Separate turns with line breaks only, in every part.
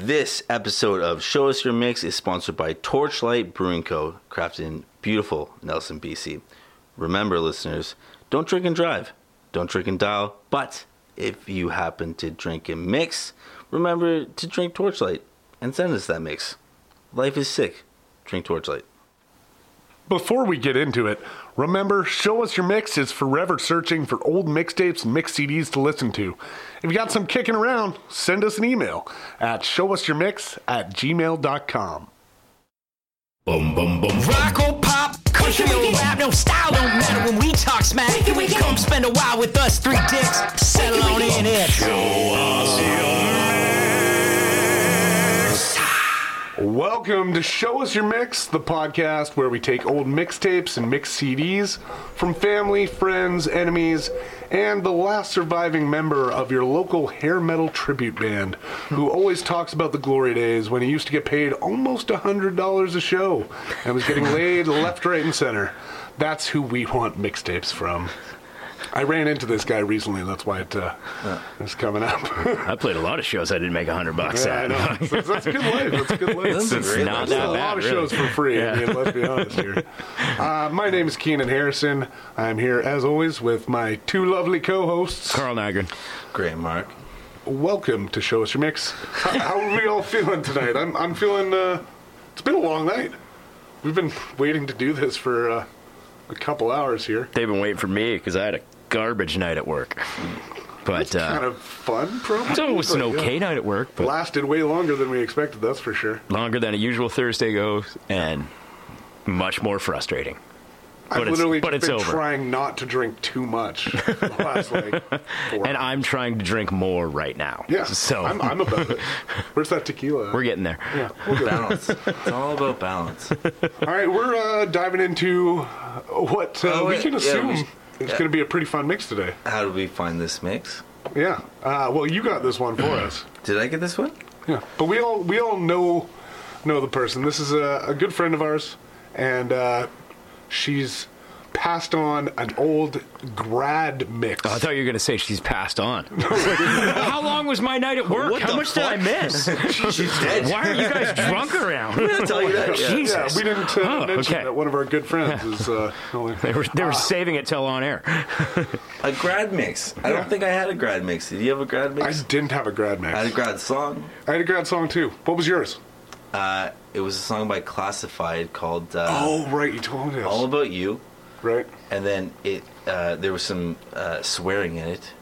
This episode of Show Us Your Mix is sponsored by Torchlight Brewing Co., crafted in beautiful Nelson, BC. Remember, listeners, don't drink and drive, don't drink and dial, but if you happen to drink and mix, remember to drink Torchlight and send us that mix. Life is sick. Drink Torchlight.
Before we get into it, remember Show Us Your Mix is forever searching for old mixtapes and mix CDs to listen to. If you got some kicking around, send us an email at showusyourmix at gmail.com.
Boom, boom, boom. Rock or pop, country
Wiki,
or
wiki.
rap, no style don't matter when we talk smack.
Wiki, wiki.
Come spend a while with us, three dicks, settle on in it.
Welcome to Show Us Your Mix, the podcast where we take old mixtapes and mix CDs from family, friends, enemies, and the last surviving member of your local hair metal tribute band who always talks about the glory days when he used to get paid almost $100 a show and was getting laid left, right, and center. That's who we want mixtapes from. I ran into this guy recently, that's why it uh, is coming up.
I played a lot of shows I didn't make a hundred bucks
yeah, I
at.
know. That's, that's a good life. That's a good life.
It's
That's great. That's
not that
a
bad,
lot of
really.
shows for free. I
Yeah.
mean, let's be honest here. Uh, my name is Keenan Harrison. I'm here as always with my two lovely co-hosts.
Carl Nagrin.
Great, Mark.
Welcome to Show Us Your Mix. How, how are we all feeling tonight? I'm I'm feeling. Uh, it's been a long night. We've been waiting to do this for uh, a couple hours here.
They've been waiting for me because I had a garbage night at work. But
Kind
uh,
of fun, probably.
so it was an
but, yeah.
okay night at work, but
Lasted way longer than we expected. That's for sure.
longer than a usual Thursday goes, and much more frustrating. But
I've
it's-
literally
but
just
it's
been
over.
trying not to drink too much. for the last, like, four
And I'm trying to drink more right now.
Yeah.
So
I'm, I'm about it. Where's that tequila? at?
we're getting there.
yeah, we'll get there.
Balance. it's all about balance.
All right, we're uh, diving into what uh,
Oh,
we
wait,
can
yeah,
assume
we
is
should- yeah.
going to be a pretty fun mix today.
How did we find this mix?
Yeah. Uh, well, you got this one for us.
Did I get this one?
Yeah. But we all we all know know the person. This is a, a good friend of ours, and uh, she's passed on an old grad mix.
Oh, I thought you were going to say she's passed on. How long was my night at work?
What
How
the
much
fuck?
did I miss?
She's dead.
Why are you guys drunk around?
Did I tell you that? Yeah.
Oh, Jesus.
yeah, we didn't uh,
Oh,
mention
okay.
that one of our good friends is. Uh, only-
They were, they were saving it till on air.
A grad mix. I don't think I had a grad mix. Did you have a grad
I
mix?
didn't have a grad mix.
I had a grad song.
I had a grad song too. What was yours?
Uh, it was a song by Classified called uh,
Oh, right, you told us.
"All About You,"
right.
and then it uh, there was some uh, swearing in it.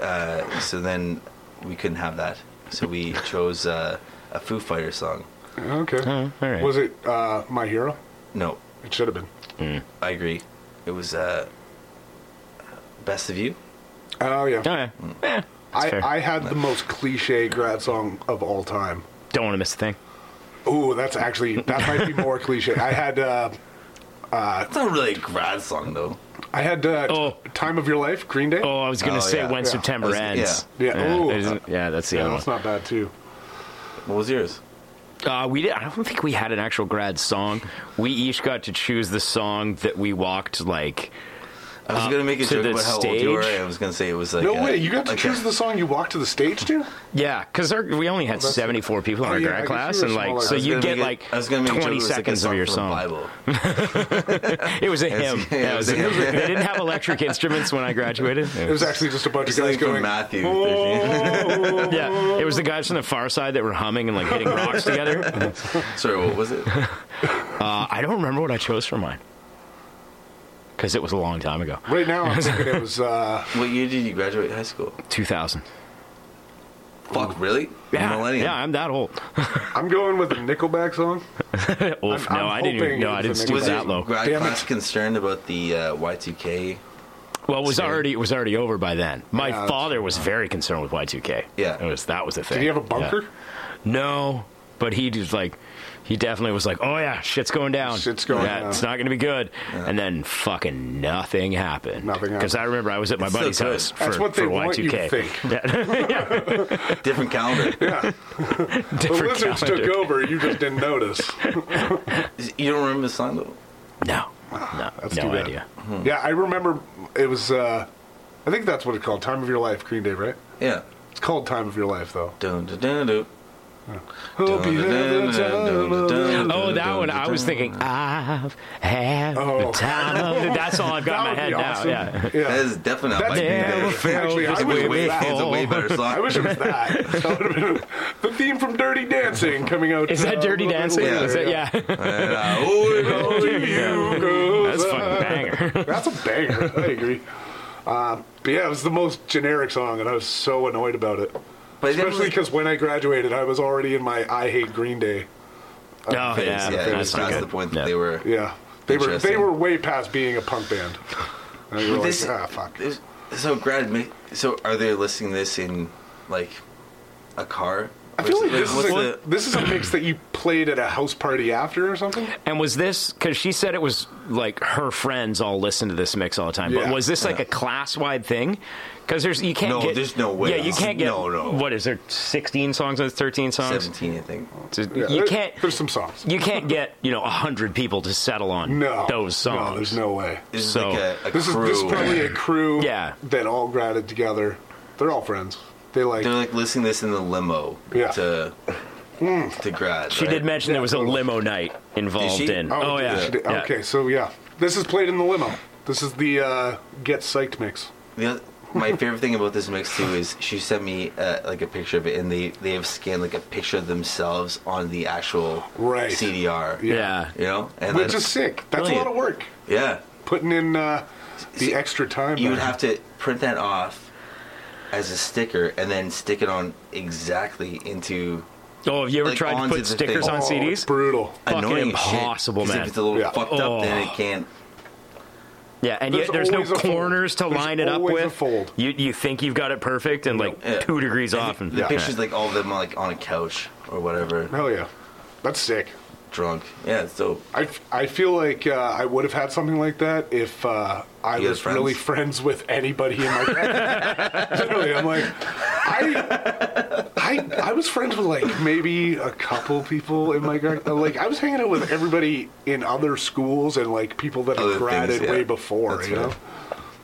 Uh, so then we couldn't have that. So we chose uh, a Foo Fighter song.
okay.
all right.
Was it uh, My Hero?
No,
It should have been.
I agree. It was uh, "Best of You."
Oh, yeah.
Okay. Eh, that's fair.
I, I had the most cliche grad song of all time.
Don't want to miss a thing.
Ooh, that's actually, that might be more cliche. I had, uh,
It's not really a grad song though.
I had uh,
Oh.
Time of Your Life, Green Day.
Oh, I was gonna
Oh,
say
yeah.
when
Yeah.
September
I was-
ends.
yeah. Yeah, ooh.
isn't- yeah, that's the
yeah,
other
that's not bad, too.
What was yours?
one. Uh, we did, I don't think we had an actual grad song. We each got to choose the song that we walked like.
I was
Uh,
gonna make a
to
joke
the
about how old you were.
stage?
I was gonna say it was like
No
uh,
way, you got to
like a-
choose the song you walked to the stage to?
Yeah, because we only had
that's-
74 people in
Oh,
our
yeah, I
grad
guess
class,
you were
and like,
smaller.
so
I was
you
gonna make
get
a-
like
I was gonna make a joke, it
20
was like a
seconds of your
from the
song.
Bible.
It was a
It's-
hymn.
yeah,
Yeah,
it
it
was
was
a
a hymn.
hymn.
They didn't have electric instruments when I graduated.
It was actually just a bunch of
It's
guys
like from
going,
Matthew,
Oh,
yeah, it was the guys from the far side that were humming and like hitting rocks together.
Sorry, what was it?
Uh, I don't remember what I chose for mine because it was a long time ago.
Right now, I'm thinking it was, uh,
What year did you graduate high school?
2000.
Fuck, really?
Yeah,
Millennium.
yeah, I'm that old.
I'm going with the Nickelback song.
Oof,
I'm
no, I
hoping
didn't. Even, no,
it
I didn't
was a
stoop
mix.
was
that
that
low.
grad
Damn
class
it.
concerned about the uh, Y2K?
Well, it was
Same.
already it was already over by then. My
Yeah, that's-
father was very concerned with Y2K.
Yeah.
it was that was the thing.
Did he have a bunker?
Yeah. No, but he just like he definitely was like, oh yeah, shit's going down.
Shit's going
yeah,
down.
It's not gonna be good. And then fucking nothing happened.
Nothing happened.
Because I remember I was at my
It's still
buddy's
good.
house for,
That's what they
for
want you to
Y2K.
think.
Different calendar.
The
Different
lizards
calendar.
took over. You just didn't notice.
you don't remember the song though?
No, no,
Ah, That's
no
too bad.
idea. Hmm.
Yeah, I remember it was. Uh, I think that's what it's called. Time of Your Life, Green Day, right?
Yeah.
It's called Time of Your Life, though.
Dun, dun, dun, dun.
Hope you have the time of your-
Oh, that one. I was thinking, I've had
Oh.
the time of the. That's all I've got
That
in
would
my head
be awesome.
now. Yeah.
That is definitely not
That's
Mike
never
Nick.
failed
Actually, I
It's a
wish
way,
it was
way,
that.
it's a way better song.
I wish it was that. that would've been the theme from Dirty Dancing coming out.
Is
uh,
that Dirty
a little bit
Dancing?
later,
Is it? Yeah.
And I owe it all to you.
That's a fucking banger.
That's a banger. I agree. Uh, but yeah, it was the most generic song, and I was so annoyed about it.
But it
Especially
definitely-
because when I graduated, I was already in my I hate Green Day.
Oh, yeah.
yeah, it was
That's not
past
good.
the point
Yeah.
that they were.
Yeah, they were they
Interesting.
were way past being a punk band. And they were
But
like,
this-
ah, fuck.
this- So grad, ma- so are they listening this in like a car?
I feel like
What's-
this is,
what's
a,
the-
this is a mix that you played at a house party after or something.
And was this because she said it was like her friends all listen to this mix all the time?
Yeah.
But was this like a class wide thing? Because there's you can't
No,
get
there's no way.
Yeah, you can't get
No, no.
What is there? Sixteen songs and thirteen songs.
seventeen, I think.
So
Yeah,
you
there-
can't.
There's some songs.
You can't get you know hundred people to settle on
No,
those songs.
No, there's no way.
This is
So-
like a, a
This is
crew.
this is probably a crew.
Yeah.
that all graded together. They're all friends. They like.
They're like listening this in the limo
Yeah. Mm.
to to grad.
She
right?
did mention there was a limo night involved
Did she?
in.
Oh,
Oh,
did
yeah.
she do-
yeah.
Okay, so yeah, this is played in the limo. This is the uh, get psyched mix.
The oth- my favorite thing about this mix too is she sent me uh, like a picture of it, and they they have scanned like a picture of themselves on the actual
Right.
CDR.
Yeah.
you know, and
Which
then-
is sick. That's a
Brilliant.
lot of work.
yeah.
Putting in uh, the
See,
extra time.
You would
there.
have to print that off as a sticker, and then stick it on exactly into
Oh, have you ever
Like,
tried to
onto
put
the
stickers
thing.
on
Oh, it's
CDs?
brutal.
Fucking
annoying
impossible,
shit. 'Cause
man.
If it's a little
Yeah.
fucked up, then it
Oh.
can't.
Yeah, and
There's
yet there's no
always a fold.
corners to
There's
line it up
always
with.
a fold.
You you think you've got it perfect and like
Yeah.
two degrees off. And,
The picture's like all of them like on a couch or whatever,
Hell yeah, that's sick.
drunk. Yeah, it's dope.
I, I feel like uh, I would have had something like that if uh, I
You had
was really friends with anybody in my class. Literally, I'm like, I, I I was friends with like maybe a couple people in my grad. Like I was hanging out with everybody in other schools and like people that
Other
had
things,
graded
yeah.
way before.
That's
you know,
right.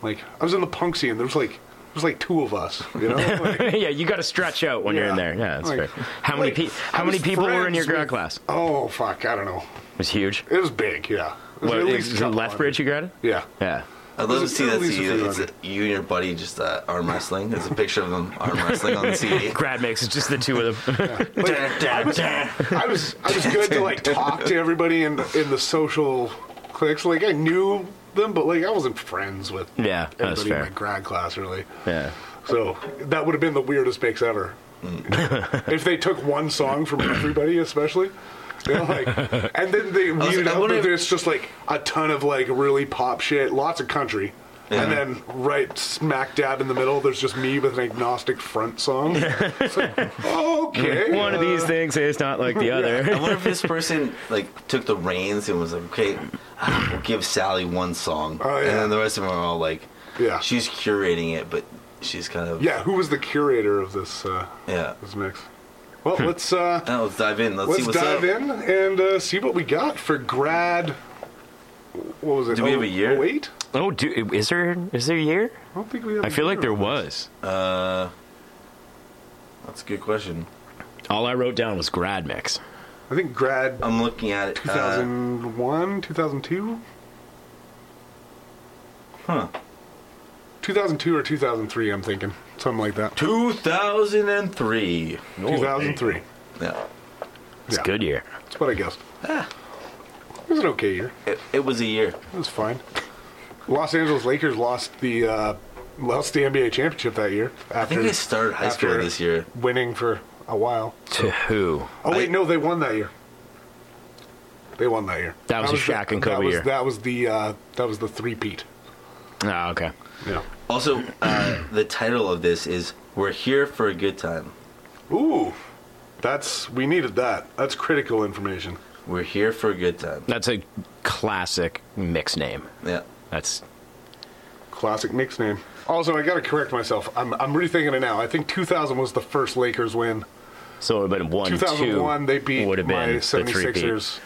like I was in the punk scene. There was like there was like two of us. You know, Like,
yeah, you got to stretch out when you're in
Yeah.
there. Yeah, that's
Like-
fair. How many
like,
pe-
I
how many
was
people were in your
friends
grad
with-
class?
oh fuck, I don't know.
It was huge.
It was big. Yeah, it was
What,
at
it
least a
was
couple
Lethbridge you graduated?
hundred. Yeah.
Yeah.
I'd love to
There's
see
a
that
Lisa
CD. It's
Fiorani.
you and your buddy just uh, arm wrestling. There's a picture of them arm wrestling on the E CD.
Grad mix. It's just the two of them.
Like, I, was, I was I was good to like talk to everybody in in the social cliques. Like I knew them, but like I wasn't friends with
Yeah,
everybody
that's
in
fair.
my grad class really.
yeah.
So that would have been the weirdest mix ever.
Mm.
if they took one song from everybody, especially. You know, like, and then they
was-
weeded
I
out
wonder
that
if-
there's just like a ton of like really pop shit, lots of country, and
Yeah.
then right smack dab in the middle, there's just me with an agnostic front song. It's like, okay,
One of
uh,
these things is not like the other.
I wonder if this person like took the reins and was like, okay, we'll give Sally one song,
Oh, yeah.
and then the rest of them are all like,
Yeah.
she's curating it, but she's kind of
Yeah, who was the curator of this uh,
yeah.
this mix? Well, let's uh,
Now Oh, let's dive in. Let's, see
let's
what's
dive
up.
in and uh, see what we got for grad. What was it?
Do we have a year?
Wait,
Oh, do, is there is there a year?
I don't think we have.
I
a
feel like
year.
there was.
Uh, that's a good question.
All I wrote down was grad mix.
I think grad
I'm looking at it. Uh,
2001, 2002,
huh.
2002 or 2003. I'm thinking something like that.
2003.
2003.
Yeah.
It's
Yeah.
a good year.
That's what I guessed.
Ah.
It was an okay year.
It, it was a year.
It was fine. Los Angeles Lakers lost the uh, lost the NBA championship that year. After,
I think I started high school
after
this year.
winning for a while.
To who?
Oh wait,
I-
no, they won that year. They won that year.
That was a
the-
Shaq and
that
Kobe
was,
year.
That was the uh, that was the three peat.
Oh, okay.
Yeah.
Also, uh, the title of this is "We're Here for a Good Time."
Ooh, that's we needed that. That's critical information.
We're here for a good time.
That's a classic mix name.
Yeah.
That's
Classic mix name. Also, I got to correct myself. I'm I'm rethinking it now. I think 2000 was the first Lakers win.
so it would have been one,
2001
two.
they beat
would have
my
been the
76ers.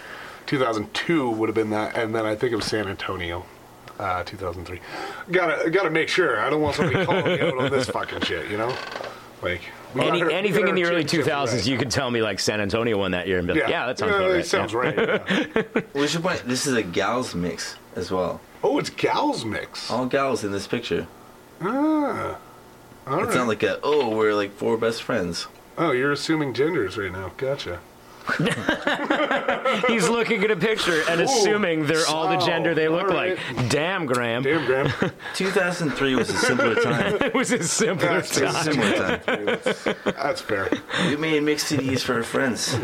2002 would have been that, and then I think it was San Antonio. Uh, 2003. Gotta gotta make sure. I don't want somebody calling me out on this fucking shit. You know. Like we
Any,
got our-
anything
got
in the
our
early
championship
2000s,
right.
you could tell me like San Antonio won that year and be like, yeah, that sounds about
that
right.
sounds
Yeah.
right. yeah.
We should point. This is a gals mix as well.
Oh, it's gals mix.
All gals in this picture.
Ah, all
It's
right.
not like a oh, we're like four best friends.
oh, you're assuming genders right now. Gotcha.
He's looking at a picture and assuming they're all the
so,
gender they look
all right.
like. Damn, Graham.
Damn, Graham.
2003 was a simpler time.
It was a simpler
That's
It was a
time.
simpler time.
That's fair.
We made mixed CDs for our friends.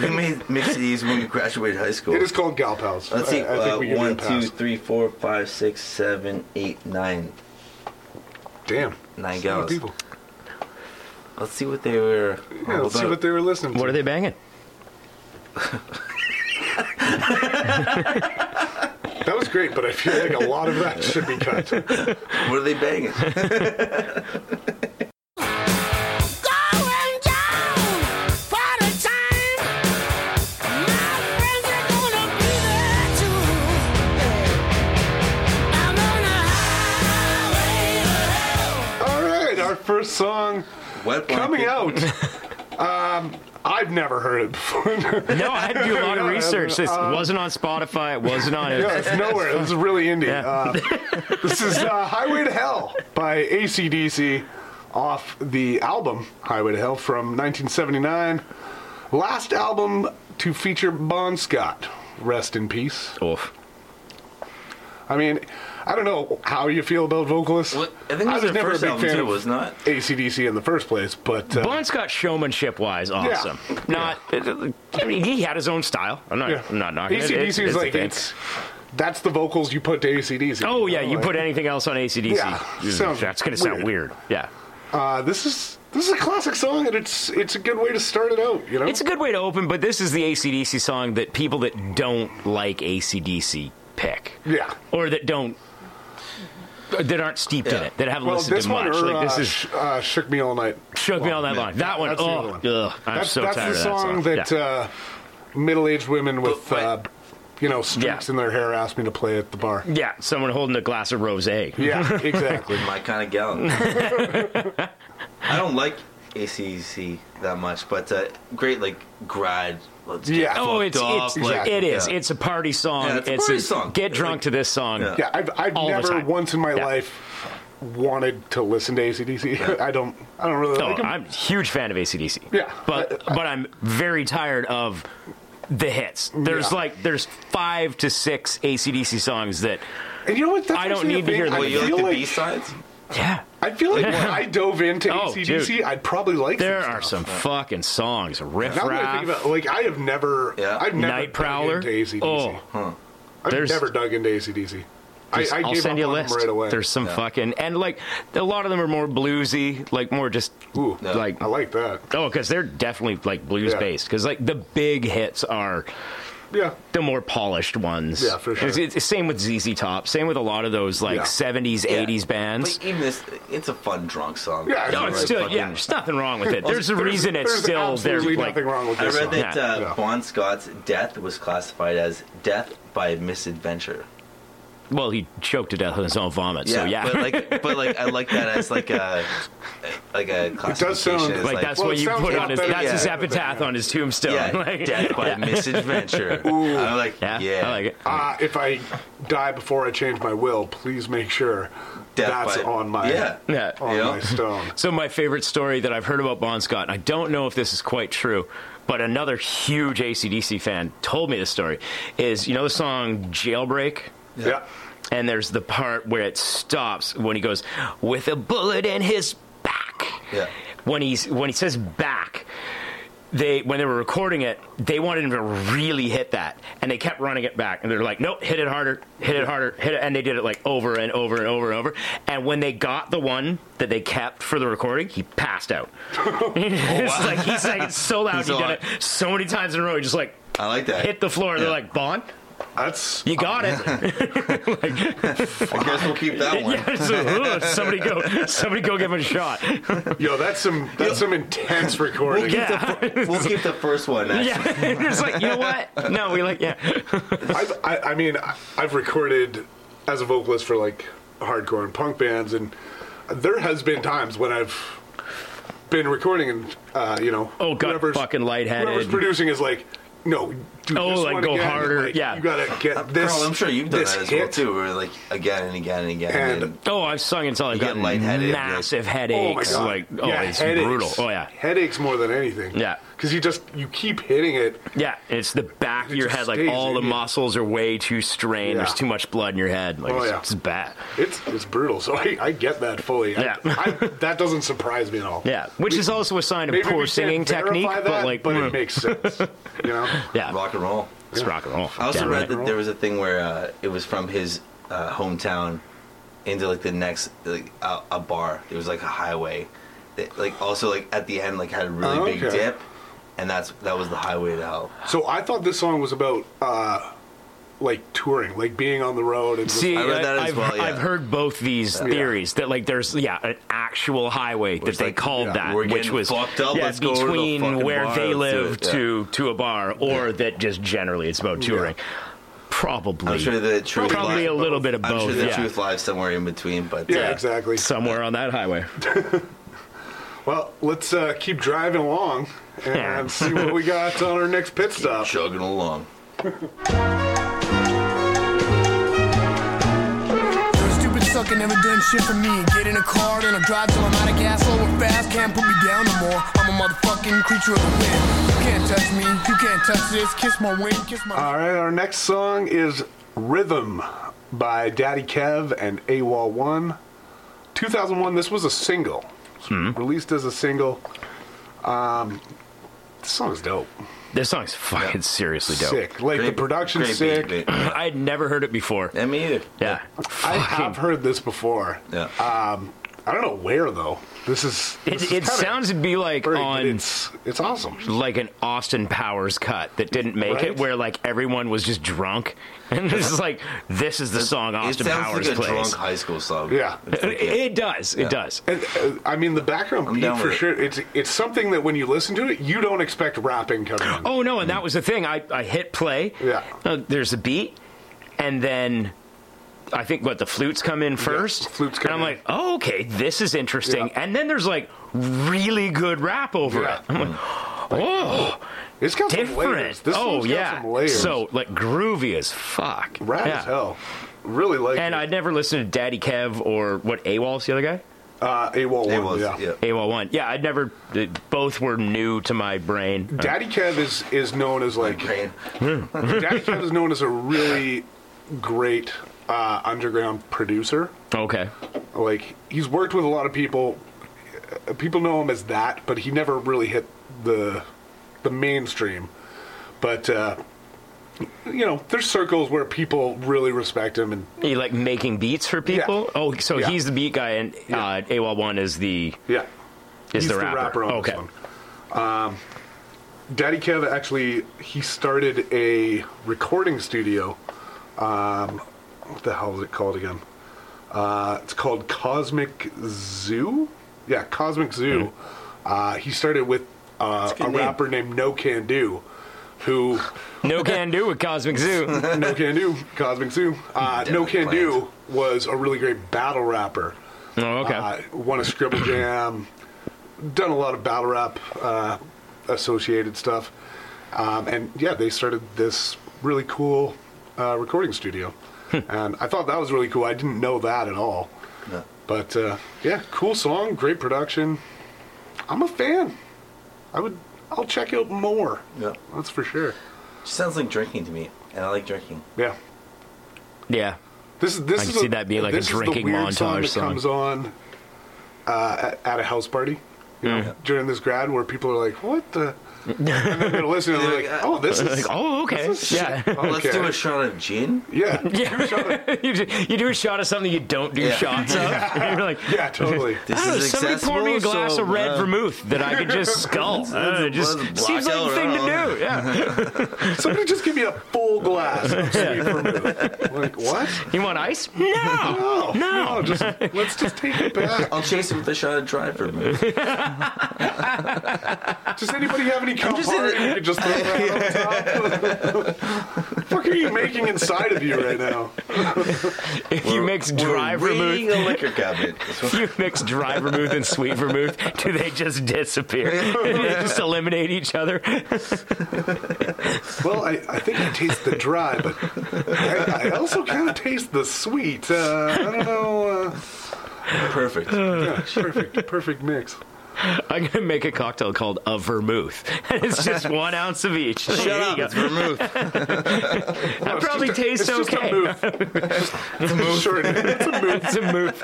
We made mixed CDs when we graduated high school.
It is called gal pals.
Let's see.
I, I think
uh,
we can
one,
get
two,
past.
three, four, five, six, seven, eight, nine.
Damn.
Nine
So many
gals.
People.
Let's see what they were.
Yeah,
all
let's see
about.
what they were listening to.
What are they banging?
That was great, but I feel like a lot of that should be cut.
What are they banging?
Going down for the time. My friends are gonna be there too. I'm on a highway to hell.
All right, our first song
Wet blanket.
coming out. Um, I've never heard it before.
No, I had to do a lot of
Yeah,
research. This
um,
wasn't on Spotify. It wasn't on.
Yeah, it's nowhere. It's really indie. Uh, this is uh, Highway to Hell by ACDC off the album Highway to Hell from 1979. Last album to feature Bon Scott. Rest in peace.
Oof.
I mean, I don't know how you feel about vocalists.
What- I think it was their first album too, was not?
ACDC in the first place, but uh,
Bon Scott showmanship wise, awesome. Not I mean, he had his own style. I'm not.
yeah.
I'm not knocking it.
ACDC is
It's- it's a
like
thing.
it's that's the vocals you put to ACDC.
Oh yeah, you
Like,
put anything else on ACDC,
Yeah, sounds
that's gonna sound weird. Yeah,
Uh, this is this is a classic song, and it's it's a good way to start it out. You know,
it's a good way to open. But this is the ACDC song that people that don't like ACDC pick,
yeah.
or that don't, that aren't steeped in
Yeah.
it, that haven't
Well,
listened
this
to
one
much.
or,
like this
uh,
is
sh- uh, shook me all night.
shook me all night long. That one,
That's the other
oh,
one.
ugh, I'm
that's
so
that's
tired
the
of that
song
song.
that
Yeah.
uh, middle-aged women with
But-
uh, you know streaks
Yeah.
in their hair asked me to play at the bar.
yeah, someone holding a glass of rosé.
Yeah, exactly.
my kind of gal. I don't like ACDC that much, but uh, great like grad. Let's get
Yeah.
fucked
Oh, it's,
up,
it's
like,
it is.
yeah.
It's a party song.
Yeah, it's
it's
a party song.
Get
It's
drunk
like-
to this song.
Yeah.
Yeah, I've, I've
All the
never
time.
once in my
Yeah.
life wanted to listen to ACDC. I don't I don't really
Oh,
like um, 'em.
I'm a huge fan of ACDC.
Yeah.
But but I'm very tired of the hits. There's
Yeah.
like there's five to six ACDC songs that
and you know what? That's
I don't
actually a
need to
thing.
hear
Oh,
them.
I
you like
feel
the
like
B sides?
yeah.
I feel like when I dove into
Oh,
ACDC,
dude.
I'd probably like
There
some
are
stuff.
some fucking songs. Riff
Now that I think
Raff.
about, it, like I have never,
Yeah.
I've never
Night
dug
Prowler.
into ACDC.
Oh,
I've
there's-
never dug into ACDC.
There's-
I, I
I'll
gave
send
up
you a
on them
list.
right away.
There's some fucking and like a lot of them are more bluesy, like more just
Ooh,
Yeah.
like
I like that.
oh, because they're definitely like blues
Yeah.
based. Because like the big hits are
Yeah,
the more polished ones.
Yeah, for sure.
It's, it's, same with ZZ Top. Same with a lot of those like
Yeah.
70s, 80s bands.
But even this, it's a fun drunk song.
Yeah,
No,
Right,
it's still,
fucking-
yeah, there's nothing wrong with it. There's a
There's-
reason it's
there's
still there.
absolutely
Like,
nothing wrong with
I
this
read
song.
that
Yeah.
uh,
Yeah.
Bon Scott's death was classified as death by misadventure.
well, he choked to death on his own vomit. so yeah,
but like, but like, I like that as like a like a classification.
sound
as,
like,
like
that's
Well,
what
it
you
sounds
put
a lot
on his.
better
That's
than
his
the
other
epitaph
thing.
on his tombstone.
yeah,
like,
death by
yeah.
misadventure. I'm like,
Yeah,
yeah,
I like it.
Uh, if I die before I change my will, please make sure
Death
that's
by-
on my
yeah.
Yeah.
on
Yeah.
my stone.
So my favorite story that I've heard about Bon Scott, and I don't know if this is quite true, but another huge ACDC fan told me this story, is you know the song Jailbreak?
Yeah.
And there's the part where it stops when he goes, with a bullet in his back.
Yeah.
When he's when he says back, they when they were recording it, they wanted him to really hit that, and they kept running it back, and they're like, "Nope, hit it harder, hit it harder, hit it," and they did it like over and over and over and over. And when they got the one that they kept for the recording, he passed out. it's like he's like it's so loud,
Oh, He's
he did
on.
it so many times in a row, he just like
I like that.
hit the floor. They're
Yeah. Uh,
like, "Bon,
That's
you got it."
I guess we'll keep that one.
yeah, so, ugh, somebody go, somebody go give him a shot.
yo. That's some that's some intense recording.
Yeah.
We'll keep the first one. Actually.
Yeah, it's like you know what? No, we like yeah.
I've, I, I mean, I've recorded as a vocalist for like hardcore and punk bands, and there has been times when I've been recording and uh, you know
Oh, got
whoever's-
fucking lightheaded.
Whoever's producing is like, no, do
Oh,
this
like,
one
go
again,
harder,
like,
yeah.
you gotta get this.
Carl, I'm sure you've done
this
that as
hit.
well too. Where like again and again and again.
And-
Oh, I've sung until I've
You get
got
lightheaded, you're like,
massive
Oh my
headaches.
god!
Like, oh,
yeah,
it's
headaches.
brutal. Oh yeah,
headaches more than anything.
Yeah.
because you just you keep hitting it.
yeah. It's the back of
It
your
just
head. Like
stays
all the
in you.
muscles are way too strained.
Yeah.
There's too much blood in your head. Like
Oh,
it's,
yeah.
it's bad.
It's it's brutal. So I, I get that fully. I-
Yeah.
I, that doesn't surprise me at all.
Yeah, which is also a sign of
Maybe we
poor
can't
singing
verify
technique.
that,
but like, mm.
it makes sense. You know,
yeah,
rock and roll.
it's rock and roll.
I also
Damn
read
right.
that there was a thing where uh, it was from his uh, hometown into like the next like a, a bar. There was like a highway that like also like at the end like had a really
Oh,
big
okay.
dip, and that's that was the highway to hell.
So I thought this song was about uh, like touring, like being on the road and just-
See,
I read that as
have
well, yeah.
I've heard both these theories that like there's yeah an actual highway that
Which,
they
like,
called
yeah,
that,
we're
which
getting
was
fucked up,
yeah,
let's go over to the
between
fucking
where
bar,
they
let's do
live
it, yeah.
to to a bar, or that just generally it's about touring. Probably,
I'm sure the truth
probably
lies,
a little bit of
I'm
both.
sure the
yeah.
truth lies somewhere in between, but
yeah,
uh,
exactly.
Somewhere on that highway.
Well, let's uh, keep driving along and
Yeah.
see what we got on our next pit stop.
chugging along.
Stupid sucker never done shit for me. Get in a car, then I drive till I'm out of gas. Slow and fast, can't put me down no more. I'm a motherfucking creature of the wind. You can't touch me, you can't touch this. Kiss my wing, kiss my.
All right, our next song is "Rhythm" by Daddy Kev and AWOL One. 2001. This was a single,
Hmm.
released as a single. Um, this song is dope.
This song's fucking seriously dope.
Sick. Like the
Great-
production's
great
sick.
beat, mate.
I had never heard it before.
Yeah, me either.
Yeah,
I
Fucking-
have heard this before.
Yeah.
Ah, I don't know where though. This is. This
It,
is
it
kinda
sounds to be like
great, but
on
It's it's awesome.
like an Austin Powers cut that didn't make
Right?
it, where like everyone was just drunk, and this is like this is the song
it
Austin
sounds
Powers
like a
plays.
drunk high school song.
Yeah.
It's like,
It,
yeah.
it does, it does.
And, uh, I mean, the background
I'm
beat
down
for
with it.
sure. It's it's something that when you listen to it, you don't expect rapping coming. in.
Oh no, and that was the thing. I, I hit play.
Yeah.
Uh, there's a beat, and then I think what the flutes come in first.
flutes
and
come
I'm
in.
like, oh okay, this is interesting.
Yeah.
And then there's like really good rap over
Yeah.
it. I'm like, oh,
it's got some layers.
different.
This
oh
song's
yeah.
got some layers.
So like groovy as fuck.
rap
Yeah.
as hell. Really like.
And
it.
I'd never listened to Daddy Kev or what AWOL's the other guy?
uh, AWOL
It
one.
was,
yeah.
yeah.
AWOL one. Yeah, I'd never. they- Both were new to my brain.
Daddy Kev is is known as like
Crane.
Daddy Kev is known as a really great uh, underground producer.
Okay.
Like he's worked with a lot of people. Uh, People know him as that, but he never really hit the the mainstream. But uh, you know, there's circles where people really respect him, and
You like making beats for people?
Yeah.
Oh, so
Yeah.
he's the beat guy, and uh, AWOL one is the
yeah,
is
he's
the rapper.
on
okay.
this one. Um, Daddy Kev actually he started a recording studio. Um, what the hell is it called again? Uh, it's called Cosmic Zoo. Yeah, Cosmic
Hmm.
Zoo. Uh, he started with
a
uh, a,
good name.
rapper named No Can Do, who
No can do with Cosmic Zoo.
No Can Do Cosmic Zoo. Uh, no
Definitely
Can Do
planned.
was a really great battle rapper.
Oh, okay.
Uh, won a Scribble Jam, done a lot of battle rap uh, associated stuff. Um, and yeah, they started this really cool uh, recording studio. and I thought that was really cool. I didn't know that at all.
Yeah.
But uh, yeah, cool song, great production. I'm a fan. I would. I'll check out more.
Yeah.
That's for sure.
She sounds like drinking to me, and I like drinking.
Yeah.
yeah.
This is this
I
is
can see that being like a
this is the
drinking
weird song
montage
that
song.
comes on uh, at, at a house party. You know, during this grad where people are like, "What the?" and they're gonna listen and they're like, "Oh, this is
Like, oh, okay. Yeah.
Well, let's
Okay.
do a shot of gin.
yeah,
yeah. you, do, you do a shot of something you don't do
Yeah.
shots of. You're like,
yeah, totally."
This
I don't know,
is
somebody pour me a
accessible,
glass
so,
of red
uh,
vermouth that I could just skull. I don't know,
Let's
it just
block
seems like
out,
a
I
thing to
don't know.
do. Yeah.
Somebody just give me a full glass. of sweet vermouth. Like what?
You want ice? No.
No, no. Just let's just take it back.
I'll chase him with a shot of dry vermouth.
Does anybody have any Campari we could just throw that on top? fuck are you making inside of you right now?
If you mix dry
Reading
vermouth,
a liquor cabinet.
you mix dry vermouth and sweet vermouth, do they just disappear? do they just eliminate each other?
Well, I, I think I taste the dry, but I, I also kind of taste the sweet. Uh, I don't know. Uh,
Perfect.
yeah, perfect, perfect mix.
I'm gonna make a cocktail called a vermouth, and it's just one ounce of each.
Shut up. It's vermouth.
That probably tastes
It's just
okay.
a move. it's a move. Sure, it's a move.
It's a mooth.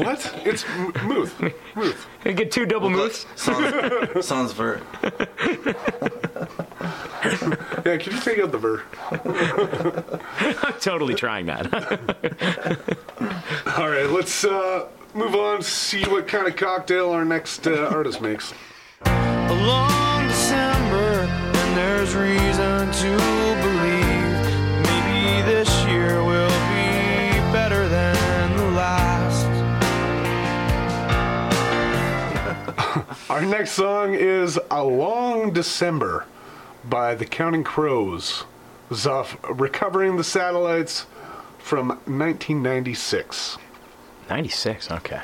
What? It's m- move. Move.
I get two double mooths.
Sans, sans ver.
Yeah, can you take out the ver?
I'm totally trying that.
All right, let's uh, move on. See what kind of cocktail our next uh, artist makes.
a long December, and there's reason to believe maybe this year will be better than the last.
Our next song is A Long December by the Counting Crows. This is off Recovering the Satellites from 1996.
96. Okay.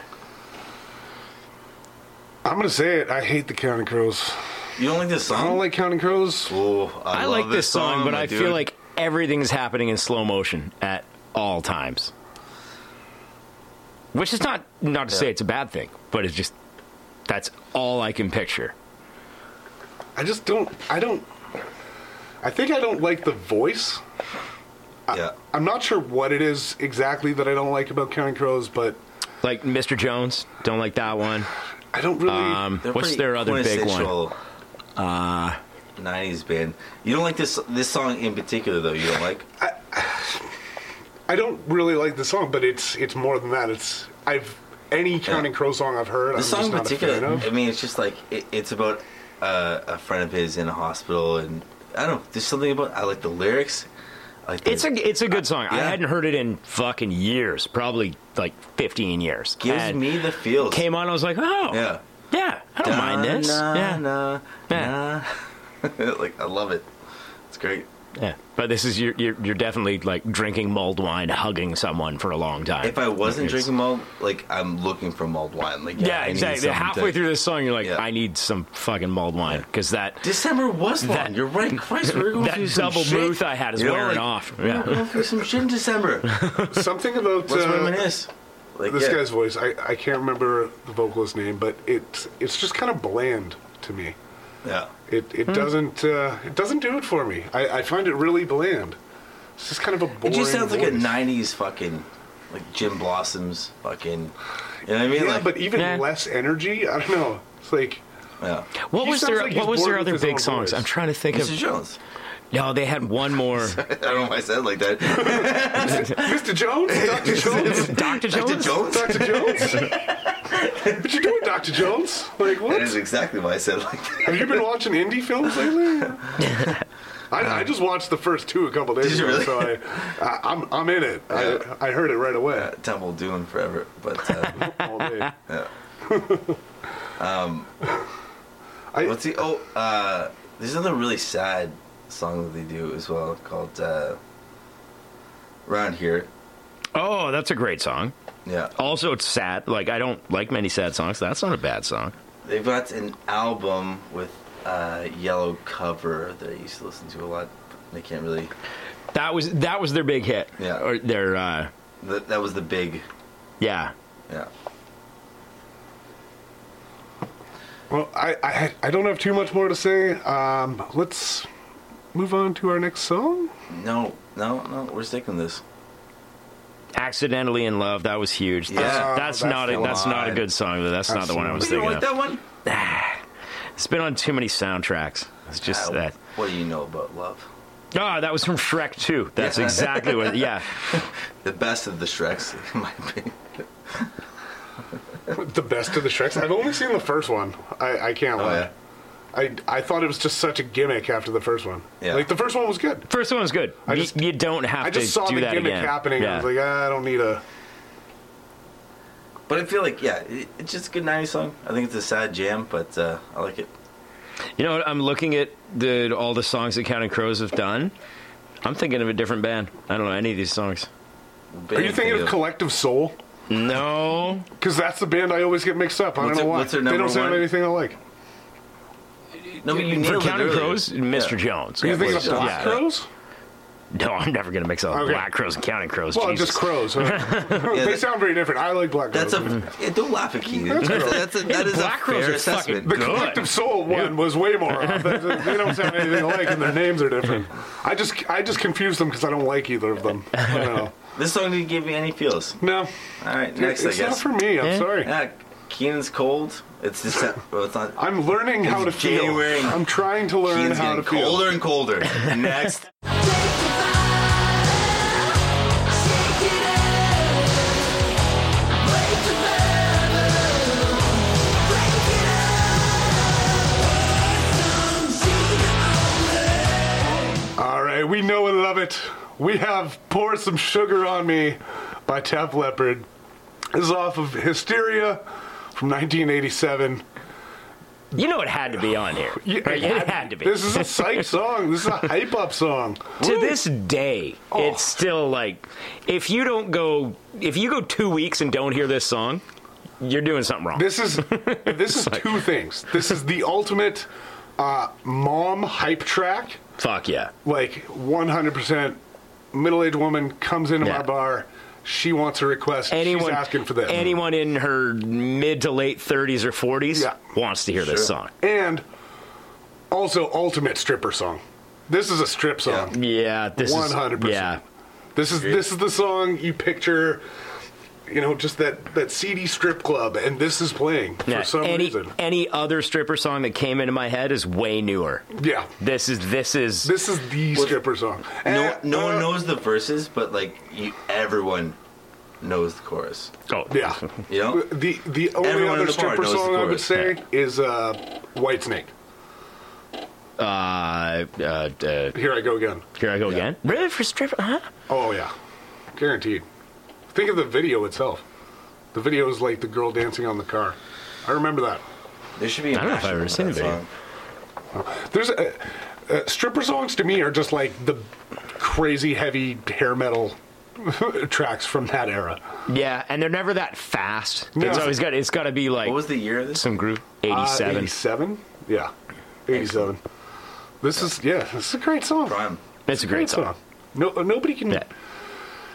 I'm going to say it. I hate the Counting Crows.
You don't like this song?
I don't like Counting Crows.
Oh, I,
I,
love
like this song, but
my
I
dude.
feel like everything's happening in slow motion at all times. Which is not not to say it's a bad thing, but it's just that's all I can picture.
I just don't. I don't. I think I don't like the voice.
Yeah.
I'm not sure what it is exactly that I don't like about Counting Crows, but
Like Mr. Jones, don't like that one.
I don't really.
Um, what's their other big one?
Uh, 90s band. You don't like this this song in particular though. You don't like.
I don't really like the song, but it's it's more than that. It's I've any Counting Crow song I've heard.
The
I'm
song
just
in
not a fan
particular.
of.
I mean, it's just like it, it's about uh, a friend of his in a hospital, and I don't. know, There's something about. I like the lyrics. I like the-
It's a it's a good song. I
Yeah.
hadn't heard it in fucking years, probably like 15 years.
gives
And
me the feels.
came on, I was like, oh
Yeah.
yeah, I don't mind this.
Na,
yeah,
na,
Yeah.
na. like I love it. It's great.
yeah. But this is you're, you're you're definitely like drinking mulled wine, hugging someone for a long time.
If I wasn't
It's-
drinking malt, like I'm looking for malt wine. Like
Yeah,
I need
exactly.
something
Halfway
to-
through this song, you're like,
Yeah.
I need some fucking mulled wine because that
December was long.
That-
You're right. Christ, we we're going
that
through some
double
shit.
booth I had is
You know,
wearing
like,
off.
we We're
Yeah.
going through some shit in December.
Something about
Let's
uh,
reminisce. Like
this
yeah.
guy's voice. I, I can't remember the vocalist name, but it's it's just kind of bland to me.
Yeah.
It it
Hmm.
doesn't uh, it doesn't do it for me. I, I find it really bland. It's just kind of a
It
boring.
just sounds like a
voice.
'90s fucking, like Jim Blossoms fucking. You know what I mean?
Yeah,
like,
but even
Yeah.
less energy. I don't know. It's like
yeah.
What
He
was
sounds
their
like he's
What was their
bored with
other
his own
big songs?
voice.
I'm trying to think
Mr.
of.
Jones.
No, they had one more.
I don't know why I said it like that.
Mr. Jones, Doctor Jones,
Doctor
Mr.
Jones.
Jones.
Doctor Jones. what you doing, Doctor Jones? Like what?
That is exactly why I said it like that.
Have you been watching indie films lately? I, I just watched the first two a couple days
Did you
ago,
really?
so I, I, I'm I'm in it. I, I heard it right away.
Temple Doom forever, but uh,
All day.
what's the oh? Uh, there's another really sad song that they do as well called uh, "Round Here."
Oh, that's a great song.
Yeah,
Also, it's sad. Like I don't like many sad songs. That's not a bad song.
they've got an album with uh, yellow cover that I used to listen to a lot. But they can't really.
That was that was their big hit.
Yeah.
Or their uh,
That, that was the big.
yeah.
Yeah.
Well, I, I I don't have too much more to say. Um, let's move on to our next song.
No, no, no. We're sticking with this.
Accidentally in love. That was huge.
Yeah.
That's,
Oh,
that's,
that's
not a,
the
that's not a
one.
good song. Though. That's not the one I was
You
thinking
don't like
of.
that one?
It's been on too many soundtracks. It's just
Ah,
that.
What do you know about love?
Ah, that was from Shrek 2. That's
Yeah.
exactly what. Yeah,
The best of the Shreks, in my opinion.
The best of the Shreks. I've only seen the first one. I, I can't
Oh
lie.
yeah.
I I thought it was just such a gimmick after the first one.
Yeah.
Like the first one was good.
First one was good.
I
You-
just-
you, don't have
I
to
just saw
do
the
that
gimmick
again.
happening.
Yeah.
And I was like, ah, I don't need a.
But I feel like, yeah, it, it's just a good 90s song. I think it's a sad jam, but uh, I like it.
you know what? I'm looking at the all the songs that Counting Crows have done. I'm thinking of a different band. I don't know any of these songs.
Are you thinking of
Big-
Collective Soul?
No.
Because that's the band I always get mixed up. I
What's
don't know
their-
why.
what's their
they
number
don't sound
one?
anything I like.
No, but you
For
nailed it
Counting
earlier.
Crows, Mr.
Yeah.
Jones.
Are you thinking of
what's-
Black
yeah.
Crows?
No, I'm never going to mix up
Okay.
Black Crows and Counting Crows.
Well,
Jesus.
just crows. huh? they
that-
sound very different. I like Black Crows.
That's a. Yeah, don't laugh at Keith. That's,
cool.
that's a, that is
Black
a
Crows
fair
are fucking
assessment.
The
Good.
Collective Soul one was way more off. They they don't sound anything alike, and their names are different. I just I just confuse them because I don't like either of them. I don't know.
This song didn't give me any feels.
No,
All right, next, I
it's not
guess.
for me. I'm
Eh?
sorry.
Yeah, Keenan's cold. It's just. Well, it's not.
I'm learning how to
It's
feel.
January.
I'm trying to learn
Keenan's
how to
getting
feel.
colder and colder. next.
All right, we know and love it. We have Pour Some Sugar on Me by Tap Leopard. This is off of Hysteria from 1987.
You know it had to be on here.
Yeah,
Right? It had to be.
This is a psych song. This is a hype up song.
to this day,
Oh.
it's still like if you don't go if you go two weeks and don't hear this song, you're doing something wrong.
This is this is two things. This is the ultimate uh, mom hype track.
Fuck yeah.
Like 100% middle aged woman comes into
Yeah.
my bar. She wants a request.
Anyone
She's asking for this.
Anyone in her mid to late thirties or forties
Yeah.
wants to hear this song.
and also ultimate stripper song. This is a strip song.
Yeah, this
One hundred
is yeah.
percent. This is this is the song you picture. You know, just that that seedy strip club, and this is playing for
Yeah,
some
any
reason.
any other stripper song that came into my head is way newer.
Yeah,
This is this is
this is the stripper song.
No,
Eh,
no one
uh,
knows the verses, but like you, everyone knows the chorus.
oh
Yeah,
You know.
the the only
Everyone in
other
the bar
stripper
knows the
song I would
chorus.
say is uh, White Snake.
uh, uh, uh,
Here I go again.
here I go again. Really for stripper? Huh?
Oh yeah, guaranteed. Think of the video itself. The video is like the girl dancing on the car. I remember that.
There should be. I
don't know if I've ever seen the video.
There's uh, uh, stripper songs to me are just like the crazy heavy hair metal tracks from that era.
Yeah, and they're never that fast.
No.
It's always got it's got to be like
What was the year of this?
some group
Uh,
87.
87? Yeah. 87. This is yeah, this is a great song.
Prime.
That's a great song.
No nobody can
Yeah.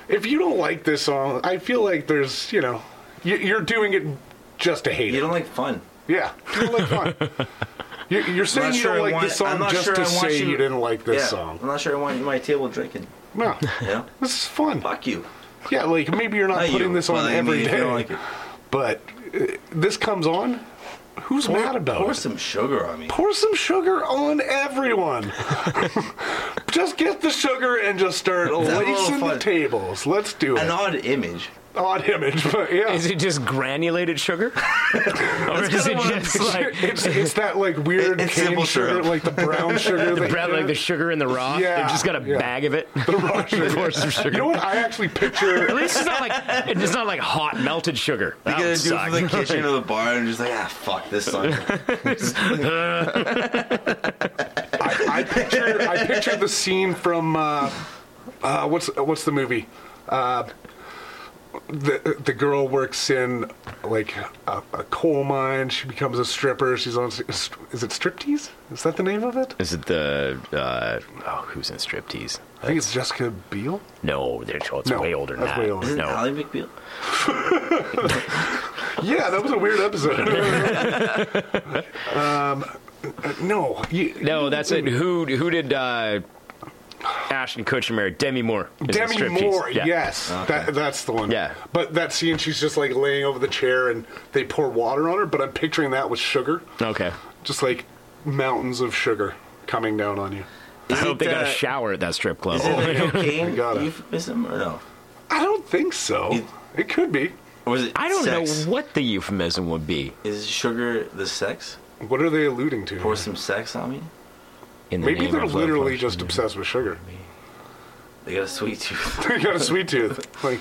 If you don't like this song, I feel like there's, you know, you, you're doing it just to hate
You
it.
don't like fun.
Yeah. You don't like fun. You- You're saying
not
you
sure
don't
I
like
want-
this song
I'm not
just
sure
to
I want
say
you-
you didn't like this song.
I'm not sure I want you at my table drinking.
No,
You know?
this is fun.
Fuck you.
Yeah, like maybe you're not,
Not
putting
you,
this
but
on
I mean,
every
if
day,
you don't like it.
but uh, this comes on. Who's mad about
Pour
it?
some sugar on me.
Pour some sugar on everyone. just get the sugar and just start
Let's have a little
lacing the
fun.
tables. Let's do
An
it.
odd image.
Odd image, but yeah.
Is it just granulated sugar? or is
kinda
it
what
just
I'm
like
it's, it's that like weird
It- it's
cane
simple
sugar,
syrup.
like the brown sugar.
the
that-
bread, like the sugar in the raw?
Yeah,
They've just got a
yeah.
bag of it.
the raw sugar.
Pour some sugar.
You know what? I actually picture
At least it's not like it's not like hot melted sugar.
You gotta
That would
do it
suck.
from the kitchen or the bar and just like, ah, fuck this song.
I, I picture I picture the scene from uh, uh, what's what's the movie? Uh, the the girl works in like a, a coal mine. She becomes a stripper. She's on. Is it striptease? Is that the name of it?
Is it the uh, oh who's in striptease?
I think it's Jessica Biel.
No, they're, oh, it's
No,
way older than
that's
that.
way older.
Isn't
No.
Ally McBeal?
Yeah, that was a weird episode. um, uh, no, you,
No, that's it. Who who did uh, Ashton Kutcher marry? Demi Moore. is in
Demi
Striptease.
Moore,
Yeah.
yes, that, that's the one.
Yeah.
but that scene, she's just like laying over the chair, and they pour water on her. But I'm picturing that with sugar.
Okay.
just like mountains of sugar coming down on you.
I
Is
hope
it,
they got a
uh,
shower at that strip club.
Is it a cocaine
Got it.
euphemism or no?
I don't think so.
It-
it could be.
Or is it
I don't
sex?
know what the euphemism would be.
Is sugar the sex?
What are they alluding to?
Pour some sex on me?
In the
Maybe
name
they're
of love
literally
function.
just obsessed with sugar.
They got a sweet tooth.
you got a sweet tooth. Like,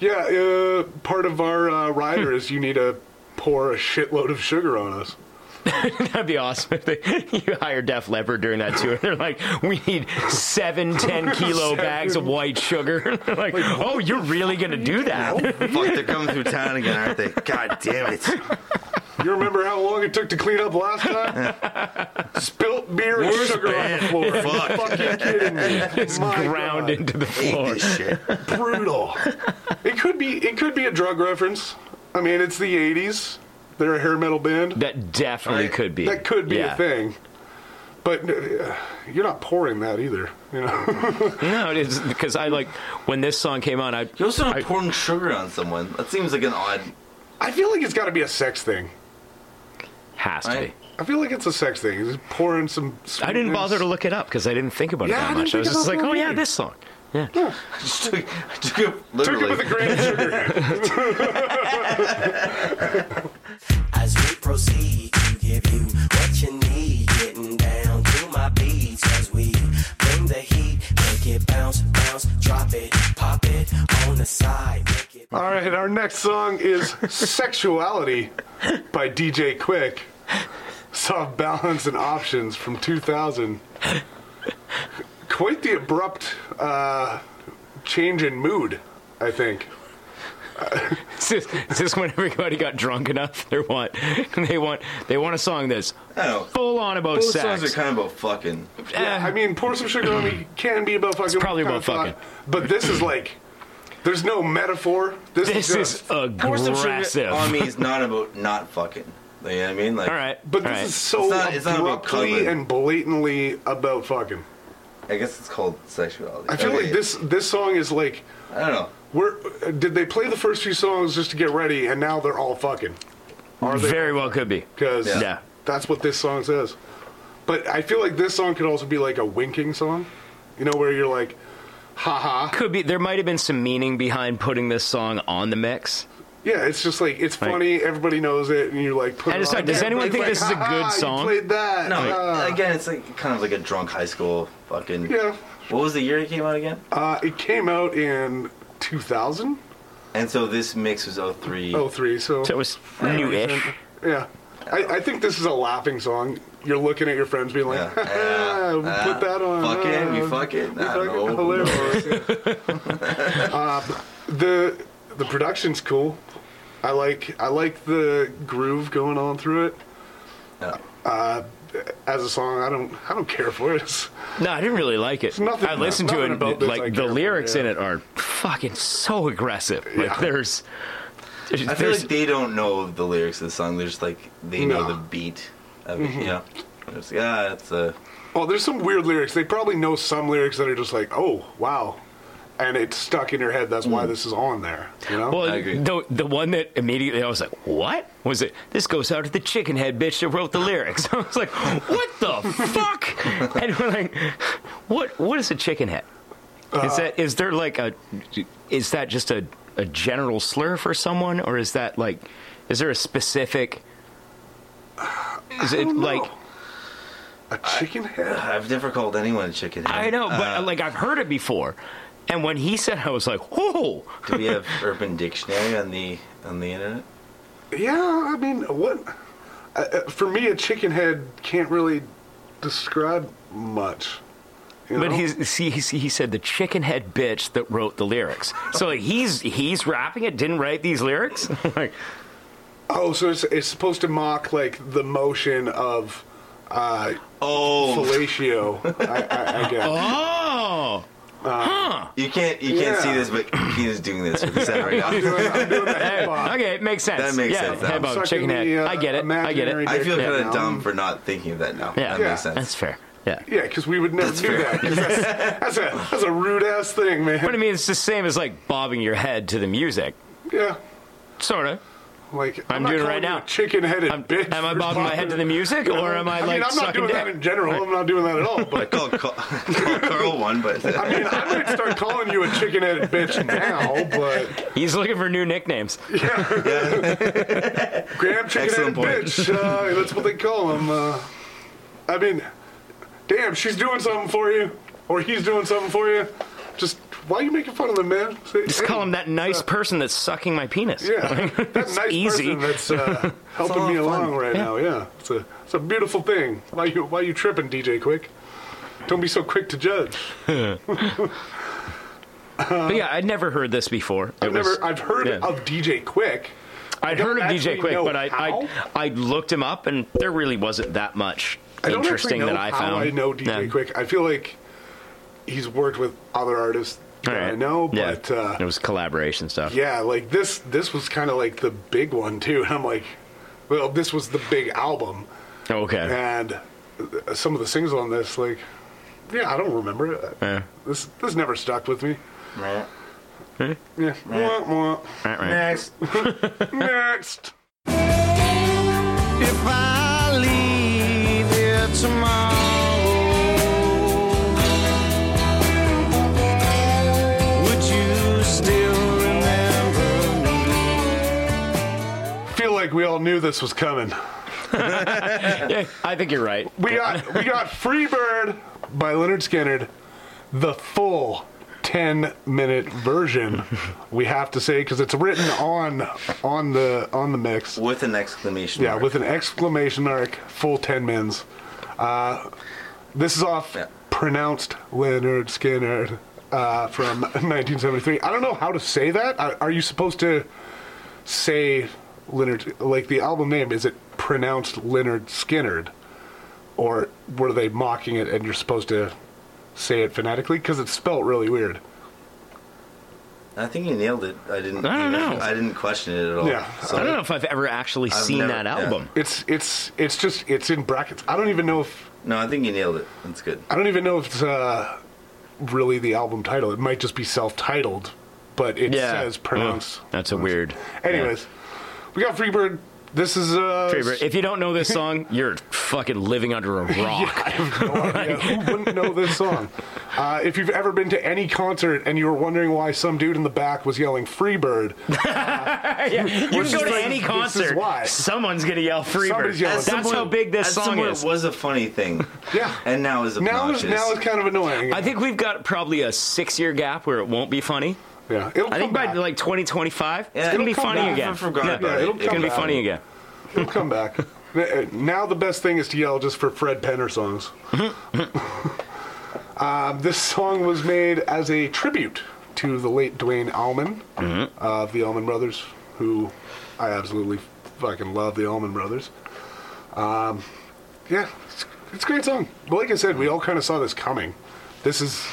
yeah, uh, part of our uh, rider is you need to pour a shitload of sugar on us.
That'd be awesome if they, you hire Def Leppard during that tour. They're like, we need seven, ten kilo
Seven.
bags of white sugar. They're like, oh, you're really gonna
Oh
do that?
Fuck, they're coming through town again, aren't they? God damn it.
You remember how long it took to clean up last time? Spilt beer and
Worst
sugar on the floor.
Fuck.
Fucking kidding me?
It's
My
ground
God.
into the
Hate
floor.
this shit.
brutal. it could be. It could be a drug reference. I mean, it's the '80s. They're a hair metal band.
That definitely
Right.
could be.
That could be
Yeah.
a thing. But uh, you're not pouring that either. You know.
No, it is because I like when this song came on. I
You're also not
I-
pouring sugar on someone. That seems like an odd.
I feel like it's got to be a sex thing.
has to
Right.
be.
I feel like it's a sex thing. Just pouring some.
I didn't bother to look it up because I didn't think about it
Yeah, I didn't
that much. I was
think
just
about
like,
that
oh yeah,
either.
this song.
I just took, I took it
Took it
literally.
with a grain of sugar.
As we proceed to give you what you need, getting down to my beats. Cause we bring the heat, make it bounce, bounce, drop it, pop it on the side. Make it
All right, our next song is "Sexuality" by DJ Quick. Soft balance and options from 2000. Quite the abrupt uh, change in mood, I think.
Is this, is this when everybody got drunk enough? They want, they want, they want a song that's
I
Oh.
don't know.
full on about
Both
sex.
songs are kind of about fucking.
Eh.
I mean, pour some sugar on me can be about fucking.
probably
kinda
about fucking.
thought, But this is like, there's no metaphor. This,
This
is,
is
just,
Pour some
aggressive.
sugar
All
on me is not about not fucking. You know what I mean? Like,
right,
But
all
this
right.
is so
It's not- it's not about
abruptly
cuddling.
and blatantly about fucking.
I guess it's called sexuality.
I feel
Okay.
like this this song is like.
I don't know.
Where did they play the first few songs just to get ready, and now they're all fucking? Are they?
very well could be.
Because
Yeah.
Yeah.
that's what this song says. But I feel like this song could also be like a winking song, you know, where you're like, haha.
Could be. There might have been some meaning behind putting this song on the mix.
Yeah, it's just like it's
Like-
funny, everybody knows it, and you're like. put
And
it
it's
on
like, does
there,
anyone
but
think
it's
this is a
"Ha,
good
ha, you
song?"
Played that.
No,
ah."
again, it's like kind of like a drunk high school fucking.
Yeah.
What was the year it came out again?
Uh, it came out in 2000,
And so this mix was 03.
03, oh, so
So it was new-ish.
yeah. I, I think this is a laughing song. You're looking at your friends, being like,
Yeah.
"Ha, ha,
Uh,
we
uh,
put that on.
Fuck it,
uh,
we fuck it. Nah,
Fucking
no.
hilarious. Uh, the the production's cool. I like I like the groove going on through it. Uh,
Yeah.
As a song, I don't I don't care for it. It's-
No, I didn't really like it.
nothing-
I listened to
nothing
it. and
about this I
like
care
the
for,
lyrics
yeah.
in it are fucking so aggressive. Like
Yeah.
there's, there's,
I feel like they don't know the lyrics of the song. They're just like they know
No.
the beat of
Mm-hmm.
it. You know, it's like, ah, it's a
Well, there's some weird lyrics. They probably know some lyrics that are just like, oh wow, and it's stuck in your head. That's why this is on there. You know.
Hmm. well,
I agree.
the the one that immediately I was like, what was it? This goes out to the chicken head bitch that wrote the lyrics. I was like, what the fuck? And we're like, what what is a chicken head?
Uh,
Is that is there like a is that just a a general slur for someone or is that like is there a specific
Uh,
is it
don't know.
like
a chicken head.
I've never called anyone a chicken head.
I know, but
Uh,
like I've heard it before. And when he said, I was like, "Whoa!"
Uh, do we have Urban Dictionary on the on the internet?
Yeah, I mean, what? Uh, uh, for me, a chicken head can't really describe much. you
But
know?
he's see, he, he said the chicken head bitch that wrote the lyrics. So like, he's he's rapping it, didn't write these lyrics. like,
Oh, so it's, it's supposed to mock like the motion of uh,
Oh,
fellatio. I, I, I guess.
oh,
you can't you can't
Yeah.
see this, but Keenan's doing this with his head right now.
I'm doing a
Hey,
head bob.
okay, it makes sense.
That makes
yeah,
sense.
head
I'm
bob,
sucking
chicken head.
the, uh,
I get it. I get
imaginary
it.
I feel
Yeah.
kind
Yeah.
of dumb for not thinking of that now.
Yeah.
That makes
Yeah.
sense.
That's fair. Yeah.
Yeah, because we would never do that. 'cause That's, that's a that's a rude ass thing, man.
But I mean, it's the same as like bobbing your head to the music,
yeah.
sort of.
Like
I'm
not
doing it
calling
right
you a
now.
Chicken-headed
I'm-
bitch.
am I
for
bobbing my head to the music, or am I,
mean,
like,
I'm not
sucking
doing that
dick?
in general. I'm not doing that at all.
I
But
called, Ca- called Carl one, but
I mean, I might start calling you a chicken-headed bitch now. But
He's looking for new nicknames.
Graham chicken-headed
Excellent point.
bitch. Uh, that's what they call him. Uh, I mean, damn, she's doing something for you, or he's doing something for you. Just why are you making fun of them, man? Say-
Just call him that nice person that's sucking my penis.
Yeah, that nice
easy.
person that's uh, helping
lot
me
of fun.
along right now. Yeah, it's a it's a beautiful thing. Why you why you tripping, DJ Quick? Don't be so quick to judge.
But yeah, I'd never heard this before. It
I've
was-
never I've heard
yeah.
of DJ Quick.
I'd
don't
heard of
actually
DJ Quick,
know
but I, I
how.
I looked him up, and there really wasn't that much
I don't actually
interesting
know
that I
how
found.
I know DJ
Yeah.
Quick. I feel like he's worked with other artists that
All right.
I know,
Yeah.
but uh,
it was collaboration stuff.
yeah, like this this was kind of like the big one too. And I'm like, well, this was the big album.
Okay.
and uh, some of the singles on this, like, yeah, I don't remember it.
Yeah.
This this never stuck with me.
Right.
Yeah. Wah, wah.
Right, right.
Next.
Next.
If I leave here tomorrow, would you still remember me?
Feel like we all knew this was coming.
Yeah, I think you're right.
We got we got Freebird by Leonard Skinnard, the full 10 minute version. we have to say cuz it's written on on the on the mix.
With an exclamation.
Yeah,
mark.
with an exclamation mark, full 10 mins. Uh, this is off
Yeah.
pronounced Leonard Skinner uh, from 1973. I don't know how to say that. Are, are you supposed to say Leonard, like the album name, is it pronounced Leonard Skinnard? Or were they mocking it and you're supposed to say it phonetically? Because it's spelt really weird.
I think you nailed it. I didn't.
I don't know.
I didn't question it at all.
Yeah.
So-
I don't know if I've ever actually
I've
seen
never-
that
yeah.
album.
It's it's it's just it's in brackets. I don't even know if
No, I think you nailed it. That's good.
I don't even know if it's uh, really the album title. It might just be self-titled, but it
Yeah.
says pronounced.
Oh, that's a weird-
Anyways, we got Freebird. This is uh,
Favorite. If you don't know this song, you're fucking living under a rock.
yeah, who wouldn't know this song? Uh, if you've ever been to any concert and you were wondering why some dude in the back was yelling "Freebird,"
Yeah, You can
is
go to
like,
any
this is
concert.
why.
Someone's gonna yell Freebird.
Somebody's yelling
That's
Freebird.
how big this
At
song
somewhere
is.
It was a funny thing.
Yeah.
And now is
now is
obnoxious.
now is kind of annoying.
I think we've got probably a six-year gap where it won't be funny.
yeah, it'll
I
come
think by
back.
like 2025, it's
Yeah,
gonna be
it'll come
funny
back.
again.
I forgot about
Yeah,
it.
it'll
it's gonna
come
be
back.
funny again.
it'll come back. Uh, Now the best thing is to yell just for Fred Penner songs. Um, this song was made as a tribute to the late Dwayne Allman of the Allman Brothers, who I absolutely fucking love the Allman Brothers. Um, yeah, it's, it's a great song. But like I said, we all kind of saw this coming. This is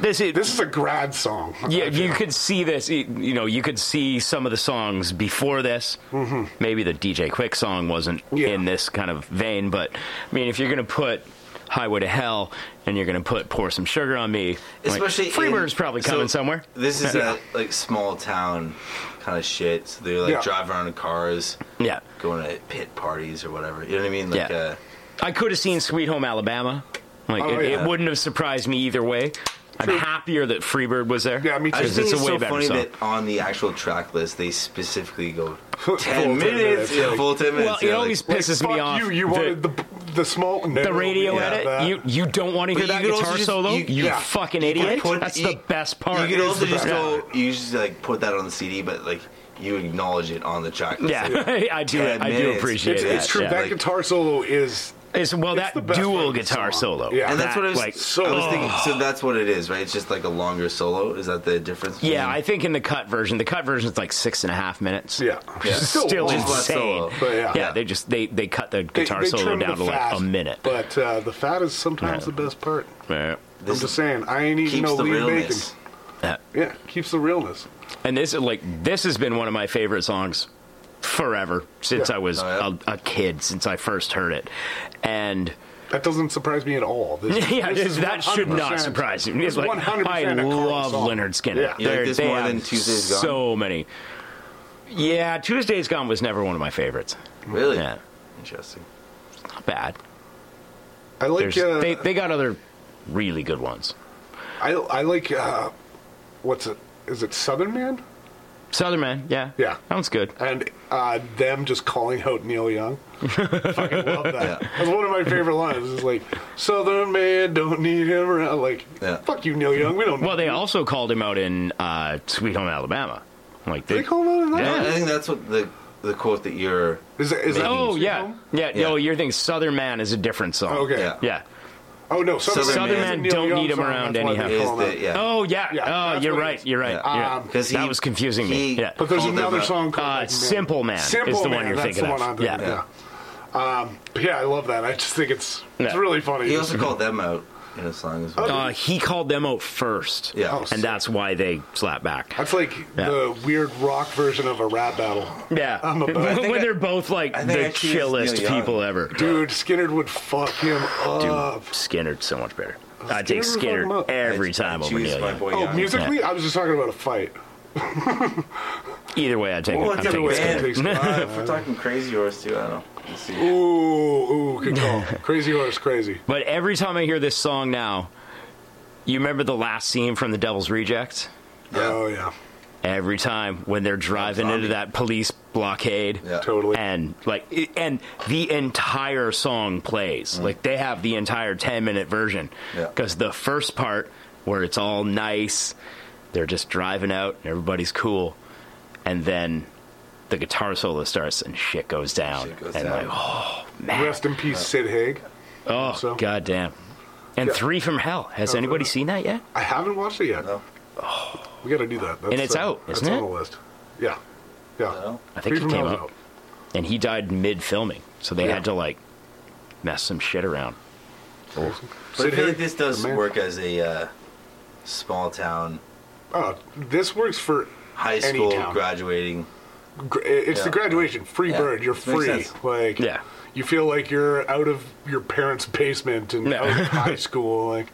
This is.
this is a grad song.
yeah, you could see this. You, you know, you could see some of the songs before this. Mm-hmm. Maybe the DJ Quick song wasn't
Yeah.
in this kind of vein, but I mean, if you're gonna put Highway to Hell and you're gonna put Pour Some Sugar on Me,
Especially
like,
in-
Freebird's probably
so
coming somewhere.
This is a like small town kind of shit. So they're like
Yeah.
driving around in cars,
Yeah,
going to pit parties or whatever. You know what I mean? Like
Yeah.
uh,
I could have seen Sweet Home Alabama. Like
Oh,
it,
yeah.
it wouldn't have surprised me either way. I'm happier that Freebird was there.
Yeah, me too.
I just
Because
think
it's
it's,
a way
so
better
funny
song.
that on the actual track list they specifically go
Full 10
ten minutes,
minutes,
yeah,
like-
full ten minutes.
Well,
yeah,
it always
Like,
pisses
fuck
me off.
You, you
that-
wanted the the small no,
the radio
yeah,
edit.
that.
You you don't want to hear
But you
that
could also
guitar
just-
solo.
you-
You,
yeah.
fucking
You could
idiot.
put-
That's
you-
the best part.
You could also just
Yeah.
go. You just like put that on the CD, but like you acknowledge it on the track. list.
Yeah,
Like,
I do.
10
I do
minutes.
appreciate
it's,
that.
it's true.
yeah.
that
Like-
guitar solo is
It's- well,
the
that
best part
dual
of the
guitar
song.
solo.
Yeah.
And that's
That,
what I was.
like. oh.
I was thinking. So that's what it is, right? It's just like a longer solo. Is that the difference? between-
Yeah, I think in the cut version, the cut version is like six and a half minutes.
yeah,
Yeah.
still,
long.
just less
insane.
solo,
but yeah.
they just they they cut the
They-
guitar
they
solo
trim the
down to like
fat,
a minute.
But uh, the fat is sometimes
Yeah.
the best part.
Yeah.
I'm just saying, I ain't eating
keeps
no
the
lean bacon.
realness.
Yeah.
Yeah, keeps the realness.
And this is like this has been one of my favorite songs forever since
Yeah.
I was
Oh, yeah?
a, a kid, since I first heard it, and.
That doesn't surprise me at all. This,
yeah,
this is
that should not
100%.
surprise you. It's
This is
like,
100%
I
a Carl
love
song.
Leonard Skinner.
Yeah.
You like
They're-
this
they
more
have
than Tuesday's Gone?
so many. Yeah, Tuesday's Gone was never one of my favorites.
Really?
Yeah.
Interesting.
Not bad.
I like
There's,
uh,
they, they got other really good ones.
I I like uh, what's it? Is it Southern Man?
Southern Man, yeah.
Yeah.
Sounds good.
And uh, them just calling out Neil Young. Fucking love that.
Yeah.
That's one of my favorite lines. It's like Southern Man don't need him around. Like
Yeah.
fuck you, Neil Young. We don't.
Well, they also called him out in uh, Sweet Home Alabama. Like
they call him out.
Yeah.
I think that's what the the quote that you're.
Is that, is that
Oh
Sweet
yeah.
Home?
yeah,
Yeah.
No, you're thinking Southern Man is a different song.
Okay.
Yeah.
Yeah.
Oh no, Southern,
Southern
Man,
Man
is a Neil
don't
Young
need him
song,
around
that's why
anyhow.
they
Is
call him
the,
out.
yeah.
Oh yeah.
Yeah,
oh,
that's
you're
what it
right.
is.
You're right.
Yeah.
You're-
Um,
Because
that
he
was confusing
he
me. Yeah.
But there's
called him
another
out.
song called
Uh,
like,
Simple Man is the one you're
that's
thinking
the
of.
One I'm thinking
Yeah.
of, yeah. Um, but yeah, I love that. I just think it's it's
Yeah.
really funny.
He also called them out in a song as well.
Uh, he called them out first.
Yeah. Oh,
and
sick.
that's why they slapped back.
That's like
Yeah.
the weird rock version of a rap battle.
Yeah.
I'm a- I
when
think I-
they're both like
I think I
the
choose
chillest
Neil Young.
people ever.
Dude, Skinner would fuck him up.
Skinner's so much better. I
uh, Skinner
take
was
Skinner
fucking up.
every
I-
time
I
over
choose
Neil
my
Young.
boy
Oh,
Young.
musically? I was just talking about a fight.
Either way, I take
Well,
it. I'm
it's a
taking
band.
Skinner.
Uh, if we're talking crazy horse too, I don't know. We'll see.
Ooh, ooh, good call. crazy horse, crazy.
But every time I hear this song now, you remember the last scene from The Devil's Rejects?
Oh, yeah.
Every time when they're driving
Zombie.
into that police blockade.
Yeah.
Totally.
And like it- and the entire song plays. Like they have the entire 10-minute version.
Mm. Yeah.
Cuz the first part where it's all nice, they're just driving out and everybody's cool. And then the guitar solo starts and shit goes down.
Shit goes
and
down.
like, oh man.
Rest in peace, Sid Haig.
Oh,
So-
goddamn. And
Yeah.
Three from Hell. Has anybody seen that yet?
I haven't watched it yet.
No.
We gotta do that. That's,
And it's out,
that's
isn't
on
it?
the list. Yeah. Yeah.
No.
I think
Free
he
From
came
Hell's
out. And he died mid filming. So they
Yeah.
had to, like, mess some shit around.
But I
Sid
feel like
Haig,
this does
the man.
work as a uh, small town,
Oh, this works for
high
Any
school
town.
graduating.
Gr- It's the
Yeah.
graduation, free
Yeah.
bird. You're
Makes
free.
sense.
Like,
Yeah.
you feel like you're out of your parents' basement and
Yeah.
out of high school. Like,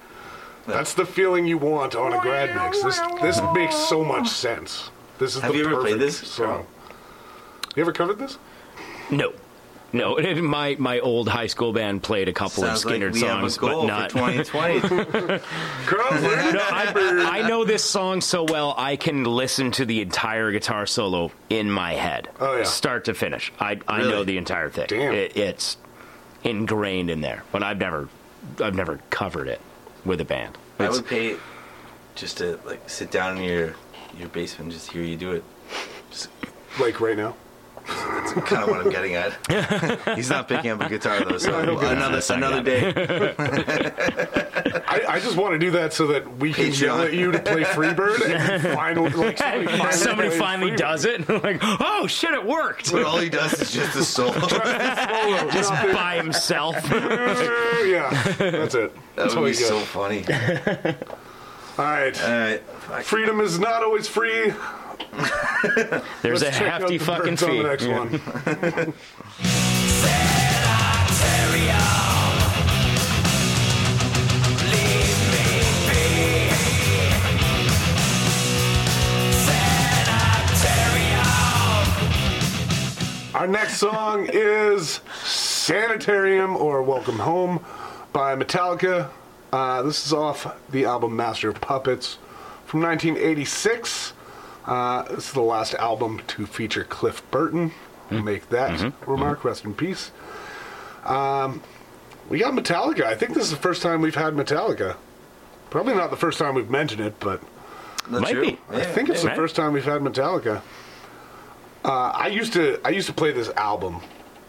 that's the feeling you want on a grad mix. This this makes so much sense. This is
Have
the
you ever
perfect
played this?
song. You ever covered this?
No. No, it- it- my my old high school band played a couple
Sounds
of
like
Skinner
we
songs,
have a goal
but not.
for 2020.
Girl, where did
No, I, I know this song so well, I can listen to the entire guitar solo in my head,
Oh, yeah.
start to finish. I, I know
Really?
the entire thing.
Damn.
It, it's ingrained in there, but I've never I've never covered it with a band.
I
It's-
would pay just to like sit down in your your basement and just hear you do it. Just,
like right now?
that's kind of what I'm getting at. He's not picking up a guitar though, so another another day.
I, I just want to do that so that we can
Patreon.
yell at you to play Freebird and finally, like, somebody finally,
somebody
plays
finally
Freebird.
does it, like, oh shit, it worked
But all he does is just a solo.
Oh,
just
yeah.
by himself.
yeah, that's it.
That
That's all
would be
you
so
get.
funny.
All right.
All right, fuck.
Freedom is not always free.
There's a
Let's check out
hefty
the
fucking
birds on
fee.
the next one. Our next song is Sanitarium or Welcome Home by Metallica. Uh, this is off the album Master of Puppets from 1986. Uh, this is the last album to feature Cliff Burton.
Hmm.
We'll Make that
Mm-hmm.
remark. Rest in peace. Um, we got Metallica. I think this is the first time we've had Metallica. Probably not the first time we've mentioned it, but
That's
Might
true.
be.
Yeah,
I think it's
yeah.
the first time we've had Metallica. Uh, I used to I used to play this album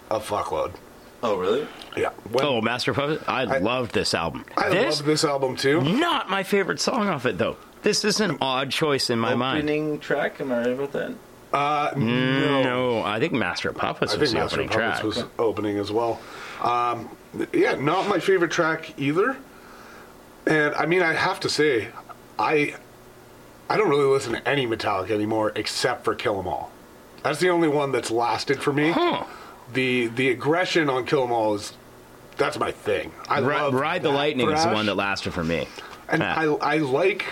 a fuckload.
Oh really?
Yeah. When-
Oh, Master Puppet, I, loved this album.
I
this Mm.
love this album too.
not my favorite song off it though. This is an odd choice in my mind.
Opening track. Am I right about that?
Uh, no.
No, I think Master of Puppets
I
was
think
the
Master
opening
of Puppets
track.
was opening as well. Um, yeah, not my favorite track either. And I mean, I have to say, I I don't really listen to any Metallica anymore except for Kill 'Em All. That's the only one that's lasted for me.
Huh.
The the aggression on Kill 'Em All is that's my thing. I
Ri-
love
Ride the
that
Lightning is the
thrash.
one that lasted for me.
And
Yeah.
I, I like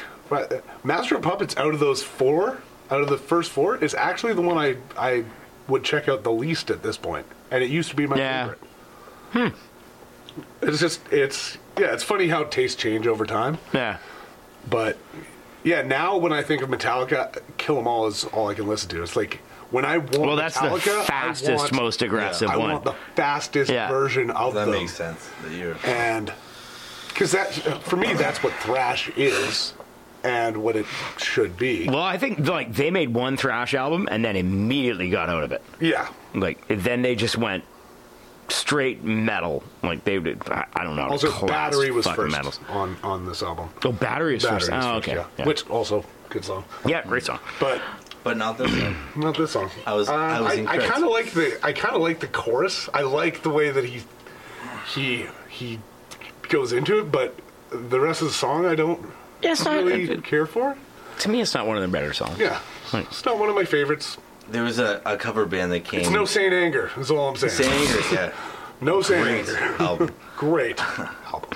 Master of Puppets out of those four. out of the first four is actually the one I I would check out the least at this point, and it used to be my
Yeah. Hmm.
favorite. It's just it's yeah, it's funny how tastes change over time,
Yeah.
but yeah, now when I think of Metallica, Kill 'Em All is all I can listen to. It's like when I want
Well, that's the
Metallica, I
fastest,
want-
most aggressive
I
one.
want the fastest
Yeah.
version of
That
them
makes sense. That you're
and because that for me that's what thrash is and what it should be
Well, I think like they made one thrash album and then immediately got out of it.
yeah
Like then they just went straight metal. Like they did. I I don't know. how to
also
class
battery was
fucking
first
metals.
on on this album
Oh, battery was
battery
first.
is
oh,
first,
okay.
yeah.
Yeah.
which also good song
yeah, great song.
but
But not this one.
not this song Uh,
I was- I was
i,
incorrect.
kind of like the i kind of like the chorus i like the way that he he he goes into it but the rest of the song i don't
It's not-
really care for
To me, it's not one of their better songs.
yeah it's not one of my favorites
There was a, a cover band that came.
it's
Mm.
no saint anger is all i'm saying
Sanders, yeah.
no saint
Great
anger
album.
great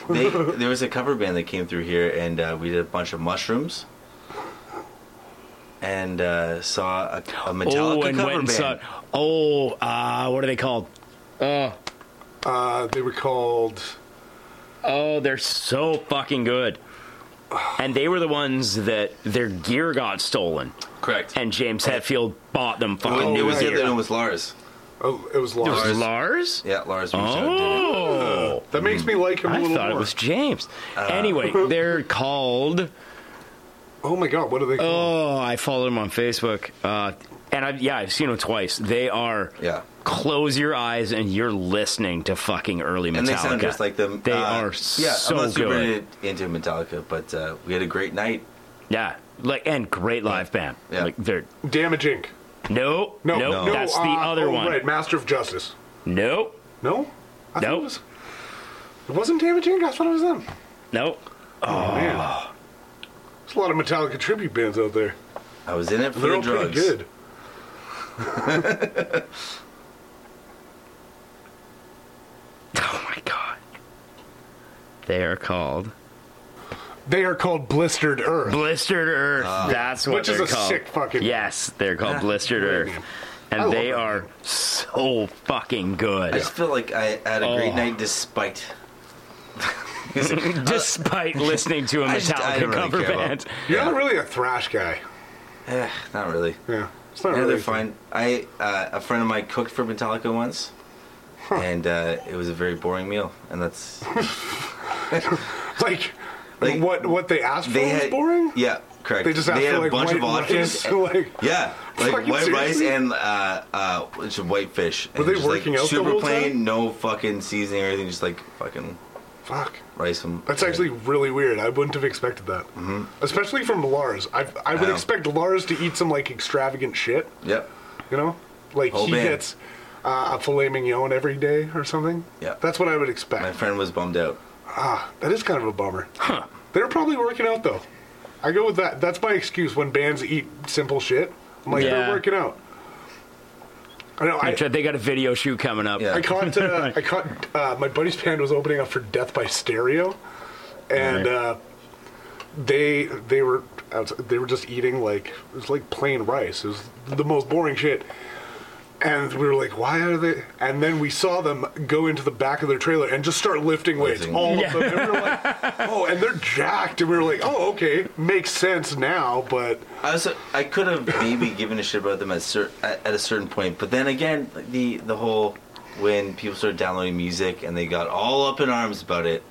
They, there was a cover band that came through here, and uh, we did a bunch of mushrooms, and uh, saw a, a Metallica
oh, and
cover
went and
band.
saw. Oh, uh, what are they called?
Uh, they were called.
Oh, they're so fucking good. And they were the ones that their gear got stolen,
Correct.
and James Hetfield bought them. Fucking
When it
new
was the
gear.
other one was Lars.
Oh, it was
It
Lars.
was Lars.
Yeah, Lars. reached out and did it.
Oh,
Uh, That makes me like him a
I
little
thought
more.
it was James.
Uh.
anyway, they're called.
Oh my god, what are they called?
Oh, I followed them on Facebook, uh, and I've, yeah, I've seen them twice. They are.
Yeah.
Close your eyes and you're listening to fucking early Metallica.
And they sound just like them.
They
Uh,
are
yeah,
so
I'm not super
good.
into Metallica, but uh, we had a great night.
Yeah, like and great live band.
Yeah.
Like they're
Damage Inc.
no,
No,
no,
no,
Oh. that's the
uh,
other
oh,
one.
Right, Master of Justice.
No,
No? I thought
Nope.
It, was, it wasn't Damage Inc. I thought it was them.
no. Ah.
Oh man. There's a lot of Metallica tribute bands out there.
I was in it for
They're
the
all pretty
drugs.
good.
Oh my god. They are called
They are called Blistered Earth.
Blistered Earth.
Ah.
that's what
Which is
they're
a
called.
sick fucking-
Yes, they're called Blistered Earth,
I love
and they
that
are so fucking good.
I just feel like I had a great
Oh.
night despite.
Despite listening to a
uh, I just- I
Metallica
don't really
cover
care about-
band,
You're not really a thrash guy.
Eh, not really.
Yeah. It's not
Yeah,
really
they're fine. I uh, a friend of mine cooked for Metallica once, and uh, it was a very boring meal. And that's
Like,
Like,
what what they asked for
they
was
had
boring?
Yeah, correct.
They just asked
they had
for
a
like
bunch
white
of options.
rice, like
Yeah, like
Fucking
white rice
seriously?
and uh, uh, which is whitefish.
Were
and
they
just, like,
working out the
Super
whole
plain,
time?
no fucking seasoning or anything. Just like fucking
Fuck.
rice and.
That's actually really weird. I wouldn't have expected that, mm-hmm. especially from Lars. I I would
Yeah.
expect Lars to eat some like extravagant shit.
Yep.
You know, like
Whole
he
band.
gets uh, a filet mignon every day or something.
Yeah.
that's what I would expect.
My friend was bummed out.
Ah, that is kind of a bummer. Huh? They're probably working out though. I go with that. That's my excuse when bands eat simple shit. I'm like they're
Yeah.
working out. I know. I,
they got a video shoot coming up.
Yeah.
I caught uh, I caught uh, my buddy's band was opening up for Death by Stereo, and
Right.
uh, they they were outs- they were just eating like it was like plain rice. It was the most boring shit. And we were like, why are they? And then we saw them go into the back of their trailer and just start lifting weights,
Lifting.
all of them. And we were like, oh, and they're jacked. And we were like, oh, okay, makes sense now. But
I was I could have maybe given a shit about them at, cer- at at a certain point, but then again, like, the the whole when people started downloading music and they got all up in arms about it,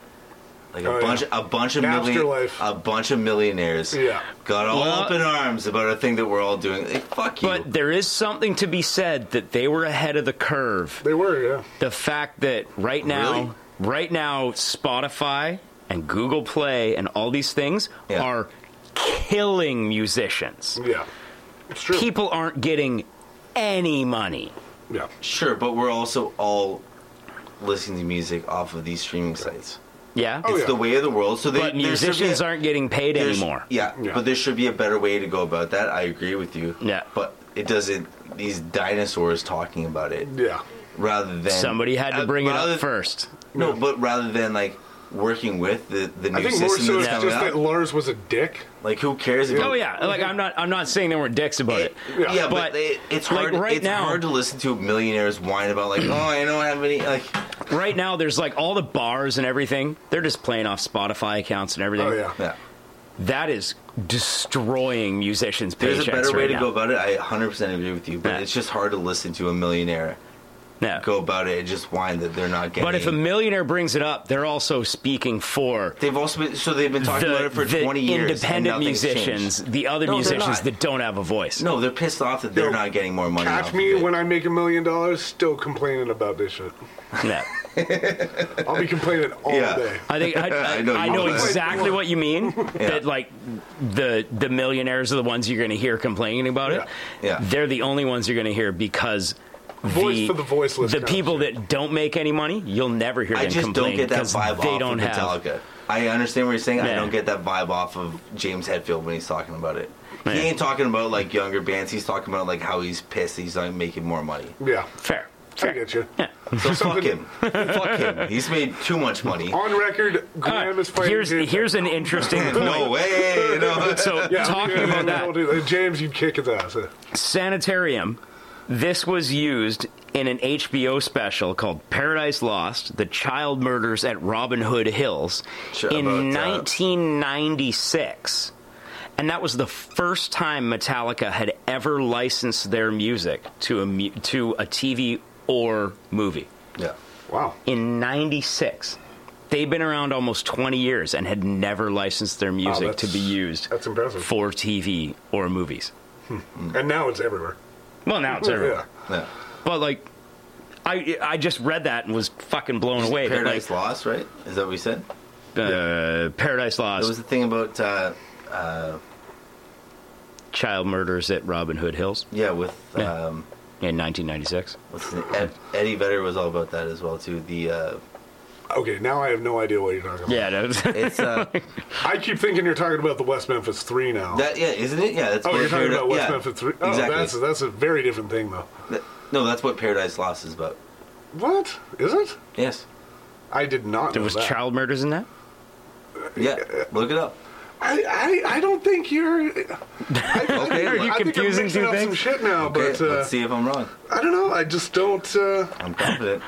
like a
Oh,
bunch
yeah.
a bunch of
Napster
million,
life.
a bunch of millionaires
Yeah.
got all
Well-
up in arms about a thing that we're all doing. Like, fuck you.
But there is something to be said that they were ahead of the curve.
they were, yeah.
The fact that right now,
Really?
right now, Spotify and Google Play and all these things
Yeah.
are killing musicians.
Yeah. It's true.
People aren't getting any money.
yeah.
sure, but we're also all listening to music off of these streaming sites.
Yeah.
Oh,
It's
yeah.
the way of the world. So they,
But
there should be
musicians
a-
aren't getting paid
there's-
anymore.
Yeah,
Yeah.
but there should be a better way to go about that. I agree with you.
Yeah.
but it doesn't. These dinosaurs talking about it
Yeah.
rather than
Somebody had to
uh,
bring it
rather-
up first.
No, but rather than like working with the, the new
I think
system
more so
that's
it's
coming
just
up.
that Lars was a dick.
like, who cares? About
Oh yeah, like I'm not. I'm not saying they were dicks about it.
Yeah,
Yeah,
but, they- it's hard.
Like right
it's
now,
hard to listen to millionaires whine about like, oh, I don't have any. Like,
right now, there's like all the bars and everything. They're just playing off Spotify accounts and everything.
Oh yeah.
yeah.
That is destroying musicians'
There's
paychecks
a better way
right
to
now.
go about it. I 100% agree with you, but
Yeah.
it's just hard to listen to a millionaire
Yeah.
go about it and just whine that they're not getting.
But if a millionaire brings it up, they're also speaking for
they've also been, so they've been talking
the,
about it for
the
20 years. and
independent
nothing's
musicians,
changed.
the other
No, they're
musicians
not.
that don't have a voice.
No, they're pissed off that they're
No.
not getting more money.
Catch
off
me
of it.
when I make a million dollars, still complaining about this shit.
Yeah.
I'll be complaining all
Yeah.
day.
I think I, I,
I
I
know
know,
you want
that.
exactly what you mean.
Yeah.
That like the the millionaires are the ones you're going to hear complaining about it.
Yeah. Yeah.
They're the only ones you're going to hear because
Voice
the,
for the voiceless
The
kind of
people that don't make any money, you'll never hear
I
them
just
complain
don't get that
because
vibe
they
off
don't
of
have.
Metallica. I understand what you're saying. I
Yeah.
don't get that vibe off of James Hetfield when he's talking about it.
Yeah.
He ain't talking about like younger bands. He's talking about like how he's pissed. He's not making more money.
Yeah.
Fair.
I get you.
So fuck him. fuck him. He's made too much money.
On record, Graham is fighting
Here's
James.
here's an interesting point.
No way. No.
So
yeah,
talking
yeah,
about
yeah, we'll
that,
do that. James, you'd kick his ass. eh?
sanitarium. This was used in an HBO special called Paradise Lost: The Child Murders at Robin Hood Hills
Sure,
in
about that.
1996. And that was the first time Metallica had ever licensed their music to a mu- to a TV or movie
Yeah.
Wow.
in 96. They've been around almost 20 years and had never licensed their music to
that's-
be used
that's impressive.
for TV or movies.
And now it's everywhere.
Well, now it's everywhere.
Yeah.
But like, I I just read that and was fucking blown away. that,
Paradise
like,
Lost, right? Is that what you said?
Uh, Paradise
That
Lost.
was the thing about uh,
child murders at Robin Hood Hills
yeah with
Yeah.
um,
in 1996.
what's his name? Ed, Eddie Vedder was all about that as well too. The uh,
Yeah. Okay, now I have no idea what you're talking about.
Yeah, that was,
it's uh,
I keep thinking you're talking about the West Memphis 3 now.
that yeah isn't it? Yeah, that's
oh,
what
you're talking
Parad-
about West
yeah,
Memphis 3? Oh,
exactly.
that's, that's a very different thing, though.
Th- no, that's what Paradise Lost is about.
What? Is it?
Yes.
I did not
there
know
was
that.
child murders in that.
Yeah. Look it up.
I, I, I don't think you're... I,
Okay,
I,
are you
I think I'm
confusing
mixing
two
up some
things?
shit now,
Okay,
but uh,
let's see if I'm wrong.
I don't know. I just don't... Uh,
I'm confident.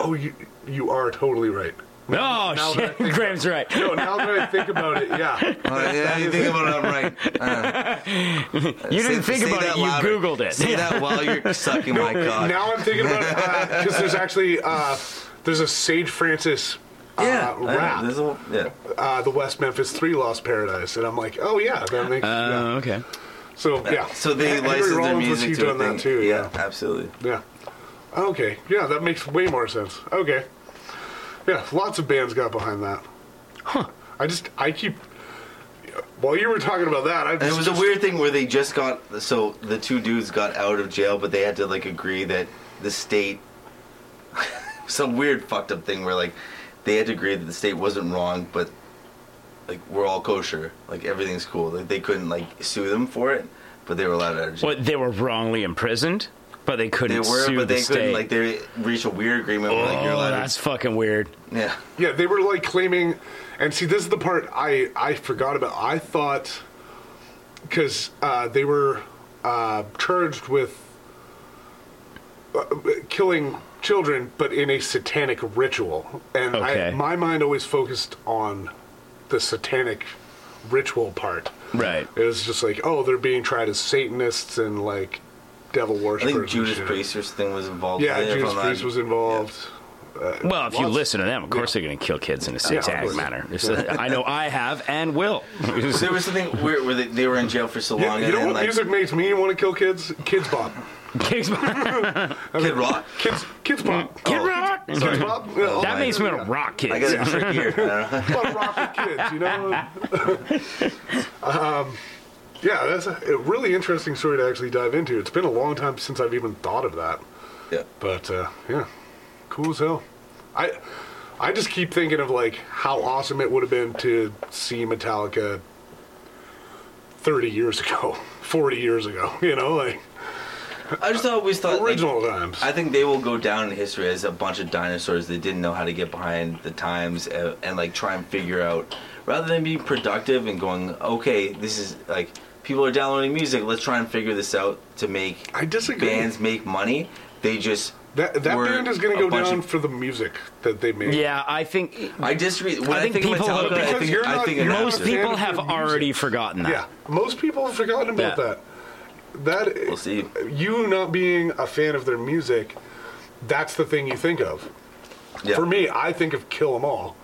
oh, you, you are totally right.
Oh
now that I
shit,
think-
Graham's right.
No, now that I think about it, yeah.
All right, yeah, you think about it, I'm right.
You didn't think about it. You googled it.
Say that while you're sucking my cock.
Now I'm thinking about it because there's actually uh, there's a Sage Francis uh,
yeah. I know,
rap,
this will- yeah.
uh, the West Memphis Three Lost Paradise, and I'm like, oh yeah, that makes
Oh,
yeah.
okay.
so yeah.
Uh, So they
Henry
licensed their
Rollins was
music
huge
to a
on that
thing.
too.
yeah,
Yeah.
absolutely.
yeah, Okay, yeah, that makes way more sense. Okay, yeah, lots of bands got behind that. Huh? I just I keep while you were talking about that, I
And
just,
it was a weird thing where they just got so the two dudes got out of jail, but they had to like agree that the state some weird fucked up thing where like they had to agree that the state wasn't wrong, but like we're all kosher, like everything's cool. Like they couldn't like sue them for it, but they were allowed out of jail.
Well, they were wrongly imprisoned, but they couldn't
They were,
sue
but
the
they
state.
couldn't. Like they reached a weird agreement. where, like, you're
oh,
allowed. to-
that's fucking weird.
yeah.
Yeah, they were like claiming, and see, this is the part I I forgot about. I thought because uh, they were uh, charged with uh, killing children, but in a satanic ritual, and I,
Okay.
my mind always focused on the satanic ritual part.
Right.
It was just like, oh, they're being tried as Satanists and like devil
I
worshippers.
think
and
Judas
shit.
Priest or thing was involved.
Yeah,
in it, if
Judas
I'm not-
Priest was involved.
Well, if you
Lots-
listen to them, of course they're going to kill kids in a
of
satanic
course.
manner. It's- I know I have and will.
There was something weird where they, they were in jail for so
Yeah,
long,
you
and
know
then
what
like
music makes me want to kill kids? Kids Bob.
Kicks my-
Kid Rock.
Kids, kids Bob.
Kid
Oh,
Rock.
Kids Bob. Yeah, all
That
my-
makes me want
yeah.
to rock
I
kids.
got a trick here. I don't know.
A lot of rock with kids, you know. um, yeah, that's a, a really interesting story to actually dive into. It's been a long time since I've even thought of that,
Yeah.
but uh, yeah, cool as hell. I I just keep thinking of like how awesome it would have been to see Metallica thirty years ago, forty years ago. You know, like
I just always thought like,
Original times.
I think they will go down in history as a bunch of dinosaurs that didn't know how to get behind the times and, and like try and figure out rather than being productive and going, okay, this is like people are downloading music, let's try and figure this out to make
I disagree.
bands make money. They just
that that
were
band is going
a
to go
bunch
down
of-
for the music that they made.
Yeah, I think
I disagree. When I
think
think,
people-
Metallica, I
because
think,
you're
I
not-
think
you're not
Anaptys.
most
Yeah.
people
And
have
their music.
already forgotten that.
Yeah, most people have forgotten about
Yeah.
that. That
We'll see.
you not being a fan of their music, that's the thing you think of.
Yeah.
For me, I think of Kill 'Em All.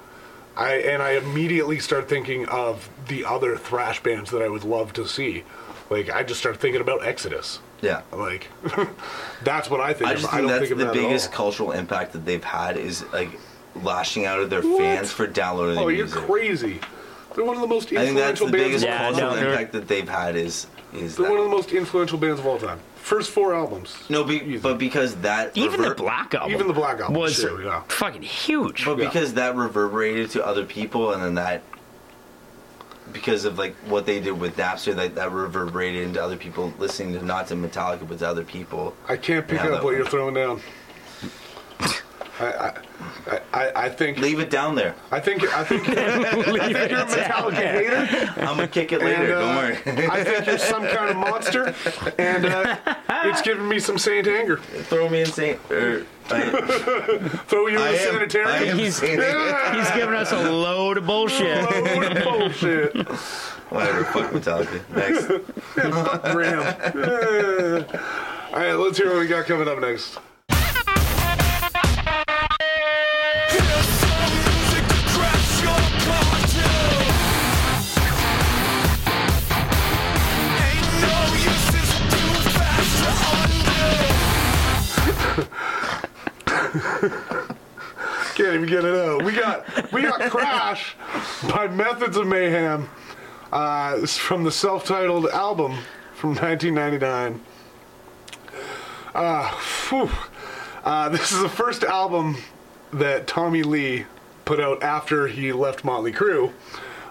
I and I immediately start thinking of the other thrash bands that I would love to see. Like I just start thinking about Exodus.
Yeah.
Like that's what I think
I
of.
just
I
think
don't
that's
think of
the
that
biggest
at all.
cultural impact that they've had is like lashing out at their fans for downloading
oh,
their
you're
music.
crazy. They're one of the most
I think that's
influential
the
bands
biggest
of all
Yeah,
time.
cultural
no, they're-
impact that they've had is is
They're
that.
one of the most influential bands of all time. First four albums.
no, be, but because that
Even the
rever-
Black Album,
Even the Black Album,
was
sure, yeah.
fucking huge.
but
Yeah.
because that reverberated to other people, and then that because of like what they did with Napster, that that reverberated into other people listening to not to Metallica but to other people.
I can't pick
Yeah,
up
that
what
one.
you're throwing down. I, I, I, I think
Leave it down there.
I think I think, I think you're a Metallica hater.
I'm gonna kick it
And,
later.
uh,
don't worry.
I think you're some kind of monster, and uh, it's giving me some saint anger.
Throw me in Saint. Or, I,
Throw you in
I am. I
the sanitarium.
am
He's-
Saint Anger.
He's giving us a load of bullshit.
Load of bullshit.
Whatever. Fuck Metallica. Next.
Graham. Uh, all right, let's hear what we got coming up next. Can't even get it out. We got we got Crash by Methods of Mayhem. Uh, it's from the self-titled album from 1999. Uh, phew. Uh, this is the first album that Tommy Lee put out after he left Motley Crue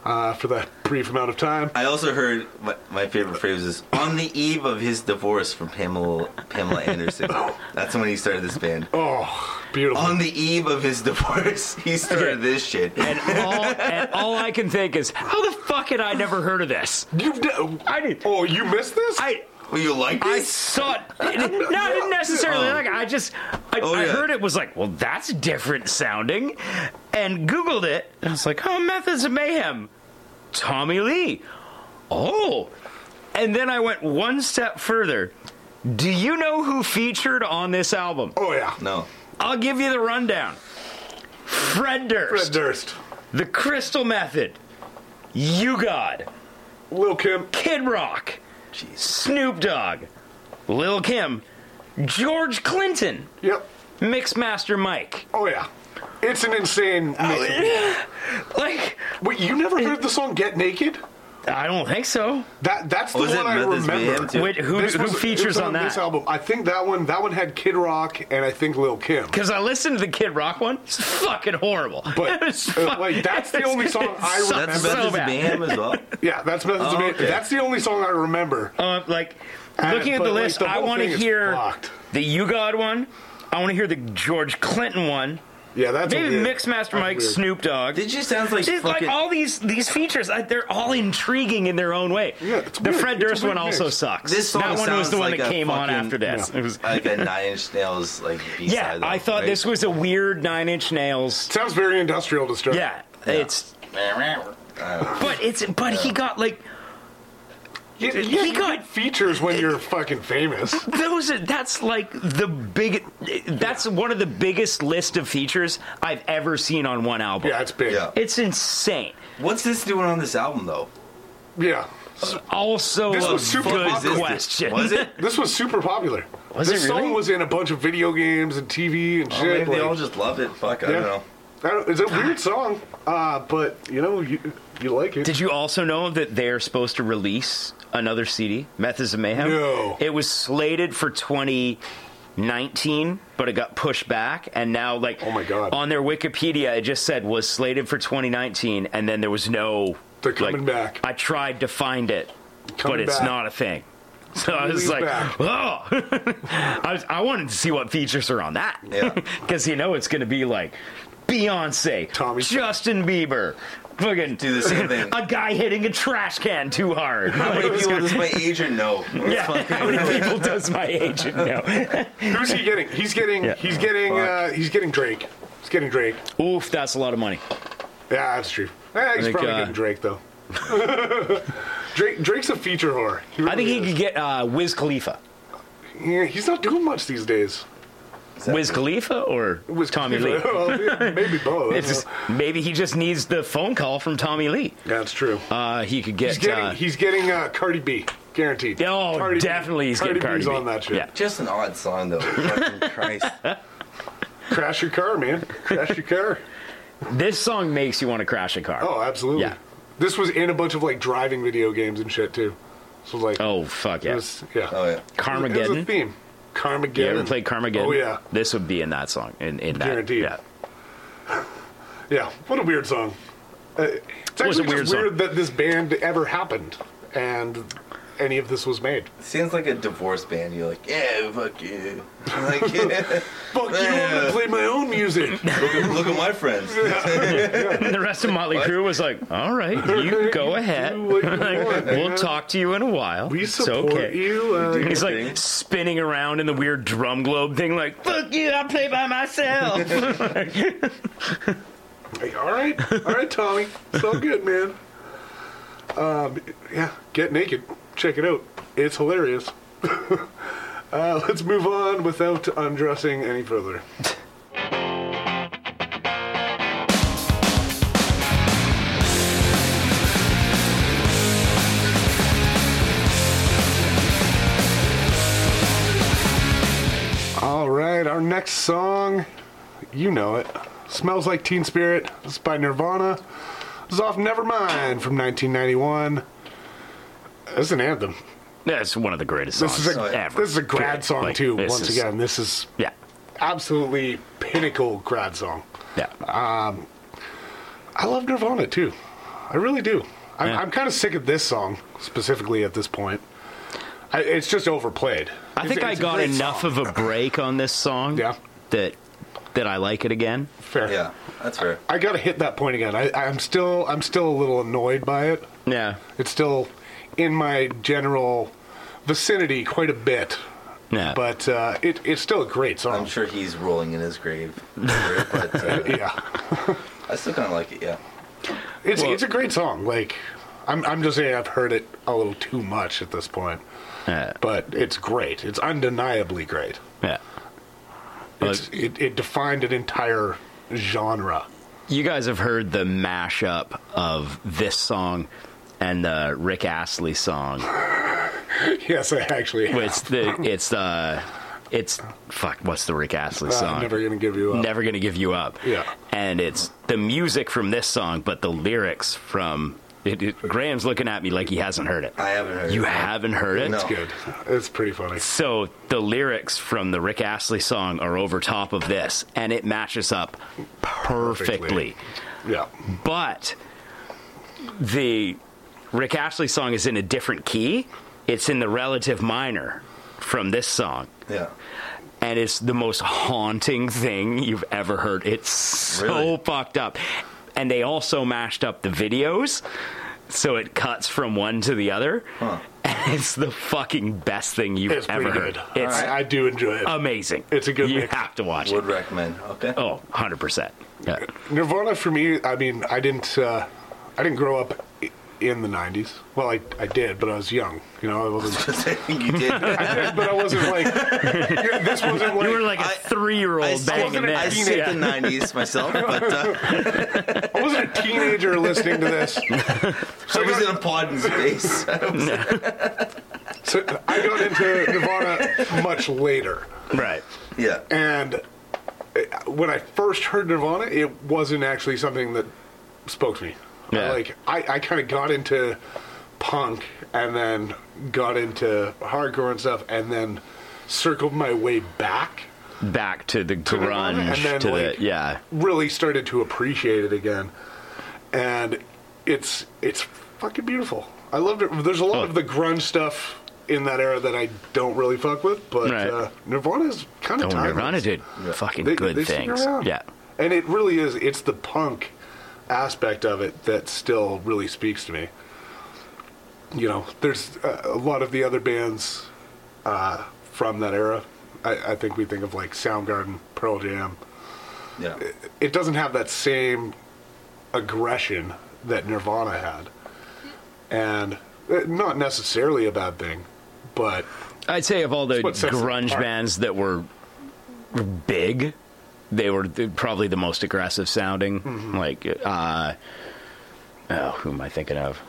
uh, for that brief amount of time.
I also heard my, my favorite phrase is on the eve of his divorce from Pamela Pamela Anderson.
Oh.
That's when he started this band.
Oh, beautiful.
On the eve of his divorce, he started this shit.
And all, and all I can think is, how the fuck had I never heard of this?
You've d- I did. Oh, you missed this?
I
Will you like
I
this?
saw it. No, I didn't necessarily
Oh.
like it. I just, I,
Oh,
I
yeah.
heard it was like, well, that's different sounding, and Googled it, and I was like, oh, Methods of Mayhem, Tommy Lee. Oh. And then I went one step further. Do you know who featured on this album?
oh yeah,
no.
I'll give you the rundown. Fred
Fred
Durst,
Durst,
The Crystal Method, You God,
Lil Kim.
Kid Rock, Snoop Dogg, Lil Kim, George Clinton,
Yep.
Mixmaster Mike.
Oh yeah. It's an insane. mix.
Like,
Wait, you never heard the song "Get Naked"?
I don't think so.
That that's the
Was
one
it
I
Methods by
remember.
him too?
Wait, who,
This
who
was- it was
features on
This
that?
album, I think that one. That one had Kid Rock and I think Lil Kim.
Because I listened to the Kid Rock one. It's fucking horrible.
But,
It was
uh, like, that's the only
it
song I
sucked
That's
so
Methods
bad.
Mayhem as well.
Yeah, that's Methods of
Oh,
Man.
okay.
That's the only song I remember.
Um, like
Uh,
looking at
but,
the
like,
list,
the
I
whole
want to
thing is
hear
fucked.
the You God one. I want to hear the George Clinton one.
Yeah, that's a
Maybe
weird-
Mixmaster
that's
Mike,
weird.
Snoop Dogg.
It just sounds like
Just like "Oh."
fucking.
all these these features, I, they're all intriguing in their own way.
Yeah, it's
the
weird.
Fred
It's a
Durst
weird
one also
mix.
sucks.
This song
that one was
sounds
the one
like
that
a
came on
fucking-
after this. It was,
like a Nine Inch Nails like B side.
yeah, I thought this was a weird Nine Inch Nails.
Sounds very industrial to start.
Yeah, it's
Uh,
but it's but he got like
yeah, yeah,
He
you
got-
get features when you're fucking famous.
those. Are, that's like the big. That's one of the biggest list of features I've ever seen on one album.
Yeah, it's big.
Yeah.
Yeah,
It's insane.
What's this doing on this album though?
Also,
This
a
was super
good
popular.
question.
Was it?
this was super popular.
Was
this
it really?
song was in a bunch of video games and TV and
Oh,
shit.
maybe they
like-
all just loved it. Fuck, I
yeah.
don't know.
I don't- it's a weird song, uh, but you know you you like it.
Did you also know that they're supposed to release another CD, Methods of Mayhem?
No.
It was slated for 2019, but it got pushed back, and now like
Oh my God.
on their Wikipedia it just said was slated for 2019, and then there was no.
They're coming
like,
back.
I tried to find it,
Coming
but it's
back.
not a thing. So I was
He's
like,
back.
oh, I, was, I wanted to see what features are on that.
Yeah.
Because you know it's going to be like Beyonce,
Tommy-
Justin Bieber, fucking
Do the same thing.
a guy hitting a trash can too hard.
How
Like,
many
it's
people
gonna-
does my agent know?
yeah, how many people does my agent know?
Who's he getting? He's getting. He's getting. Uh, he's getting Drake. He's getting Drake.
Oof, that's a lot of money.
Yeah, that's true. Eh, he's
think,
probably
uh,
getting Drake though. Drake. Drake's a feature whore. He
I think
really
he could get uh, Wiz Khalifa.
is. Yeah, he's not doing much these days.
Wiz Khalifa or
Wiz
Tommy Lee?
Khalifa. Well, yeah, maybe both.
It's just, maybe he just needs the phone call from Tommy Lee.
that's true.
Uh, he could get.
he's getting.
uh,
he's getting uh, Cardi B. Guaranteed.
Oh,
Cardi B.
definitely he's getting Cardi
B's
B.
on that shit.
Yeah.
Just an odd song though. Fucking Christ.
Crash your car, man. Crash your car.
this song makes you want to crash a car.
Oh, absolutely.
Yeah.
This was in a bunch of like driving video games and shit too. So like,
Oh, fuck
it
yeah.
was, yeah.
Oh yeah.
It was a
Carmageddon.
theme. Carmageddon.
You ever played Carmageddon?
Oh yeah,
This would be in that song. In, in that.
Guaranteed.
Yeah.
yeah. What a weird song. Uh, it's
was a
actually
weird
just
song.
weird that this band ever happened and any of this was made.
Sounds like a divorce band. You're like, yeah, fuck you. Like,
Fuck you! I'm gonna play my own music.
look, at, look at my friends.
And the rest of Motley Crue was like, all right, you go ahead.
do what you
Like,
want,
we'll
man.
talk to you in a while.
Uh-huh. We
It's
support
okay.
you. Uh,
He's like spinning around in the weird drum globe thing, like, fuck you, I play by myself.
like, all right, all right, Tommy. It's all good, man. Um, yeah, get naked. Check it out. It's hilarious. uh, let's move on without undressing any further. All right, our next song, you know it. Smells Like Teen Spirit. It's by Nirvana. This is off Nevermind from 1991. This is an anthem.
That's one of the greatest songs
This is a
ever.
this is a grad
Period.
song
Like,
too.
this
Once
is-
again, this is
Yeah.
absolutely pinnacle grad song.
Yeah.
I love Nirvana too. I really do. I'm,
Yeah.
I'm kind of sick of this song specifically at this point. I, it's just overplayed.
I think I got enough of a break on this song
Yeah.
that that I like it again.
Fair.
Yeah, that's fair.
I gotta hit that point again. I, I'm still I'm still a little annoyed by it.
Yeah.
It's still in my general vicinity quite a bit,
Yeah.
but uh, it, it's still a great
I'm
song.
sure he's rolling in his grave, over it, but uh,
Yeah,
I still kind of like it. Yeah.
it's
Well-
it's a great song. Like I'm I'm just saying I've heard it a little too much at this point,
yeah.
but it's great. It's undeniably great.
yeah.
It's, it it defined an entire genre.
You guys have heard the mashup of this song and the Rick Astley song.
Yes, I actually. have.
It's the it's uh it's fuck. What's the Rick Astley
Uh,
song?
I'm never gonna give you up.
Never gonna give you up.
Yeah.
And it's the music from this song, but the lyrics from it, it- Graham's looking at me like he hasn't heard it.
I haven't heard
You
it.
haven't heard it.
No.
It's good. It's pretty funny.
So the lyrics from the Rick Astley song are over top of this, and it matches up perfectly.
Perfectly. Yeah,
But the Rick Astley song is in a different key. It's in the relative minor from this song.
Yeah.
And it's the most haunting thing you've ever heard. It's so
Really?
fucked up. And they also mashed up the videos. So it cuts from one to the other.
Huh.
And it's the fucking best thing you've
it's
ever
pretty
heard.
good.
It's
I, I do enjoy it.
amazing.
It's a good
You
mix.
have to watch
Would
it.
recommend. Okay.
Oh, 100%. Yeah.
Nirvana for me, I mean, I didn't, uh, I didn't grow up i- in the '90s. Well, I, I did, but I was young. You know, I wasn't.
I think you did.
I did, but I wasn't like. yeah, this wasn't like.
You were like a
I- I
three-year-old
still-
banging
I
this.
said the '90s myself, but uh,
I wasn't a teenager listening to this.
I was in a pod in space.
So I got into Nirvana much later,
Right.
yeah.
and uh, when I first heard Nirvana, it wasn't actually something that spoke to me.
Yeah.
Like I, I kind of got into punk and then got into hardcore and stuff, and then circled my way back.
Back to the
the
grunge,
moment, and then,
to
like-
the yeah.
Really started to appreciate it again, and it's it's fucking beautiful. I loved it. There's a lot
Oh.
of the grunge stuff in that era that I don't really fuck with, but
Right.
uh, Nirvana's kind of
Oh,
timeless.
Nirvana did fucking good
stick
things.
around.
Yeah.
and it really is. It's the punk aspect of it that still really speaks to me. You know, there's uh, a lot of the other bands uh, from that era. I, I think we think of like Soundgarden, Pearl Jam.
Yeah.
It doesn't have that same aggression that Nirvana had, and uh, not necessarily a bad thing, but
I'd say of all the
what sets them
grunge
apart.
bands that were big, they were th- probably the most aggressive sounding.
Mm-hmm.
Like, uh, oh, who am I thinking of?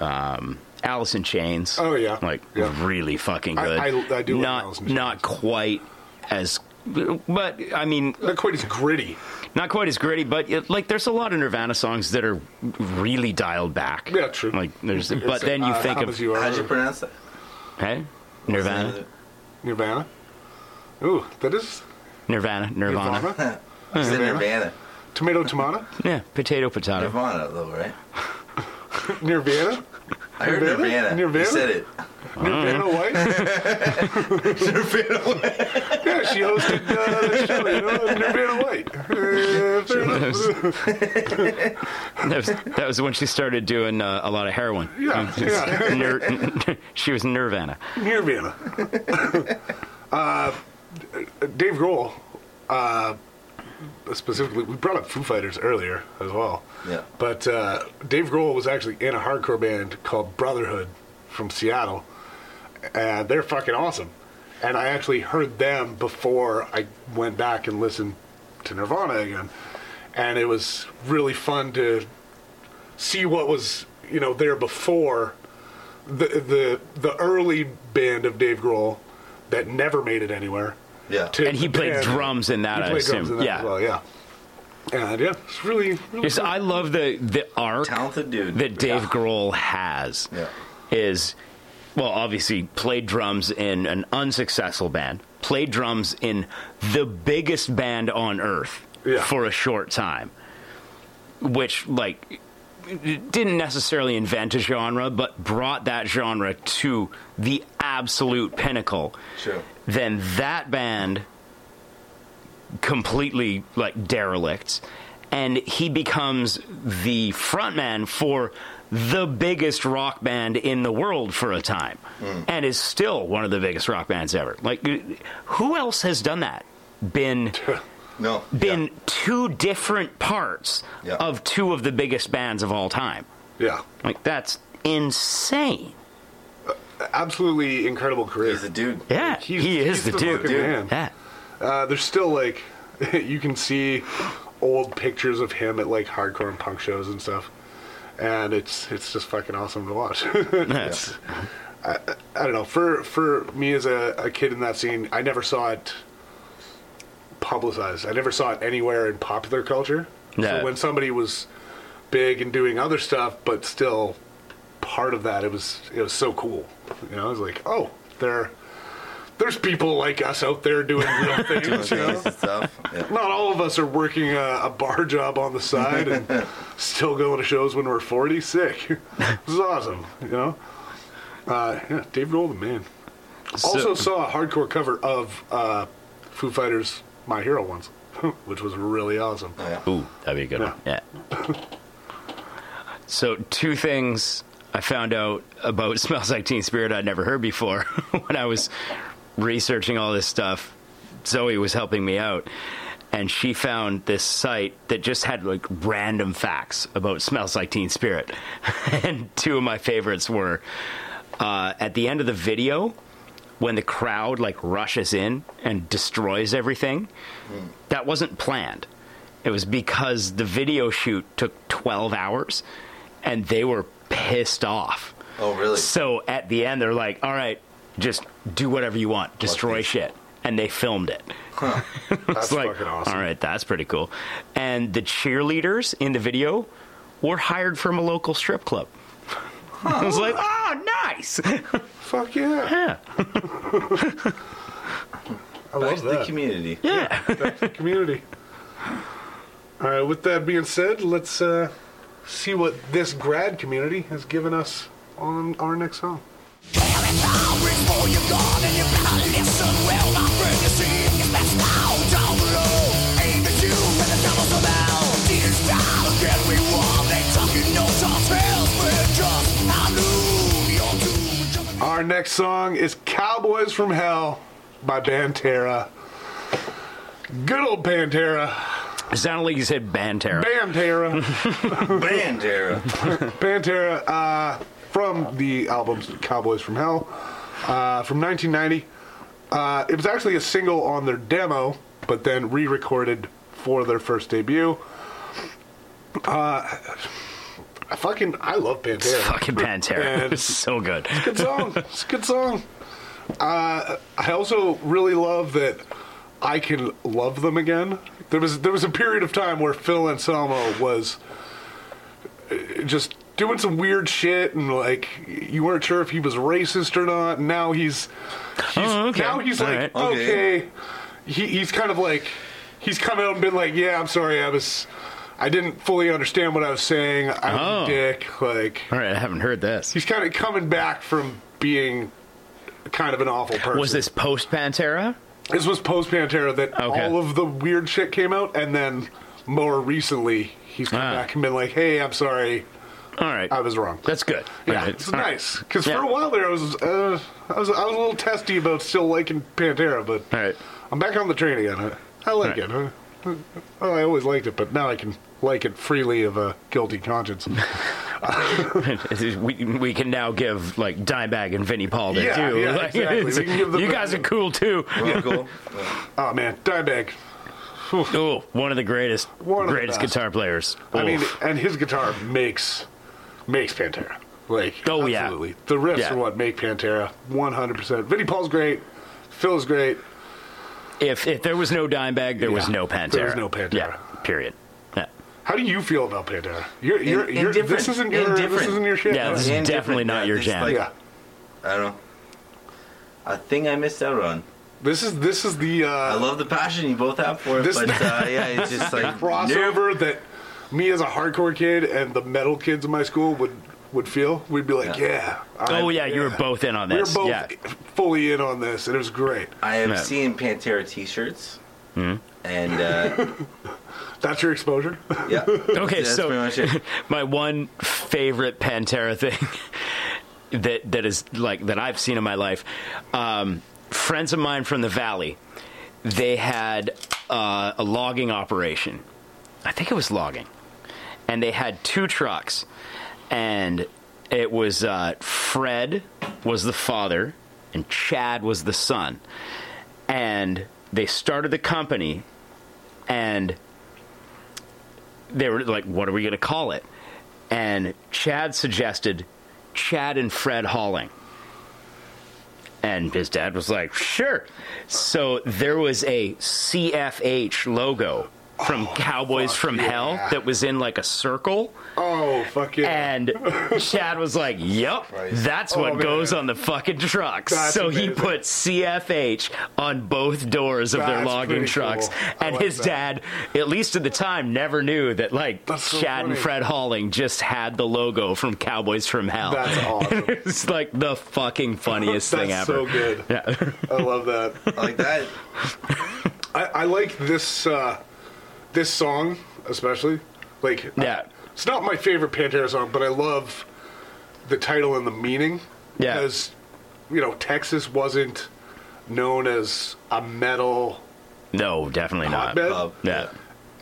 Um, Alice in Chains.
Oh, yeah.
like
Yeah.
really fucking
I-
good.
I- I do like
not
Alice in Chains.
not quite as, but I mean,
not quite as gritty.
not quite as gritty, but it, like there's a lot of Nirvana songs that are really dialed back.
Yeah, true.
Like there's,
It's,
but then you
uh,
think
Come
of
As You Are.
How'd you pronounce that?
hey, Nirvana,
Nirvana. Ooh, that is
Nirvana, Nirvana,
Nirvana.
He's in Nirvana.
Tomato, tomato.
Yeah, potato, potato.
Nirvana, though, right?
Nirvana.
I heard Nirvana.
Nirvana? Nirvana?
You said it.
Nirvana White. Nirvana White. yeah, she hosted uh, the show. You know, Nirvana White. Uh, fair enough.
That was, that was when she started doing uh, a lot of heroin.
Yeah, yeah.
Ner- she was Nirvana.
Nirvana. uh, Dave Grohl. Uh, specifically, we brought up Foo Fighters earlier as well.
Yeah.
But uh, Dave Grohl was actually in a hardcore band called Brotherhood from Seattle, and they're fucking awesome. And I actually heard them before I went back and listened to Nirvana again, and it was really fun to see what was you know there before the the the early band of Dave Grohl that never made it anywhere.
Yeah.
to
And he
the
played
band-
drums in that,
He
I
played drums
assume.
in that
Yeah. uh,
as well, yeah. And yeah, it's really, really
Just, I love the the arc
Talented dude.
that Dave Grohl has.
Yeah.
Is well, obviously played drums in an unsuccessful band, played drums in the biggest band on earth
Yeah.
for a short time, which like didn't necessarily invent a genre, but brought that genre to the absolute pinnacle.
Sure.
Then that band completely like derelict, and he becomes the frontman for the biggest rock band in the world for a time, and is still one of the biggest rock bands ever. Like, who else has done that? Been
No.
been two different parts
Yeah.
of two of the biggest bands of all time.
yeah,
Like that's insane.
absolutely incredible career.
He's a dude.
Yeah,
He's-
he is
he's
the,
the
dude.
fucking man.
Yeah.
Uh, there's still like you can see old pictures of him at like hardcore and punk shows and stuff, and it's it's just fucking awesome to watch. It's- I, I don't know for for me as a, a kid in that scene, I never saw it publicized. I never saw it anywhere in popular culture.
Yeah.
So when somebody was big and doing other stuff, but still part of that, it was it was so cool. You know, I was like, oh, there, there's people like us out there doing real things. you know?
Things and stuff. Yeah.
Not all of us are working a, a bar job on the side and still going to shows when we're 40. Sick. this is awesome. You know, uh, yeah, David Oldham, man. also saw a hardcore cover of uh, Foo Fighters' "My Hero" once, which was really awesome.
Ooh, that'd be a good
Yeah.
one. Yeah. so two things I found out about Smells Like Teen Spirit I'd never heard before when I was researching all this stuff. Zoe was helping me out, and she found this site that just had like random facts about Smells Like Teen Spirit, and two of my favorites were uh, at the end of the video when the crowd like rushes in and destroys everything that wasn't planned. It was because the video shoot took 12 hours and they were pissed off.
Oh, really?
So at the end, they're like, all right, just do whatever you want, destroy shit. And they filmed it.
That's
It's like,
fucking awesome.
all right, that's pretty cool. And the cheerleaders in the video were hired from a local strip club. I was like, oh, nice.
Fuck yeah.
Yeah.
I
Back
love
to the
that.
community.
Yeah.
community. All right, with that being said, let's uh, see what this grad community has given us on our next song. Our next song is Cowboys from Hell by Pantera. Good old Pantera.
It sounded like you said Bantera.
Pantera.
Bandera.
Pantera uh, from the album Cowboys from Hell uh, from 1990. Uh, it was actually a single on their demo, but then re recorded for their first debut. Uh, I fucking, I love Pantera.
Fucking
Yeah.
Pantera. It's so good.
good song. It's a good song. Uh, I also really love that I can love them again. There was there was a period of time where Phil Anselmo was uh, just doing some weird shit and like you weren't sure if he was racist or not. And now he's, he's
Oh, okay.
now he's
All
like
right.
okay.
Okay.
He, he's kind of like he's come out and been like yeah I'm sorry I was. I didn't fully understand what I was saying. I was
Oh.
a dick. Like,
All right, I haven't heard this.
he's kind of coming back from being kind of an awful person.
Was this post Pantera?
This was post Pantera that
Okay.
all of the weird shit came out, and then more recently he's come
Ah.
back and been like, "Hey, I'm sorry,
All right.
I was wrong."
That's good.
yeah,
All right.
it's
All right.
nice because
Yeah.
for a while there I was, uh, I was I was a little testy about still liking Pantera, but
All right.
I'm back on the train again. I, I like it.
Right.
Huh? Oh, I always liked it, but now I can like it freely of a guilty conscience.
This is- we, we can now give like Dimebag and Vinnie Paul there
Yeah,
too.
yeah,
Like,
exactly.
it's-
We can give them
you
the-
guys are cool too.
Local.
oh man, Dimebag.
Ooh, one of the greatest,
One of the
greatest
best.
guitar players.
I mean,
Oof.
and his guitar makes makes Pantera. Like,
Oh, yeah.
absolutely. The riffs
Yeah.
are what make Pantera 100%. Vinnie Paul's great. Phil's great.
if if there was no Dimebag, there was
Yeah.
no Pantera.
There was no Pantera.
Yeah, period. Yeah,
How do you feel about Pantera? You're, you're,
In-
you're, this
indifferent.
isn't your this
Indifferent.
isn't your shit.
Yeah, this is
And
definitely
different.
not
Yeah,
your
this
jam.
like-
yeah.
I don't know. I think I missed out on.
This is this is the uh,
I love the passion you both have for it,
This-
but uh, yeah, it's just like
crossover that me as a hardcore kid and the metal kids in my school would would feel. We'd be like,
Yeah.
yeah.
Oh,
I'm-
yeah, you were both in on
We were
this,
both
yeah.
fully in on this, and it was great.
I have
Yeah. Hmm?
seen Pantera T-shirts, and uh,
That's your exposure.
yeah.
Okay,
that's
so-
pretty much it.
my one favorite Pantera thing that that is like that I've seen in my life. Um, friends of mine from the valley, they had uh, a logging operation. I think it was logging, and they had two trucks, and it was uh, Fred was the father, and Chad was the son, and they started the company, and they were like, what are we going to call it? And Chad suggested Chad and Fred Hauling. And his dad was like, sure. So there was a CFH logo from Cowboys
Oh, fuck
from Hell
yeah.
that was in like a circle.
Oh fuck yeah!
And Chad was like, Yep, that's what
Oh, man.
goes on the fucking trucks.
That's
so he
amazing.
put CFH on both doors of their
That's
logging
pretty
trucks.
cool. I
And
like
his
that.
dad, at least at the time, never knew that like
That's so
Chad and
funny.
Fred Halling just had the logo from Cowboys from Hell.
That's awesome.
it's like the fucking funniest thing
That's
ever.
so good.
Yeah.
I love that.
I like that.
I, I like this uh, this song especially. Like,
Yeah.
it's not my favorite Pantera song, but I love the title and the meaning.
Yeah.
because you know Texas wasn't known as a metal
No, definitely not.
hotbed,
Love.
Yeah.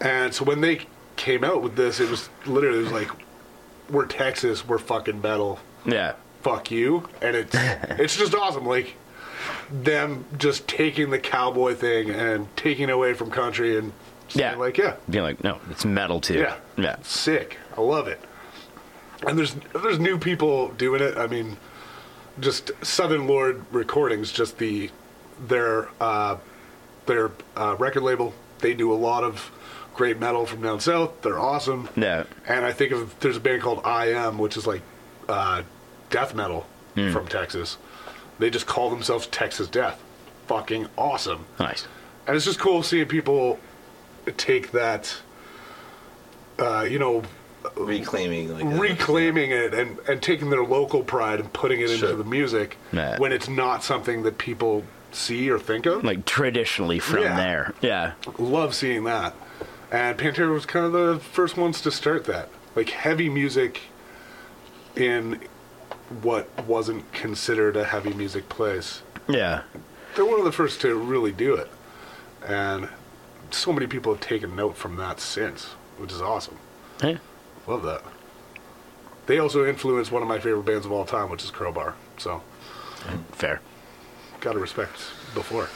and so when they came out with this, it was literally it was like, "We're Texas, we're fucking metal."
Yeah.
fuck you and it's it's just awesome like them just taking the cowboy thing and taking it away from country and just
Yeah.
being like yeah
Being like, no, it's metal too.
yeah
Yeah.
sick i love it and there's there's new people doing it i mean just southern lord recordings just the their uh their uh, record label they do a lot of great metal from down south they're awesome
Yeah.
and I think of there's a band called I Am, which is like uh, death metal
Hmm.
from Texas. They just call themselves Texas Death. Fucking awesome.
Nice.
And it's just cool seeing people take that, uh, you know,
reclaiming like a-
reclaiming it and, and taking their local pride and putting it
Sure.
into the music
Yeah.
when it's not something that people see or think of.
like traditionally from
Yeah.
there. Yeah.
Love seeing that. And Pantera was kind of the first ones to start that. Like heavy music in what wasn't considered a heavy music place.
Yeah.
They're one of the first to really do it. And so many people have taken note from that since, which is awesome.
Yeah.
Love that. They also influenced one of my favorite bands of all time, which is Crowbar. So,
Fair.
gotta respect before.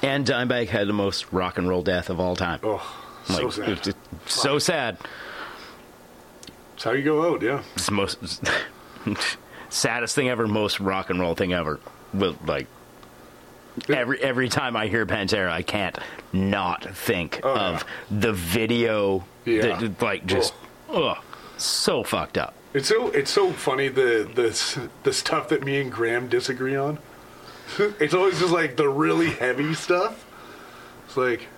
And Dimebag had the most rock and roll death of all time.
Oh, so
like,
sad.
it's just so sad.
It's how you go out, yeah.
It's the most saddest thing ever. Most rock and roll thing ever. With like every every time I hear Pantera, I can't not think
Oh,
of the video.
Yeah. Oh.
that, like just ugh, so fucked up.
It's so it's so funny the the s- the stuff that me and Graham disagree on. it's always just like the really heavy stuff. It's like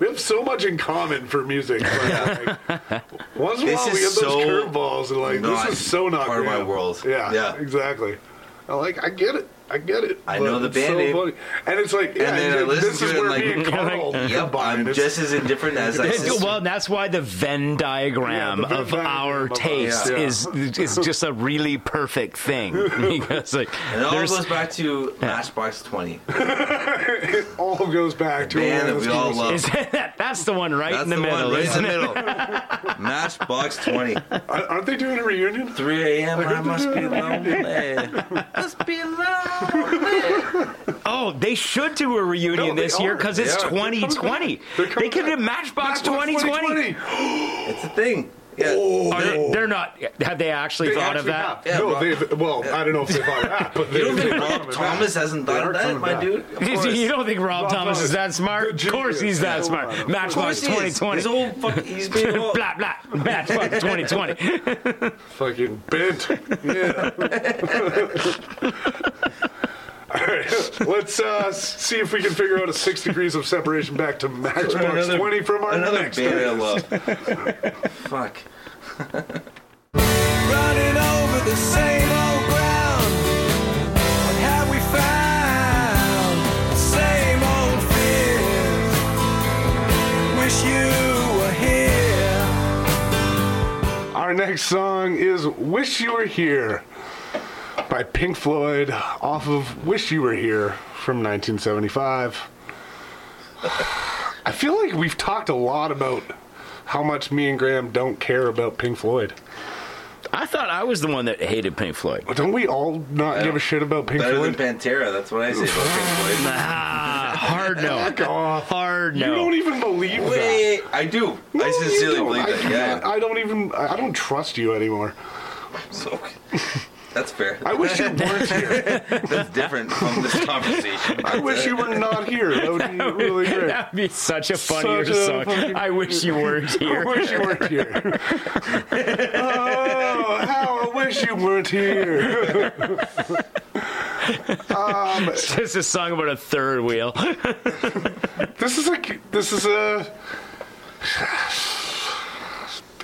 we have so much in common for music. But like, once in a
This
while we
is
get those
so
curveballs and like
not
this is so not
part of my
Graham.
world.
Yeah,
Yeah.
exactly. I'm like I get it. I get it.
I
but
know the
it's
band name.
funny. and it's like yeah,
then I
and
listen
this
to
is
it and
where
like,
me and Carl
Yep,
combine.
I'm
It's-
just as indifferent as I.
Yeah, well, that's why the Venn diagram
Yeah, the Venn
of
diagram
our
of us,
taste
yeah.
is is just a really perfect thing because like
And it all
there's
goes back to Matchbox 20.
it all goes back to
Man that we all
Alanis
love.
is that, that's the one right
That's
in the,
the
middle.
one right in
isn't
the
it?
middle. Matchbox 20.
Keys. Aren't they doing a reunion?
3 a.m. I
heard
must
they're
be
doing
lonely. must be lonely.
Oh, they should do a reunion
No, they
this year because
are.
it's
They are.
2020.
They're coming
They could
back.
do Matchbox, 2020.
It's a thing. Yeah.
Are they, they're not. Have they actually
They
thought of
actually
that?
Yeah,
have. no,
Rob-
they've, well, I don't know if they thought of that, but they,
You don't
they
think
thought
Rob
of it.
Thomas hasn't
They
thought
are
of that,
coming
my
back.
dude? Of
You-
course.
You don't think Rob,
Rob
Thomas, is that
Thomas.
smart?
Good
Of course
genius.
he's that
Yeah.
smart.
Of course
Of course
Matchbox
he is.
2020.
He's old. Fuck, he's been old.
blah blah. Matchbox 2020.
Fucking bent. Yeah. All right, let's uh, see if we can figure out a six degrees of separation back to Matchbox
Another-
20 from our
Another
next
band I
band.
love. Fuck.
running over the same old ground. What have we found? Same old fears. Wish you were here.
Our next song is Wish You Were Here by Pink Floyd off of Wish You Were Here from 1975. I feel like we've talked a lot about how much me and Graham don't care about Pink Floyd.
I thought I was the one that hated Pink Floyd.
But don't we all not give a shit about Pink
Better than
Floyd?
Pantera. That's what I say about Pink Floyd.
Ah, hard no.
Fuck off.
Hard
You don't
no.
even believe that.
Wait, I do.
No,
I
you
sincerely
don't.
believe
I
that.
can't-
Yeah.
I don't even. I I don't trust you anymore.
So, that's fair.
I wish you weren't here.
that's different from this conversation.
I wish you were not here. That would be really great.
That'd be such a funnier
Such a
song.
fucking-
I wish you weren't
I
here.
wish you weren't here. oh, how I wish you weren't here.
It's just a song about a third wheel.
This is like this is a.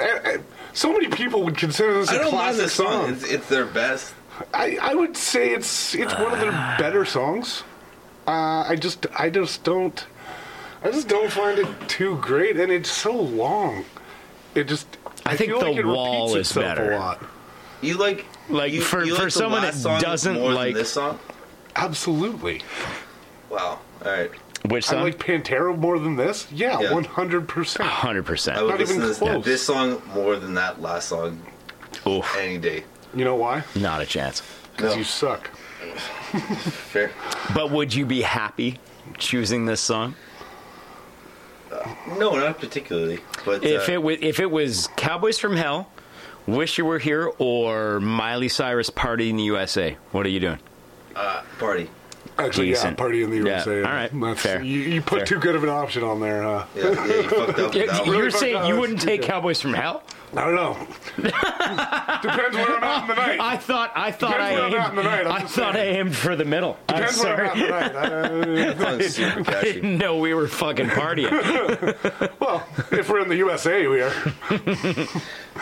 Eh, So many people would consider this
I
a
don't mind
classic
this song.
song.
It's, it's their best.
I, I would say it's it's one of their better songs. Uh, I just I just don't I just don't find it too great, and it's so long. It just
I think
feel
The
like it
Wall
repeats
is
itself
better.
A lot.
You like
Like,
you,
for-
you
for
the
someone
last
that
song
doesn't
more than
like-
this song.
Absolutely.
Wow. All right.
Which
I
song?
like Pantera more than this. Yeah,
Yeah.
one hundred percent.
100%.
I would
Not
listen
even
to this,
close.
this song more than that last song
Oof,
any day.
You know why?
not a chance.
Because
No.
you suck.
Fair.
But would you be happy choosing this song?
No, not particularly. But
If
uh,
it was, if it was Cowboys from Hell, Wish You Were Here, or Miley Cyrus Party in the USA, what are you doing?
party.
Actually, yeah,
decent.
Party in the USA.
All right,
That's-
fair.
You, you put
Fair.
too good of an option on there, huh?
Yeah, yeah, you fucked up with that
You're
one.
really
saying
fucked
you
up.
wouldn't take Cowboys from Hell?
I don't know. Depends where I'm at in the night.
I thought I thought
Depends
I
where I'm at in
aimed,
the night, I'm
I
just
thought I
saying.
aimed for the middle. I'm
Depends where I'm at in the
sorry.
night. I- uh,
That's super
I
catchy.
didn't know we were fucking partying.
well, if we're in the USA, we are.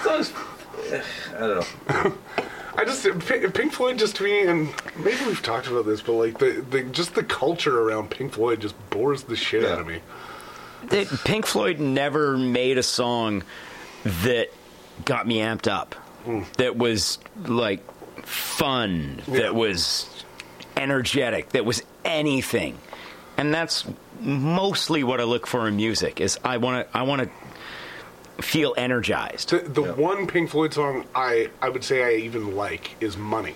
I don't know.
I just P- Pink Floyd just to me, and maybe we've talked about this, but like the, the just the culture around Pink Floyd just bores the shit
Yeah.
out of me.
It- Pink Floyd never made a song that got me amped up. That was like fun.
Hmm. Yeah.
That was energetic. That was anything. And that's mostly what I look for in music is I want to I want to feel energized.
The, the one Pink Floyd song I I would say I even like is Money.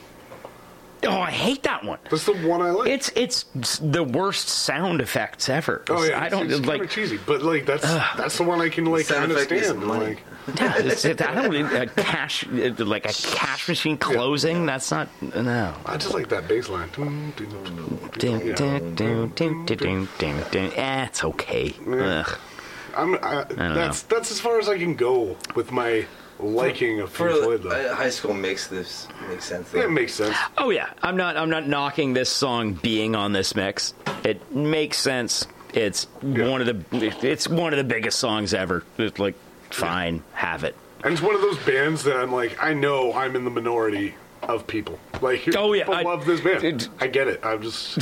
Oh, I hate that one.
That's the one I like.
It's it's the worst sound effects ever.
oh yeah,
I
it's-
don't
it's
like.
kind of cheesy, but like that's that's the one I can like
sound effect is
understand.
Money.
Like
Yeah, it's, it, I don't need a cash like a cash machine closing. That's not no.
I just like that bass line. Dun, dun, dun, dun, dun,
Ding,
yeah.
ding, ding, ding, ding, ding, ding, ding. Eh, it's okay. Ugh.
I'm, I, that's that's as far as I can go with my liking of
For
Pink Floyd though.
a high school mix, this makes sense. Though.
it makes sense.
Oh yeah, I'm not I'm not knocking this song being on this mix. It makes sense. It's one of the it's one of the biggest songs ever. It's like fine, have it.
And it's one of those bands that I'm like, I know I'm in the minority of people. Like,
Oh, yeah,
people
I-
love this band.
it-
I get it. I'm just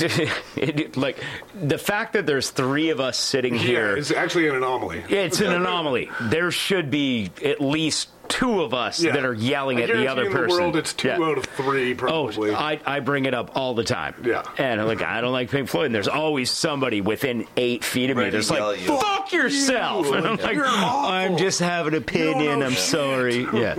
It- like the fact that there's three of us sitting
yeah,
here
it's actually an anomaly.
It's an anomaly. There should be at least two of us
Yeah.
that are yelling
I
at the
guarantee
other
in
person.
the world, it's two
Yeah.
out of three
Oh,
probably.
I, I bring it up all the time.
Yeah.
And like I don't like Pink Floyd, and there's always somebody within eight feet of me
Ready
that's
to yell
like,
at you.
"Fuck yourself," and I'm like,
You're awful.
"I'm just having an opinion. I'm sorry." Yeah.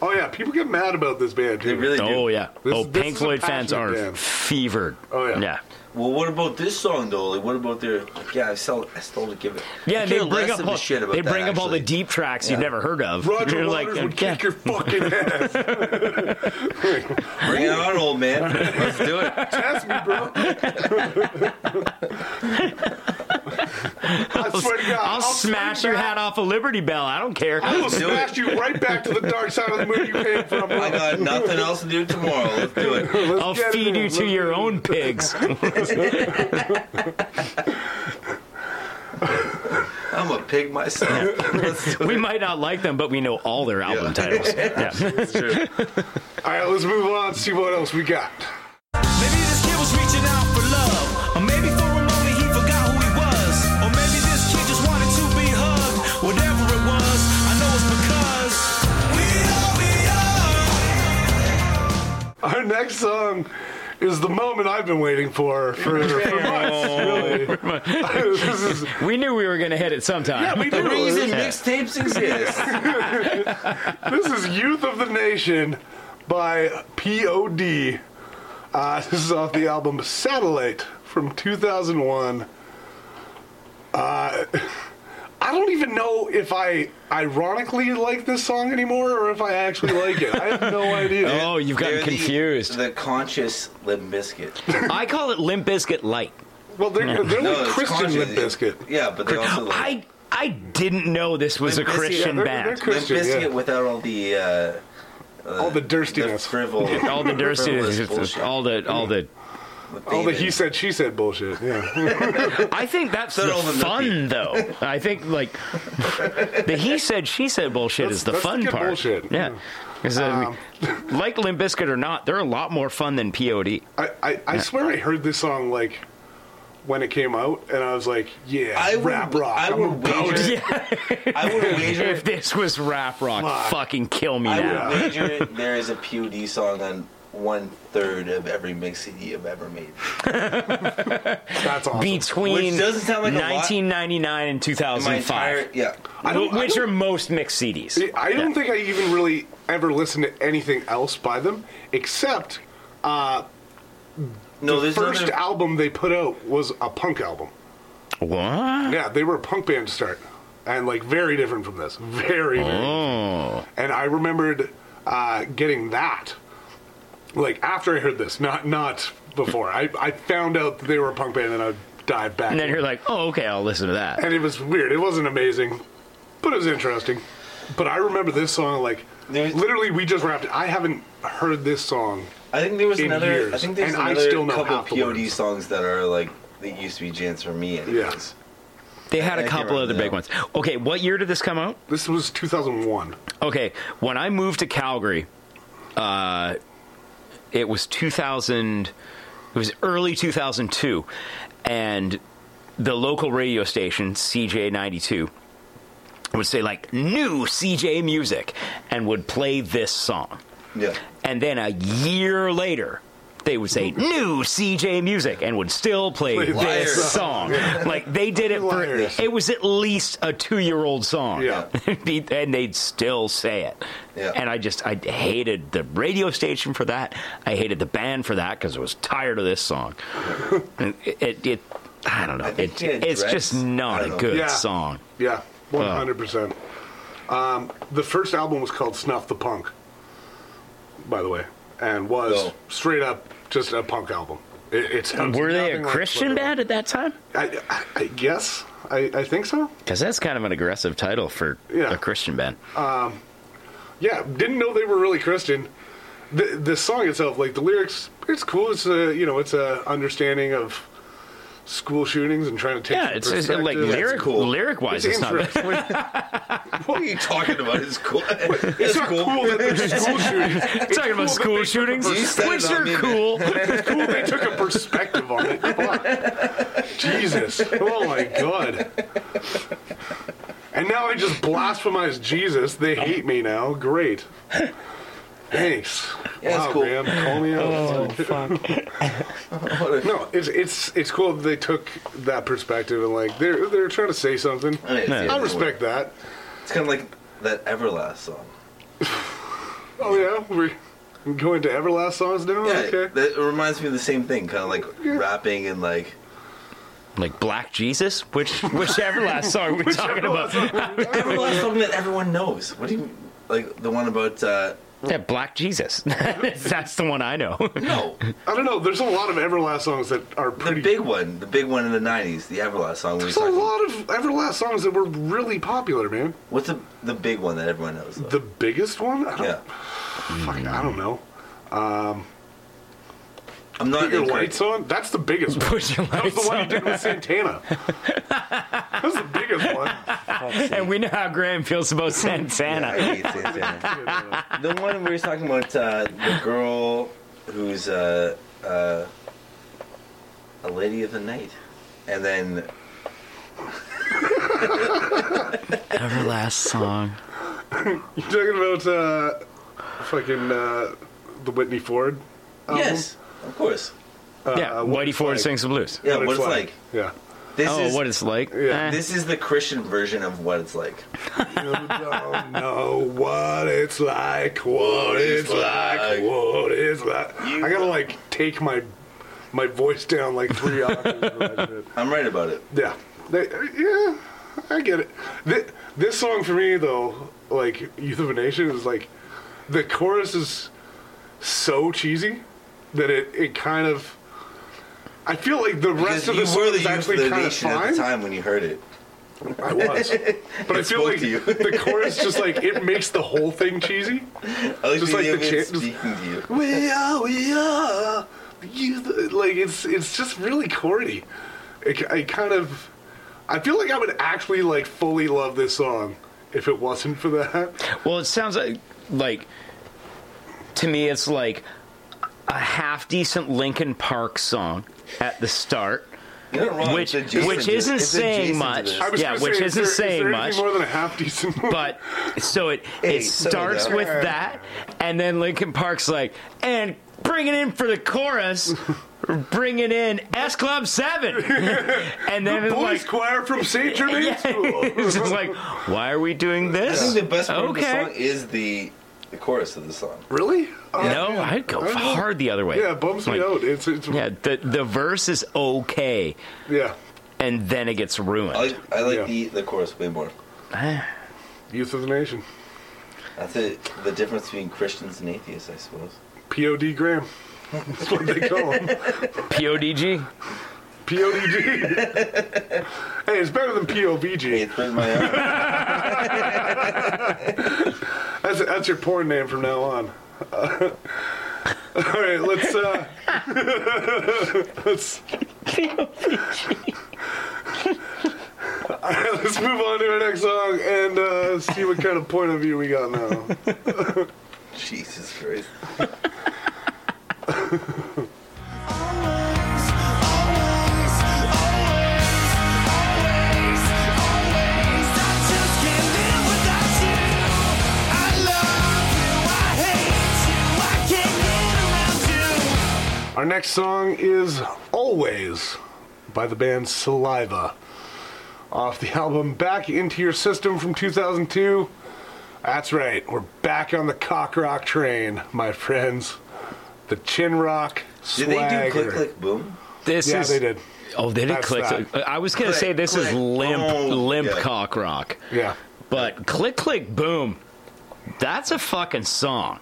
oh yeah, people get mad about this band.
They
Too.
really do.
Oh yeah.
This-
oh,
this
Pink
is a
Floyd fans are
passionate band.
fevered.
Oh, yeah.
Yeah.
Well, what about this song though? Like, what about their? Like, yeah, I still, I still don't give it.
Yeah,
I
and they
care
bring
less
up
of a
all,
shit about
they
that,
bring up all the
actually.
deep tracks you've
Yeah.
never heard of.
Roger
You're
Waters
like,
would
yeah.
kick your fucking ass.
Bring it on, old man. Let's do it.
Test me, bro. I swear to God,
I'll, smash your
back.
hat off a Liberty Bell. I don't care.
I will
Do
smash
it.
you right back to the dark side of the moon you came from.
I got nothing else to do tomorrow. Let's do it.
Let's
I'll
get it
feed
in.
you to
Let's-
your own pigs.
I'm a pig myself. Let's do it.
we might not like them, but we know all their album
Yeah.
titles. Yeah.
It's true.
All right, let's move on. See what else we got.
Maybe this kid was reaching out for love. Or maybe for a moment he forgot who he was. Or maybe this kid just wanted to be hugged. Whatever it was, I know it's because we all we are.
Our next song is the moment I've been waiting for for, for months. Really, this is
we knew we were going to hit it sometime.
we
The
do.
reason
Yeah.
mixtapes exist.
this is "Youth of the Nation" by P.O.D. Uh, this is off the album "Satellite" from 2001. Uh, I don't even know if I ironically like this song anymore or if I actually like it. I have no idea.
Oh, you've gotten
They're the-
confused.
The, conscious Limp Biscuit.
I call it Limp Bizkit Light.
Well, they're, they're
No,
like
it's
Christian
conscious.
Limp Bizkit.
Yeah, but they also like
I I didn't know this was
Limp
a
Bizkit,
Christian
yeah, they're-
band.
they're
Limp
Christian,
Biscuit
yeah.
without all the uh,
All the
the
dirstiness.
frivol,
all the
frivolous
dirtiness,
bullshit.
all the all the.
All the
David.
he said, she said bullshit. Yeah.
I think that's
They're
the
all the
fun though. I think like the he said she said bullshit
That's-
is the
that's
fun
good
part.
bullshit. Um,
Yeah.
Yeah.
'Cause, uh, like Limp Bizkit or not, they're a lot more fun than POD.
I, I, I swear I heard this song like when it came out, and I was like, yeah,
I would,
rap rock.
I
I'm
would
about it.
wager. I would wager.
If this was rap rock,
Fuck.
fucking kill me
I
now.
would wager there is a POD song on one third of every mix CD I've ever made.
That's awesome.
Between
Which doesn't sound like a lot.
1999 and
My
2005,
entire yeah.
I don't- I
which
don't-
are most mixed CDs.
I don't think I even really ever listened to anything else by them except
No,
the
there's
first
other,
album they put out was a punk album.
What?
Yeah, they were a punk band to start, and like very different from this. Very. very
Oh,
and I remembered uh, getting that like after I heard this, not not before. I, I found out that they were a punk band and I dived back.
And then you're like, oh, okay, I'll listen to that.
and it was weird. It wasn't amazing, but it was interesting. But I remember this song like
There's-
literally we just wrapped. It. I haven't heard this song.
I think there was
In
another. I
years.
think there's
And I
another
still know
couple
half the
POD
words.
songs that are like that used to be jams for me. Anyways.
They had
I
a
can't
couple
remember
other big
that.
ones. Okay, what year did this come out?
This was 2001.
Okay, when I moved to Calgary, uh, it was 2000. It was early 2002, and the local radio station CJ 92 would say like new CJ music and would play this song,
Yeah.
and then a year later. They would say new CJ music and would still play
Play
this
this
song. Like they did it for
Liars.
it was at least a two-year-old song.
Yeah.
Be- and they'd still say it.
Yeah.
And I just, I hated the radio station for that. I hated the band for that because I was tired of this song. And it, it, it- I don't know.
I think
It,
he had
it's
dreads.
just
I
not
don't
a
know.
good
Yeah.
song.
Yeah, 100%. Um, the first album was called Snuff the Punk, by the way, and was
Oh.
straight up just a punk album. It, it sounds
Were they a
nothing like
Christian
what they-
band at that time?
I, I, I guess. I, I think so.
Because that's kind of an aggressive title for
Yeah.
a Christian band.
Yeah, didn't know they were really Christian. The the song itself, like the lyrics, it's cool. It's a you know, it's a understanding of school shootings and trying to take.
yeah,
some
it's, it's like
perspective.
lyric,
cool.
lyric wise, it's,
It's
not.
interesting.
What are you talking about? It's cool.
It's not cool, that there's school shootings. It's
Talking about
cool
school
that they took
shootings,
a
You said it
which
on
are
me, man.
cool.
It's cool they took a perspective on it. Fuck. Jesus. Oh my god. And now I just blasphemize Jesus. They hate me now. Great. Thanks.
Yeah, that's
wow,
cool. Oh.
Graham, call me out. no, it's it's it's cool that they took that perspective and like they're they're trying to say something.
I see it.
I respect that.
It's kind of like that Everlast song.
Oh yeah, we're going to Everlast songs now.
Yeah,
Oh, okay.
that reminds me of the same thing, kind of like rapping and like.
like Black Jesus, which whichever last song we're talking about.
Everlast song that everyone knows. What do you like? The one about uh,
Yeah, Black Jesus. That's the one I know.
no,
I don't know. There's a lot of Everlast songs that are
the
pretty.
big one, the big one in the '90s, the Everlast song. We were
There's a
talking.
lot of Everlast songs that were really popular, man.
What's the the big one that everyone knows? Though?
The biggest one? I don't,
yeah,
fucking, I don't know.
I'm not
Put your
incorrect.
lights on? That's the biggest one.
Put your
That was the
lights
one you did with Santana. That's the biggest one.
and we know how Graham feels about Santana.
I hate Santana. the one we were talking about uh, the girl who's uh, uh, a lady of the night, and then
Everlast song.
You talking about uh, fucking uh, the Whitney Ford? album?
yes, of course.
yeah,
uh, what
Whitey
it's
Ford
like.
sings the blues.
Yeah, what, it's like.
Yeah.
This
oh,
is
what it's like. Eh.
this is the Christian version of what it's like.
You don't know what it's like, what it's like, what it's like.
You-
I gotta like take my my voice down like three octaves. for that shit.
I'm right about it.
Yeah, they, yeah, I get it. This, this song for me though, like Youth of a Nation, is like the chorus is so cheesy that it it kind of. I feel like the rest
Because
of
you
the song
were the
is
youth of
actually
the
kind of
nation at
fine.
the time when you heard it.
I was, but I feel
spoke
like
to you.
the chorus just like it makes the whole thing cheesy.
I like
Just
the
like
idea
the
of it
chant- just-
speaking to you.
We are, we are. You like it's it's just really corny. It, I kind of, I feel like I would actually like fully love this song if it wasn't for that.
Well, it sounds like, like to me, it's like a half decent Linkin Park song at the start.
You're not wrong.
Which-
It's adjacent
which
to-
isn't
it's
saying
adjacent to
much.
this.
I was
Yeah,
gonna
which
say,
isn't
is there,
saying
is there
much.
anything more than a half decent. one?
But so it
Hey,
it
settle
starts
down.
with that, and then Lincoln Park's like, and bring it in for the chorus, bring it in S Club Seven, and then
boys
it's like.
choir from St. Germain
Yeah,
School.
it's just like, why are we doing
I
this?
think the best part of the
Okay.
song is the the chorus of the song.
really? Oh,
No,
man.
I'd go
I don't know.
hard the other way.
Yeah, it bumps
Like,
me out. It's it's
Yeah,
yeah.
the the verse is okay, and then it gets ruined.
I like, I like
Yeah.
the, the chorus way more.
Youth of the Nation,
That's it, the difference between Christians and atheists, I suppose.
POD Graham. That's what they call them.
PODG?
PODG. hey, it's better than POVG.
It's been my
That's, that's your porn name from now on. all right, let's. Uh, let's. All right, let's move on to our next song and uh, see what kind of point of view we got now.
Jesus Christ.
Our next song is Always by the band Saliva off the album Back Into Your System from 2002. That's right, we're back on the cock rock train, my friends. The chin rock
Did they do
swagger.
click click boom?
This
Yeah,
is.
they did.
Oh, they did
That's
click.
that.
I was going to
Click,
say this is
click.
limp,
Oh,
limp
yeah.
cock rock.
Yeah.
But click, click, boom. That's a fucking song.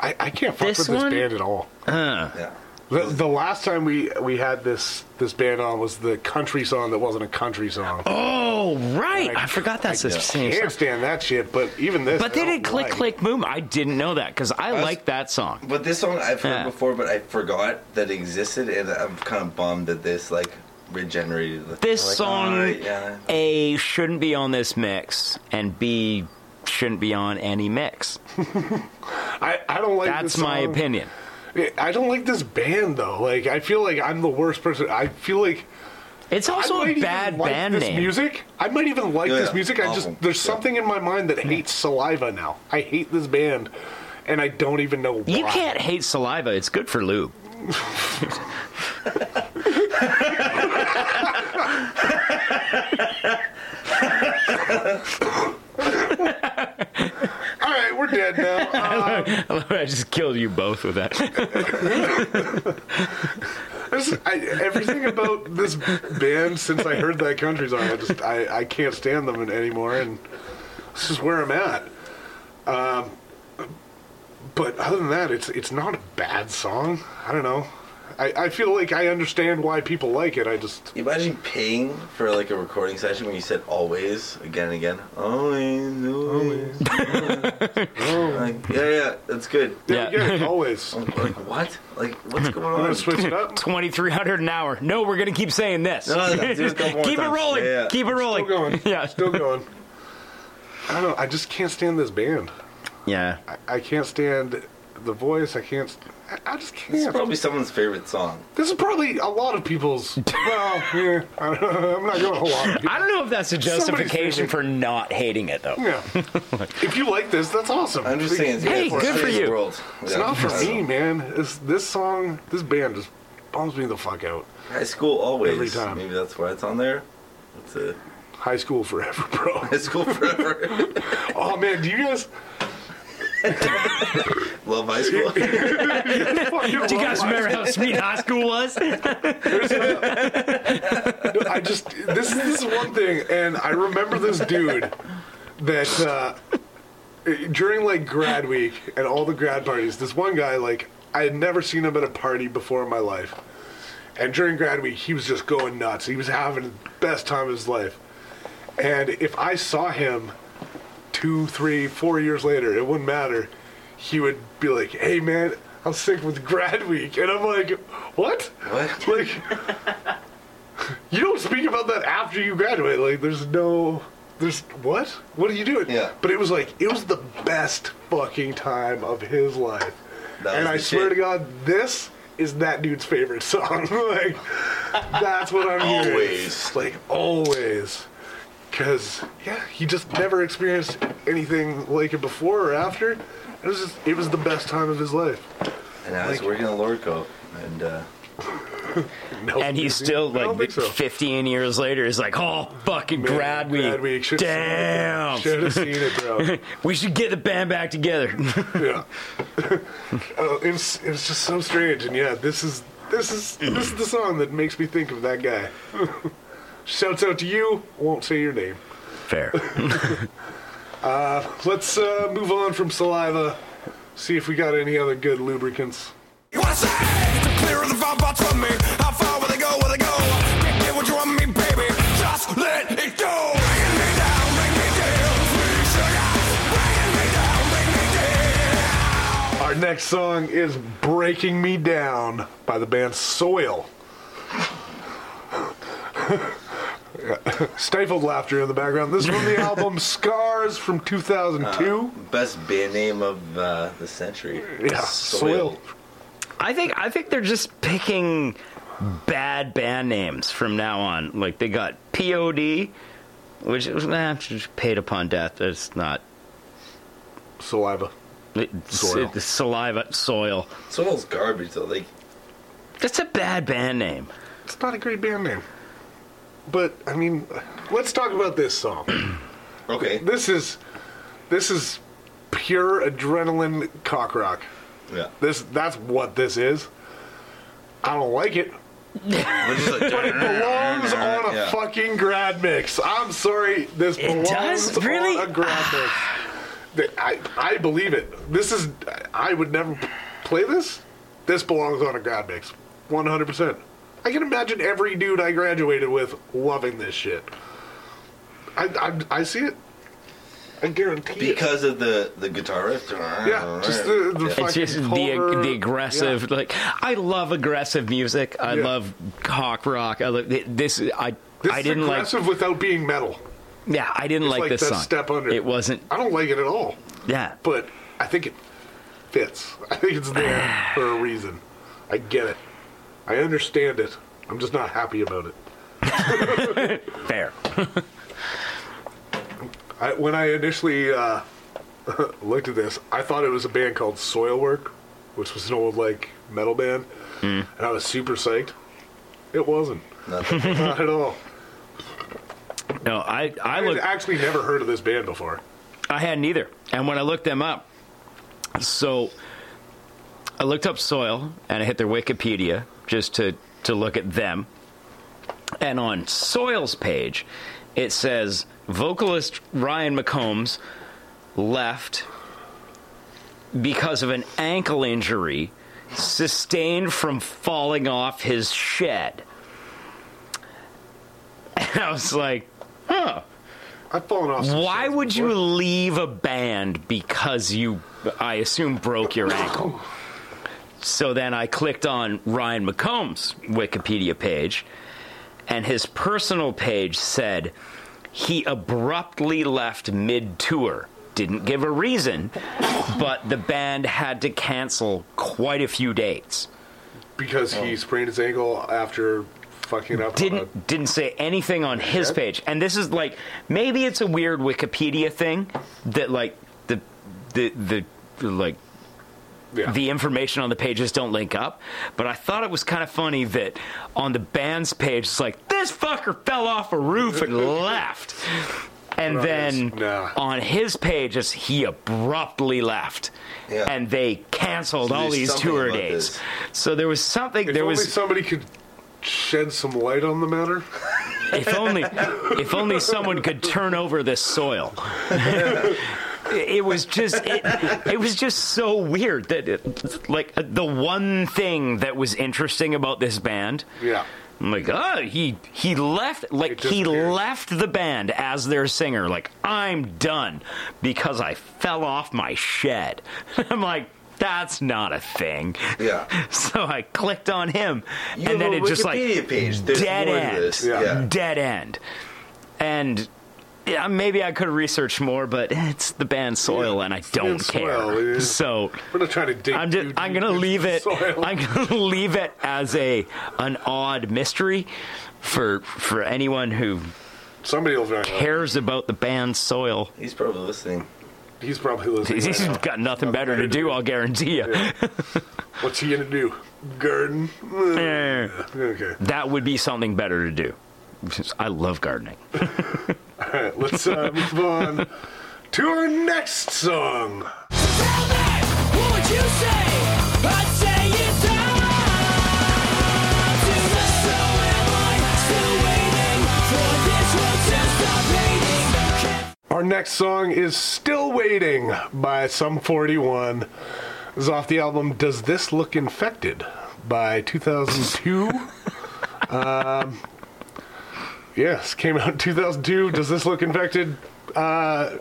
I, I can't fuck
This
with this
one-
band at all.
Yeah.
The, the last time we, we had this this band on was the country song that wasn't a country song.
Oh, right.
I-
I, forgot that's the
I
same
can't
song.
stand that shit, but even this.
But
I
they
don't
did click,
like.
click, boom. I didn't know that because I,
was-
like that song.
But this song I've heard
Yeah.
before, but I forgot that it existed, and I'm kind of bummed that this like regenerated. the-
This
like,
song,
alright, yeah.
A, shouldn't be on this mix, and B, shouldn't be on any mix.
I, I don't like
That's
this
my
song.
opinion.
I don't like this band though. Like I feel like I'm the worst person. I feel like
It's also
I might
a
even
bad
like
band
this
name.
music. I might even like
Yeah,
this music. I
awful.
just there's
Yeah.
something in my mind that hates saliva now. I hate this band, and I don't even know why.
You can't hate saliva. It's good for lube.
All right, we're dead now. Uh,
I just killed you both with that.
this- I, everything about this band since I heard that country song, I just I, I can't stand them an- anymore, and this is where I'm at. Um, but other than that, it's it's not a bad song. I don't know. I, I feel like I understand why people like it. I just
Imagine paying for like a recording session when you said always again and again. Always, always. always. like, yeah, yeah, that's good.
yeah,
Yeah.
yeah always. I'm
Like what? Like what's going on?
gonna switch it up.
2300 an hour. No, we're going to keep saying this.
No, no, do it a couple more
keep it
times.
rolling.
Yeah, yeah.
Keep it rolling.
Still going.
Yeah.
Still going. I don't know. I just can't stand this band.
Yeah.
I, I can't stand the voice. I can't. I, I just
This
can't.
is probably someone's favorite song.
This is probably a lot of people's. Well, yeah, I don't know. I'm not going a whole lot. Of people.
I don't know if that's a
Somebody's
justification
favorite.
for not hating it, though.
Yeah. if you like this, that's awesome.
I'm just saying. It's
Hey,
for
good for you.
World.
It's not for me, man. It's, this song, this band just bums me the fuck out.
High school always.
Every time.
Maybe that's why it's on there. It's a
High school forever, bro.
high school forever.
oh man, do you guys?
Love high school.
Fuck,
Do you guys remember how sweet high school was?
I just this this is one thing, and I remember this dude that uh, during like grad week and all the grad parties, this one guy like I had never seen him at a party before in my life, and during grad week he was just going nuts. He was having the best time of his life, and if I saw him two, three, four years later, it wouldn't matter. He would be like, "Hey man." I'm sick with grad week, and I'm like, what?
What?
Like, you don't speak about that after you graduate. Like, there's no, there's what? What are you doing?
Yeah.
But it was like it was the best fucking time of his life.
That
and
was
I
the
swear
shit.
to God, this is that dude's favorite song. like, that's what I'm hearing.
Always.
Like always. Cause yeah, he just never experienced anything like it before or after. It was just, it was the best time of his life.
And I was
Like-
working at Lorco, and uh,
No,
And he's
dude,
still
I don't
like
think so.
15 years later. He's like, oh, fucking grad week.
Grad week. Should've
Damn.
Should have seen it, bro.
We should get the band back together.
yeah. oh, it was it was just so strange, and yeah, this is this is this is the song that makes me think of that guy. Shouts out to you. Won't say your name.
Fair.
Let's uh, move on from saliva. See if we got any other good lubricants.
what I say. To clear the vibe out from me. How far will they go? Will they go? Give me what you want me, baby. Just let it go. Bringing me down, bring me down. Free sugar. Bringing me down, bring me down.
Our next song is Breaking Me Down by the band Soil. Stifled laughter in the background. This is from the album Scars from 2002.
Best band name of uh, the century.
yeah, Soil.
I think I think they're just picking bad band names from now on. Like they got POD, which was nah, it's just paid upon death. It's not
Saliva.
it's-
Soil.
it's saliva soil.
Soil's garbage though. Like
That's a bad band name.
It's not a great band name. But, I mean, let's talk about this song.
okay,
this is this is pure adrenaline cock rock.
yeah.
This that's what this is. I don't like it.
We're just like,
Belongs on a
Yeah.
fucking grad mix. I'm sorry, this belongs
does? Really? Ah.
on a grad mix. Th- I I believe it. This is I would never p- play this. This belongs on a grad mix, 100. percent I can imagine every dude I graduated with loving this shit. I I, I see it. I guarantee it.
because of the the guitar riff.
Yeah, just the, the
It's
fucking
just the
pulver.
the aggressive.
Yeah.
Like I love aggressive music. I
Yeah.
love cock rock. I love this. I
This
I
is
didn't like.
aggressive without being metal.
Yeah, I didn't like,
like
this
that
song.
step under.
It wasn't.
I don't like it at all,
Yeah,
but I think it fits. I think it's there for a reason. I get it. I understand it. I'm just not happy about it.
fair.
I, when I initially uh, looked at this, I thought it was a band called Soilwork, which was an old like metal band,
Hmm.
and I was super psyched. It wasn't. not at all.
No, I I
I
look.
had actually never heard of this band before.
I hadn't either. And when I looked them up, so I looked up Soil and I hit their Wikipedia just to, to look at them. And on Soil's page, it says vocalist Ryan McCombs left because of an ankle injury sustained from falling off his shed. And I was like, huh.
I've fallen off. some
Why
sheds
would
before.
you leave a band because you, I assume, broke your ankle? So then I clicked on Ryan McCombs' Wikipedia page, and his personal page said he abruptly left mid tour. Didn't give a reason, but the band had to cancel quite a few dates.
because he sprained his ankle after fucking up. on
Oh. didn't didn't say anything on his
Okay.
page. And this is like maybe it's a weird Wikipedia thing that like the the the, like
a- yeah.
the information on the pages don't link up. But I thought it was kind of funny that on the band's page it's like this fucker fell off a roof and left. And
Right,
then
it's- nah.
on his page, it's, he abruptly left,
Yeah.
and they canceled
So
all
there's
these
something
tour
about
dates.
this.
So there was something.
if
there
only
was
somebody could shed some light on the matter.
If only, if only someone could turn over this soil. it was just, it, it was just so weird that, it, like, the one thing that was interesting about this band.
Yeah,
I'm like, oh, he he left
It
like he
disappeared.
left the band as their singer. Like, I'm done because I fell off my shed. I'm like, that's not a thing.
Yeah.
So I clicked on him,
You
and
have
then
a
it just like
Wikipedia page. There's
dead
more to
end,
this. Yeah.
dead end, and. Yeah, maybe I could research more, but it's the band Soil, and I don't
band
care.
Soil, yeah.
So
we're not trying to dig.
I'm
too
just I'm
deep
gonna
into
leave
the
it
soil.
I'm gonna leave it as a an odd mystery for for anyone who
Somebody will find out.
cares about the band soil.
He's probably listening.
He's probably listening.
He's
right now.
got nothing better to do, I'll guarantee you.
What's he gonna do? Garden?
Eh,
Okay.
That would be something better to do. Since I love gardening.
All right. Let's uh, move on to our next song.
Tell me, what would you say? I'd say it's time to rest. So am I still waiting for this world to stop hating?
Our next song is Still Waiting by Some 41. This is off the album Does This Look Infected by 2002. um, yes, came out in 2002. Does This Look Infected? Uh,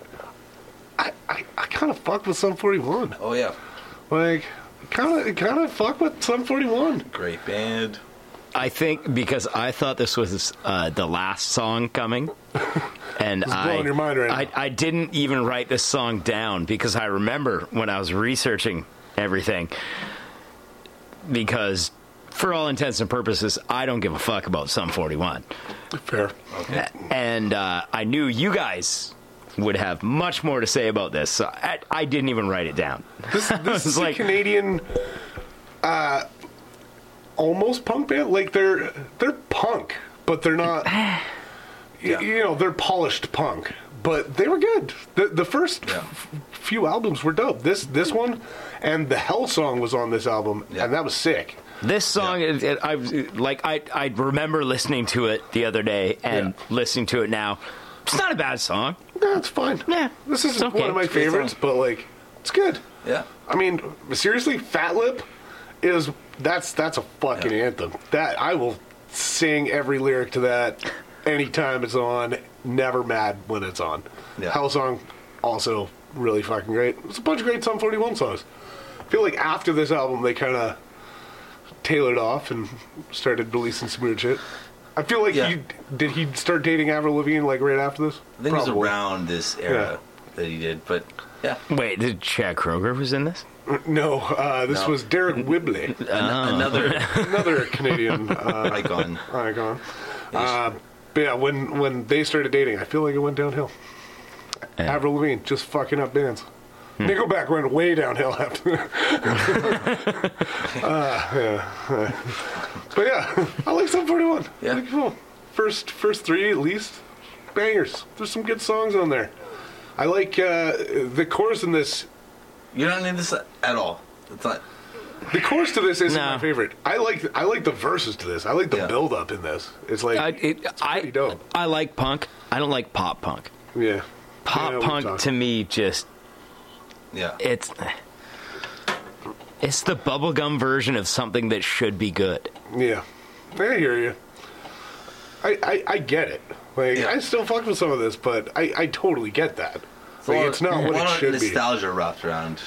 I, I, I kind of fucked with Sum 41.
Oh yeah,
Like, kind of kind of fuck with Sum 41.
great band.
I think because I thought this was uh, the last song coming, and I,
blowing your mind right now.
I, I didn't even write this song down because I remember when I was researching everything. Because, for all intents and purposes, I don't give a fuck about Sum 41,
Fair.
and uh, I knew you guys would have much more to say about this, so I, I didn't even write it down.
This, this
was
is
like-
a Canadian, uh, almost punk band. Like they're they're punk, but they're not. y- You know, they're polished punk, but they were good. The, the first
Yeah.
f- few albums were dope. This this one, and the Hell song was on this album,
Yeah.
and that was sick.
This song, it, it, I like. I I remember listening to it the other day and listening to it now. It's not a bad song.
Yeah, it's fine.
Yeah,
this is
it's
not one
okay.
of my
It's a good
favorites, but like, it's good.
Yeah.
I mean, seriously, Fat Lip is that's that's a fucking
Yeah.
anthem. That I will sing every lyric to that anytime it's on. Never mad when it's on.
Yeah.
Hell song also really fucking great. It's a bunch of great Sum 41 songs. I feel like after this album they kind of tailored off and started releasing some weird shit. I feel like
Yeah.
he did he start dating Avril Lavigne like right after this?
I think it was
Probably.
around this era that he did, but yeah,
Wait, did Chad Kroger was in this?
No, uh, this
No.
was Derek Whibley,
an- another
another Canadian uh,
icon.
icon. Uh, but yeah, when when they started dating, I feel like it went downhill. Avril Lavigne just fucking up bands.
Hmm.
Nickelback went way downhill after. that. uh, yeah. but yeah, I like Sum 41.
Yeah.
Like, cool. First first three at least bangers. There's some good songs on there. I like uh, the chorus in this.
You're not into this at all. It's not.
The chorus to this isn't
No.
my favorite. I like I like the verses to this. I like the
Yeah.
build up in this. It's like
I it, I
pretty dope.
I like punk. I don't like pop punk.
yeah.
Pop
Yeah, we
punk
talked.
to me just
Yeah.
it's it's the bubblegum version of something that should be good.
Yeah, I hear you. I I, I get it. Like
Yeah.
I still fuck with some of this, but I I totally get that.
It's a
Like,
lot
it's
of-
not what
a
it
lot of
should be.
nostalgia wrapped around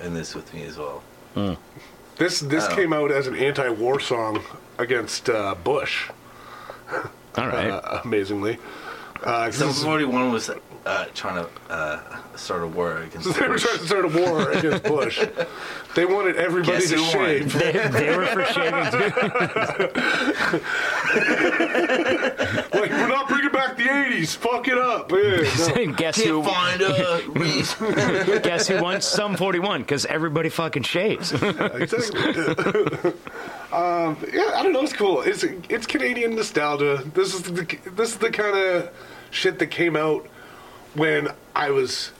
in this with me as well.
This this
Oh.
came out as an anti-war song against uh, Bush,
All right.
uh, amazingly. Uh, 'cause
Some
this is-
forty one was uh, trying to uh, start a war against.
they were
Bush.
trying to start a war against Bush. They wanted everybody
Guess
to
who won?
shave.
they, they were for shaving too.
Like we're not bringing back the '80s. Fuck it up. Yeah, no.
And guess
Can't
who?
find a reason.
Guess who won? Some forty-one because everybody fucking shaves.
Exactly. um, yeah, I don't know. It's cool. It's it's Canadian nostalgia. This is the this is the kind of shit that came out when I was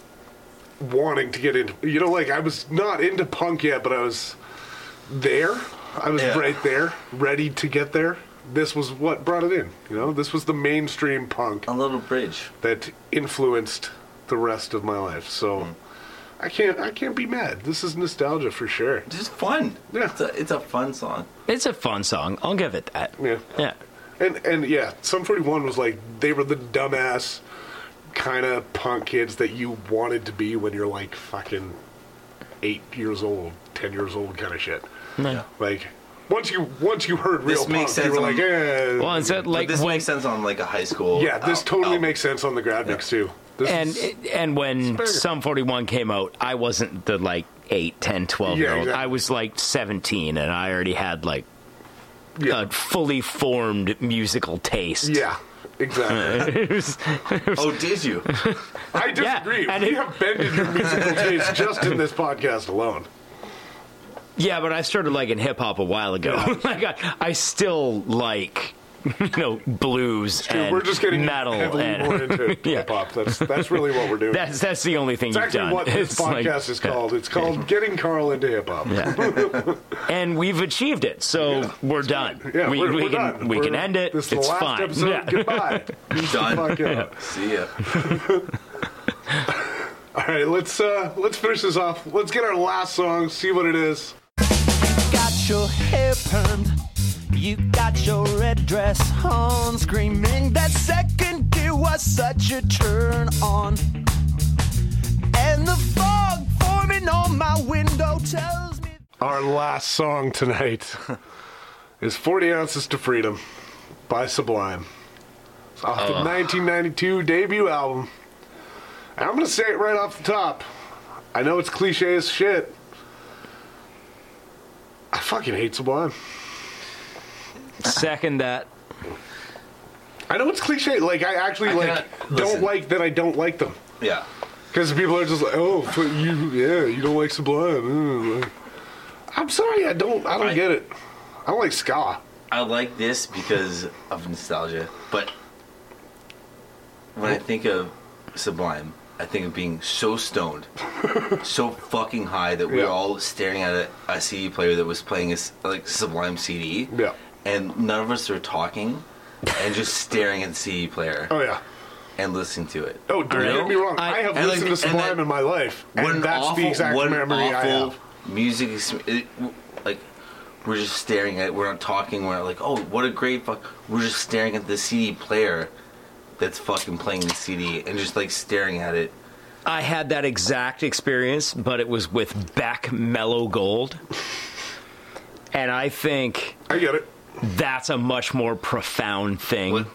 wanting to get into. You know, like I was not into punk yet, but I was there. I was
Yeah.
right there, ready to get there. This was what brought it in. You know, this was the mainstream punk
a little bridge.
that influenced the rest of my life. So. I can't. I can't be mad. This is nostalgia for sure.
Just fun.
Yeah.
It's a, it's a fun song.
It's a fun song. I'll give it that.
Yeah.
Yeah.
And and yeah, Sum 41 was like they were the dumbass kind of punk kids that you wanted to be when you're like fucking 8 years old, 10 years old kind of shit.
Yeah.
Like once you once you heard real
This makes
punk, you were
sense on-
like, eh.
Well, is
Like
that like
this
when
makes sense on like a high school.
yeah, this
al-
totally
album.
makes sense on the grab mix too. This
and
is-
and when
Spare.
Sum 41 came out, I wasn't the like 8, 10, 12 year
Yeah,
old.
exactly.
I was like 17 and I already had like
yeah,
a fully formed musical taste.
yeah, exactly.
It was-
Oh, did you?
I
Yeah,
disagree.
and
we
it-
have bended your musical taste just in this podcast alone.
yeah, but I started liking hip hop a while ago. like I, I still like you know blues
Dude,
and
we're just getting
metal
heavily more
and
into
Yeah.
hip hop. That's that's really what we're doing.
that's that's the only thing
It's
you've
actually
done.
what this
It's
podcast
like-
is called. It's called Getting Carl into Hip Hop.
Yeah. and we've achieved it, so we're done.
Yeah,
we
we're,
we
we're
can
done.
we can
We're-
end it.
This is
it's
the last
fine.
episode.
Yeah.
Goodbye.
Done.
Fuck yeah.
See ya.
All All right, let's uh, let's finish this off. Let's get our last song. See what it is.
got your hair permed. You got your red dress on, screaming that second gear was such a turn on. And the fog forming on my window tells me.
Our last song tonight is 40 Ounces to Freedom by Sublime. It's off
Oh.
the 1992 debut album. And I'm going to say it right off the top. I know it's cliche as shit. I fucking hate Sublime.
Second that.
I know it's cliche. Like, I actually like
cannot-
don't
listen.
like that I don't like them.
Yeah.
Because people are just like, oh, f- you, yeah, you don't like Sublime. mm." I'm sorry, I don't, I don't
I-
get it. I don't like ska.
I like this because of nostalgia, but when I think of Sublime, I think of being so stoned, so fucking high that we
Yeah.
were all staring at a, a CD player that was playing a s- like Sublime CD,
Yeah.
and none of us were talking and just staring at the CD player
Oh yeah.
and listening to it.
Oh, don't
You know?
get me wrong. I,
I-
have
and like-
listened to
and
Sublime
that-
in my life, and that's the exact
what an
memory I
awful
have.
Music, is- it, like we're just staring at. it. We're not talking. We're not like, oh, what a great fuck. We're just staring at the CD player that's fucking playing the CD and just like staring at it.
I had that exact experience, but it was with Beck Mellow Gold. And I think
I get it.
that's a much more profound thing.
What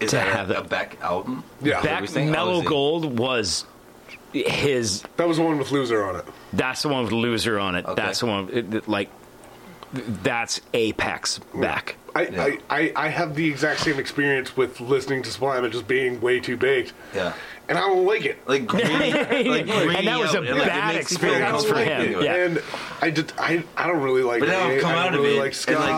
is
To
that a-
have
a,
it.
Beck album?
Yeah.
That we
Beck
saying? Oh,
Mellow
is it-
Gold was his
That was the one with Loser on it.
That's the one with loser on it.
Okay.
That's the one it- it- like th- that's apex back.
I,
Yeah.
I, I, I have the exact same experience with listening to Sublime and just being way too baked,
Yeah.
and I don't like it.
Like, green, like
And that was a
green out. It, like, it
bad
makes you feel
Like, I
experience
don't
for
like
him,
it.
yeah.
And I just I, I don't really like.
But now
reggae.
I've come
I don't
out
really
of it.
Like ska
and,
and,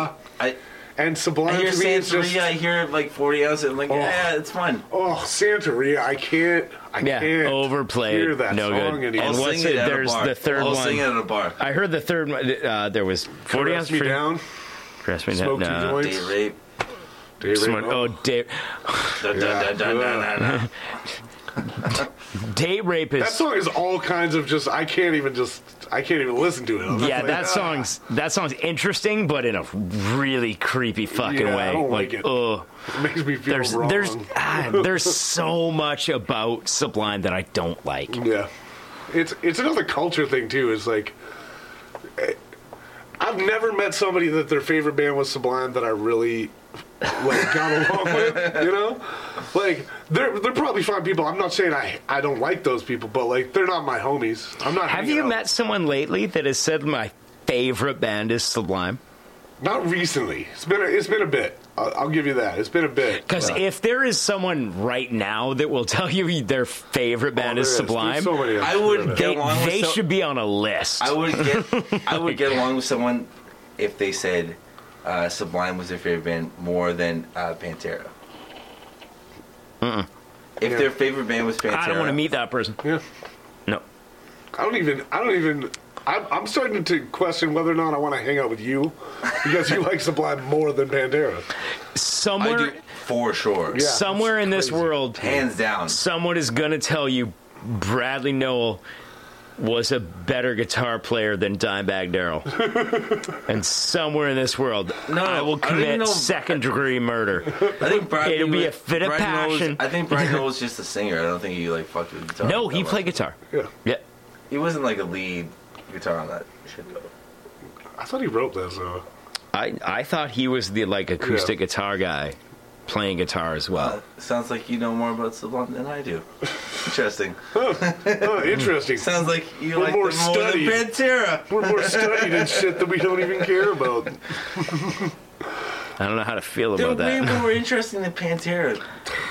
like, I, I
Sublime.
hear
to me is
Santeria,
just,
I hear like 40 ounce, and I'm like,
Oh.
yeah, it's fun.
Oh, Santeria! I can't. I
Yeah,
can't
overplayed.
Hear that
No good.
song anymore.
And
I'll
what's
sing it
it-
at
there's
a bar.
the third
I'll
one.
sing it at a bar.
I heard the third one. Uh, there was forty ounce
Dress me
free-
down.
Dress me
Smoke
down.
two
No.
joints.
Date rape.
Dave
Someone-
Rainbow.
oh, day,
Dun, dun, dun, dun, dun, dun, dun.
day rape is.
That song is all kinds of just. I can't even just. I can't even listen to it. I'm
yeah,
like,
that
ah.
song's that song's interesting, but in a really creepy fucking
Yeah, I
way.
don't like it.
ugh.
It makes me feel
there's
wrong.
there's ah, there's so much about Sublime that I don't like.
yeah, it's it's another culture thing too. It's like eh, I've never met somebody that their favorite band was Sublime that I really like got along with. You know, like they're they're probably fine people. I'm not saying I I don't like those people, but like they're not my homies. I'm not.
Have
hanging
you
out.
met someone lately that has said my favorite band is Sublime?
Not recently. It's been a, it's been a bit. I'll, I'll give you that. It's been a bit.
Because if there is someone right now that will tell you their favorite
Oh,
band
there
is
is. There's
Sublime,
so many of them.
I would
There is.
get
they,
along with
they
so-
should be on a list.
I would get I would get along with someone if they said uh, Sublime was their favorite band more than uh, Pantera. If their favorite band was Pantera,
I don't want to meet that person.
Yeah.
No.
I don't even. I don't even. I'm, I'm starting to question whether or not I want to hang out with you because you like Sublime more than Pandera.
I
Somewhere,
do for sure,
Yeah.
somewhere in this world,
hands down.
someone is going to tell you Bradley Noel was a better guitar player than Dimebag Daryl. and somewhere in this world,
No,
I will
I don't even
commit
know-
second degree murder.
I think Brian
It'll be a fit of
Brian Knowles-
passion.
I think Brian Knowles just a singer. I don't think he like fucked with guitar.
no,
that
he
much.
played guitar.
Yeah.
Yeah.
He wasn't like a lead guitar on that shit though.
I thought he wrote that though.
I I thought he was the like acoustic
Yeah.
guitar guy playing guitar as well.
Uh, Sounds like you know more about Sublime than I do. Interesting.
Oh, interesting.
Sounds like you
We're
like
more
them more than
studied.
Pantera.
We're more studied in shit that we don't even care about.
I don't know how to feel
They're
about
way
that.
more interesting than Pantera.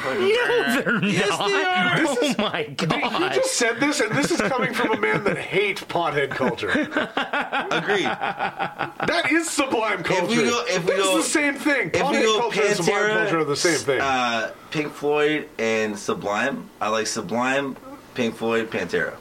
No, they're not. oh my
You
god.
just said this, and this is coming from a man that hates pothead culture.
Agreed.
That is Sublime culture.
we go- if we
That's
go-
the same thing.
If we
Pothead
go
culture and Sublime
Pantera,
culture are the same thing.
Uh, Pink Floyd and Sublime. I like Sublime, Pink Floyd, Pantera.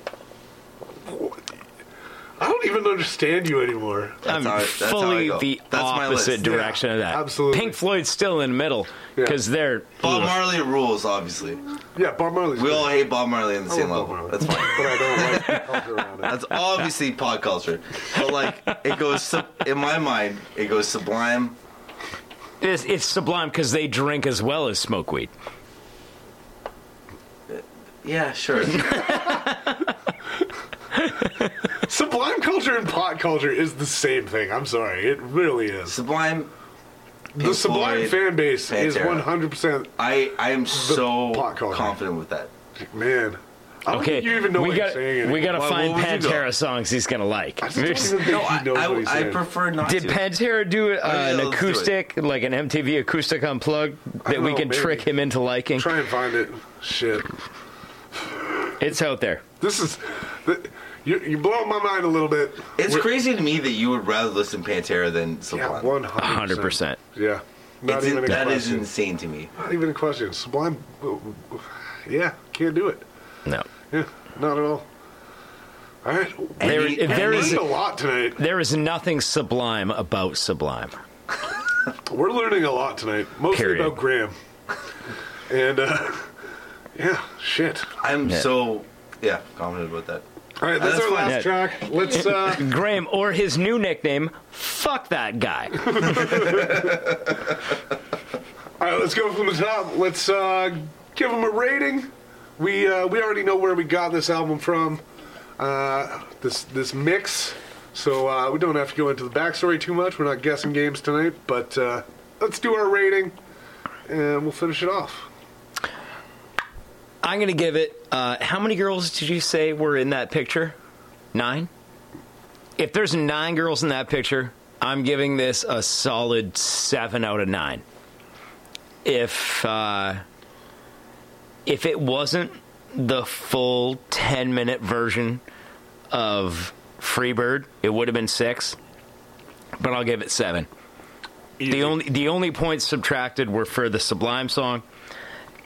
I don't even understand you anymore.
That's
I'm
how I- that's how I
fully
go.
the
That's my list.
opposite
Yeah,
direction of that.
absolutely.
Pink Floyd's still in the middle because they're.
Bob Marley rules, obviously.
Yeah, Bob Marley's.
We
good,
all hate Bob Marley on the
I
same
love
level.
Bob Marley.
That's fine.
but I don't like the culture around it.
That's obviously pop culture, but like it goes sub- in my mind, it goes Sublime,
It's, it's sublime because they drink as well as smoke weed.
Yeah, sure.
Sublime culture and pot culture is the same thing. I'm sorry, it really is.
Sublime.
the Sublime
Floyd,
fan base is
Pantera.
100. percent
I I am so
pot culture.
confident with that.
Man, I don't
Okay,
think you even know
we
what
got
you're saying.
we got to
Why-
find
what would you go?
Pantera songs he's gonna like.
I just don't even think
No,
he
I,
knows what he's
I, I
saying.
prefer not
Did
to.
Pantera do uh,
yeah,
an
let's do it.
acoustic, like an MTV acoustic unplugged,
I
that
don't
we
know,
can
maybe.
trick him into liking?
Try and find it. Shit,
It's out there.
this is th- you. You blow my mind a little bit.
it's crazy to me that you would rather listen to Pantera than
Yeah,
Sublime.
100.
hundred percent.
Yeah, not
It's
even
in,
a
that
question.
is insane to me.
Not even a question. Sublime. Yeah, can't do it.
No,
Yeah, not at all. All right,
There-
Any-
there
we
is-
learned a lot tonight.
there is nothing sublime about Sublime.
We're learning a lot tonight, mostly
Period.
about Graham. And uh, yeah, shit.
I'm
Yeah.
so yeah confident about that.
All right, that's,
That's
our
fine.
last
Yeah.
track. Let's. Uh,
Graham, or his new nickname, "Fuck That Guy."
all right, let's go from the top. Let's uh, give him a rating. We uh, we already know where we got this album from. Uh, this this mix. So uh, we don't have to go into the backstory too much. We're not guessing games tonight, but uh, let's do our rating, and we'll finish it off.
I'm gonna give it. Uh, how many girls did you say were in that picture? Nine. If there's nine girls in that picture, I'm giving this a solid seven out of nine. If uh, if it wasn't the full ten minute version of Freebird, it would have been six. But I'll give it seven. The only the only points subtracted were for the Sublime song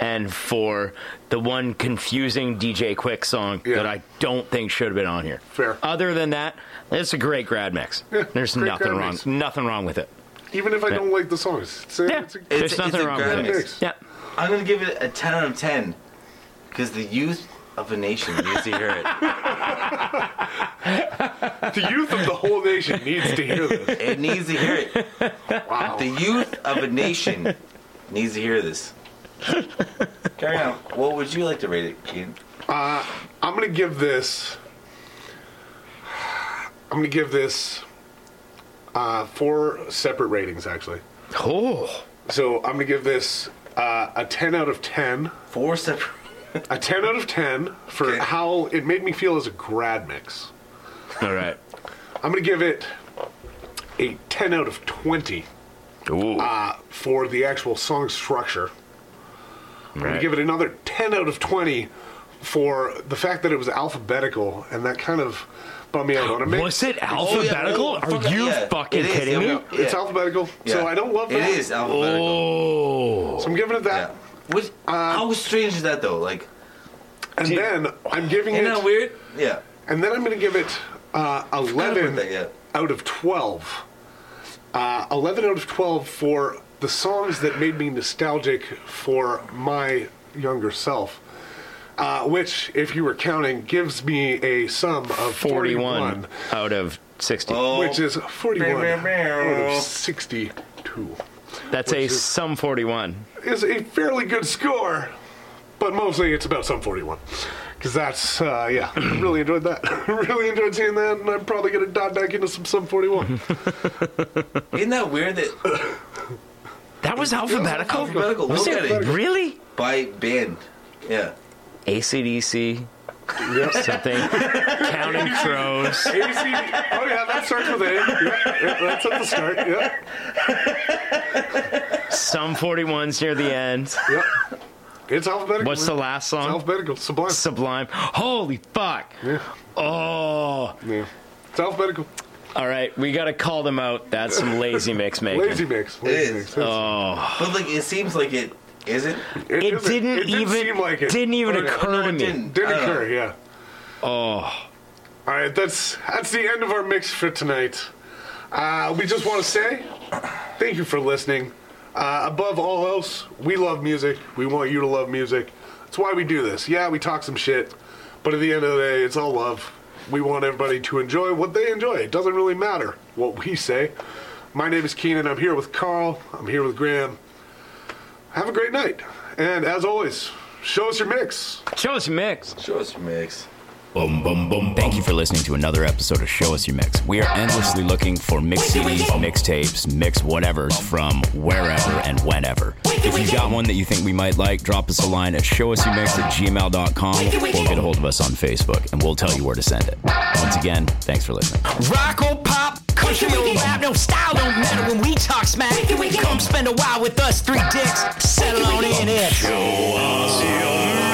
and for the one confusing DJ Quick song
Yeah.
that I don't think should have been on here.
Fair.
Other than that, it's a great grad mix.
Yeah,
There's
great
nothing
grad
wrong
mix.
nothing wrong with it.
Even if I don't like the songs, it's a,
Yeah.
it's a,
There's
it's
nothing
a
wrong
grad
with it.
mix.
Yeah.
I'm gonna give it a 10 out of 10 because the youth of a nation needs to hear it.
the youth of the whole nation needs to hear this.
It needs to hear it.
Wow.
The youth of a nation needs to hear this. Carry on. What would you like to rate it, Keen?
I'm gonna give this. I'm gonna give this uh, four separate ratings actually.
Oh.
So I'm gonna give this uh, a 10 out of 10.
Four separate.
A 10 out of 10 for
Okay.
how it made me feel as a grad mix.
All right.
I'm gonna give it a 10 out of 20
Ooh.
uh, for the actual song structure. I'm gonna give it another 10 out of 20 for the fact that it was alphabetical and that kind of bummed me out on a mix.
Was it alphabetical?
Oh, yeah.
Are you
Yeah,
fucking
it is.
kidding
Yeah.
me?
It's
Yeah.
alphabetical,
Yeah.
so I don't love that.
It is alphabetical.
Oh.
So I'm giving it
Yeah.
that,
Which,
Uh,
how strange is that though? Like,
and then I'm giving
isn't
it,
that weird? Yeah.
and then I'm going to give it uh,
about
11
that, yeah.
out of 12. Uh, 11 out of 12 for the songs that made me nostalgic for my younger self. Uh, which, if you were counting, gives me a sum of
41
41,
out of 60.
Oh.
which is 41
Meow, meow, meow.
out of 62.
That's a
which is-
sum 41.
is a fairly good score, but mostly it's about some 41. Because that's, uh, yeah, really enjoyed that. really enjoyed seeing that, and I'm probably going to dive back into some Sum 41.
Isn't that weird that
That was alphabetical?
alphabetical?
Was
Look
it
at it.
really?
by band? Yeah.
ACDC,
Yep.
something, Counting Crows.
AC, oh, yeah, that starts with A. Yeah, yeah, that's at the start. Yeah,
Some 41s near the end.
yeah. It's alphabetical.
What's the
man.
last
It's
song?
alphabetical. Sublime.
Sublime. Holy fuck.
Yeah.
Oh.
yeah. It's alphabetical.
All right, we got to call them out. That's some lazy mix making.
Lazy mix. Lazy
is.
mix. It's-
Oh.
But like, it seems like it isn't.
It,
It
isn't-
didn't
it didn't
even
seem like it.
didn't even
Oh, yeah.
occur
No,
to
it
me.
didn't.
Didn't
I don't know.
occur, yeah.
Oh.
All right, that's that's the end of our mix for tonight. Uh, we just want to say thank you for listening. Uh, above all else, we love music. We want you to love music. That's why we do this. Yeah, we talk some shit, but at the end of the day, it's all love. We want everybody to enjoy what they enjoy. It doesn't really matter what we say. My name is Keenan. I'm here with Carl. I'm here with Graham. Have a great night. And as always, show us your mix.
Show us your mix.
Show us your mix.
Boom, boom, boom. Thank you for listening to another episode of Show Us Your Mix. We are endlessly looking for mix CDs, mixtapes, mix whatever from wherever and whenever. If you've got one that you think we might like, drop us a line at showusyourmix at gmail.com or get a hold of us on Facebook and we'll tell you where to send it. Once again, thanks for listening.
Rock or pop, country or rap, no style don't matter when we talk smack. Come spend a while with us, three dicks, settle on in it. Show us your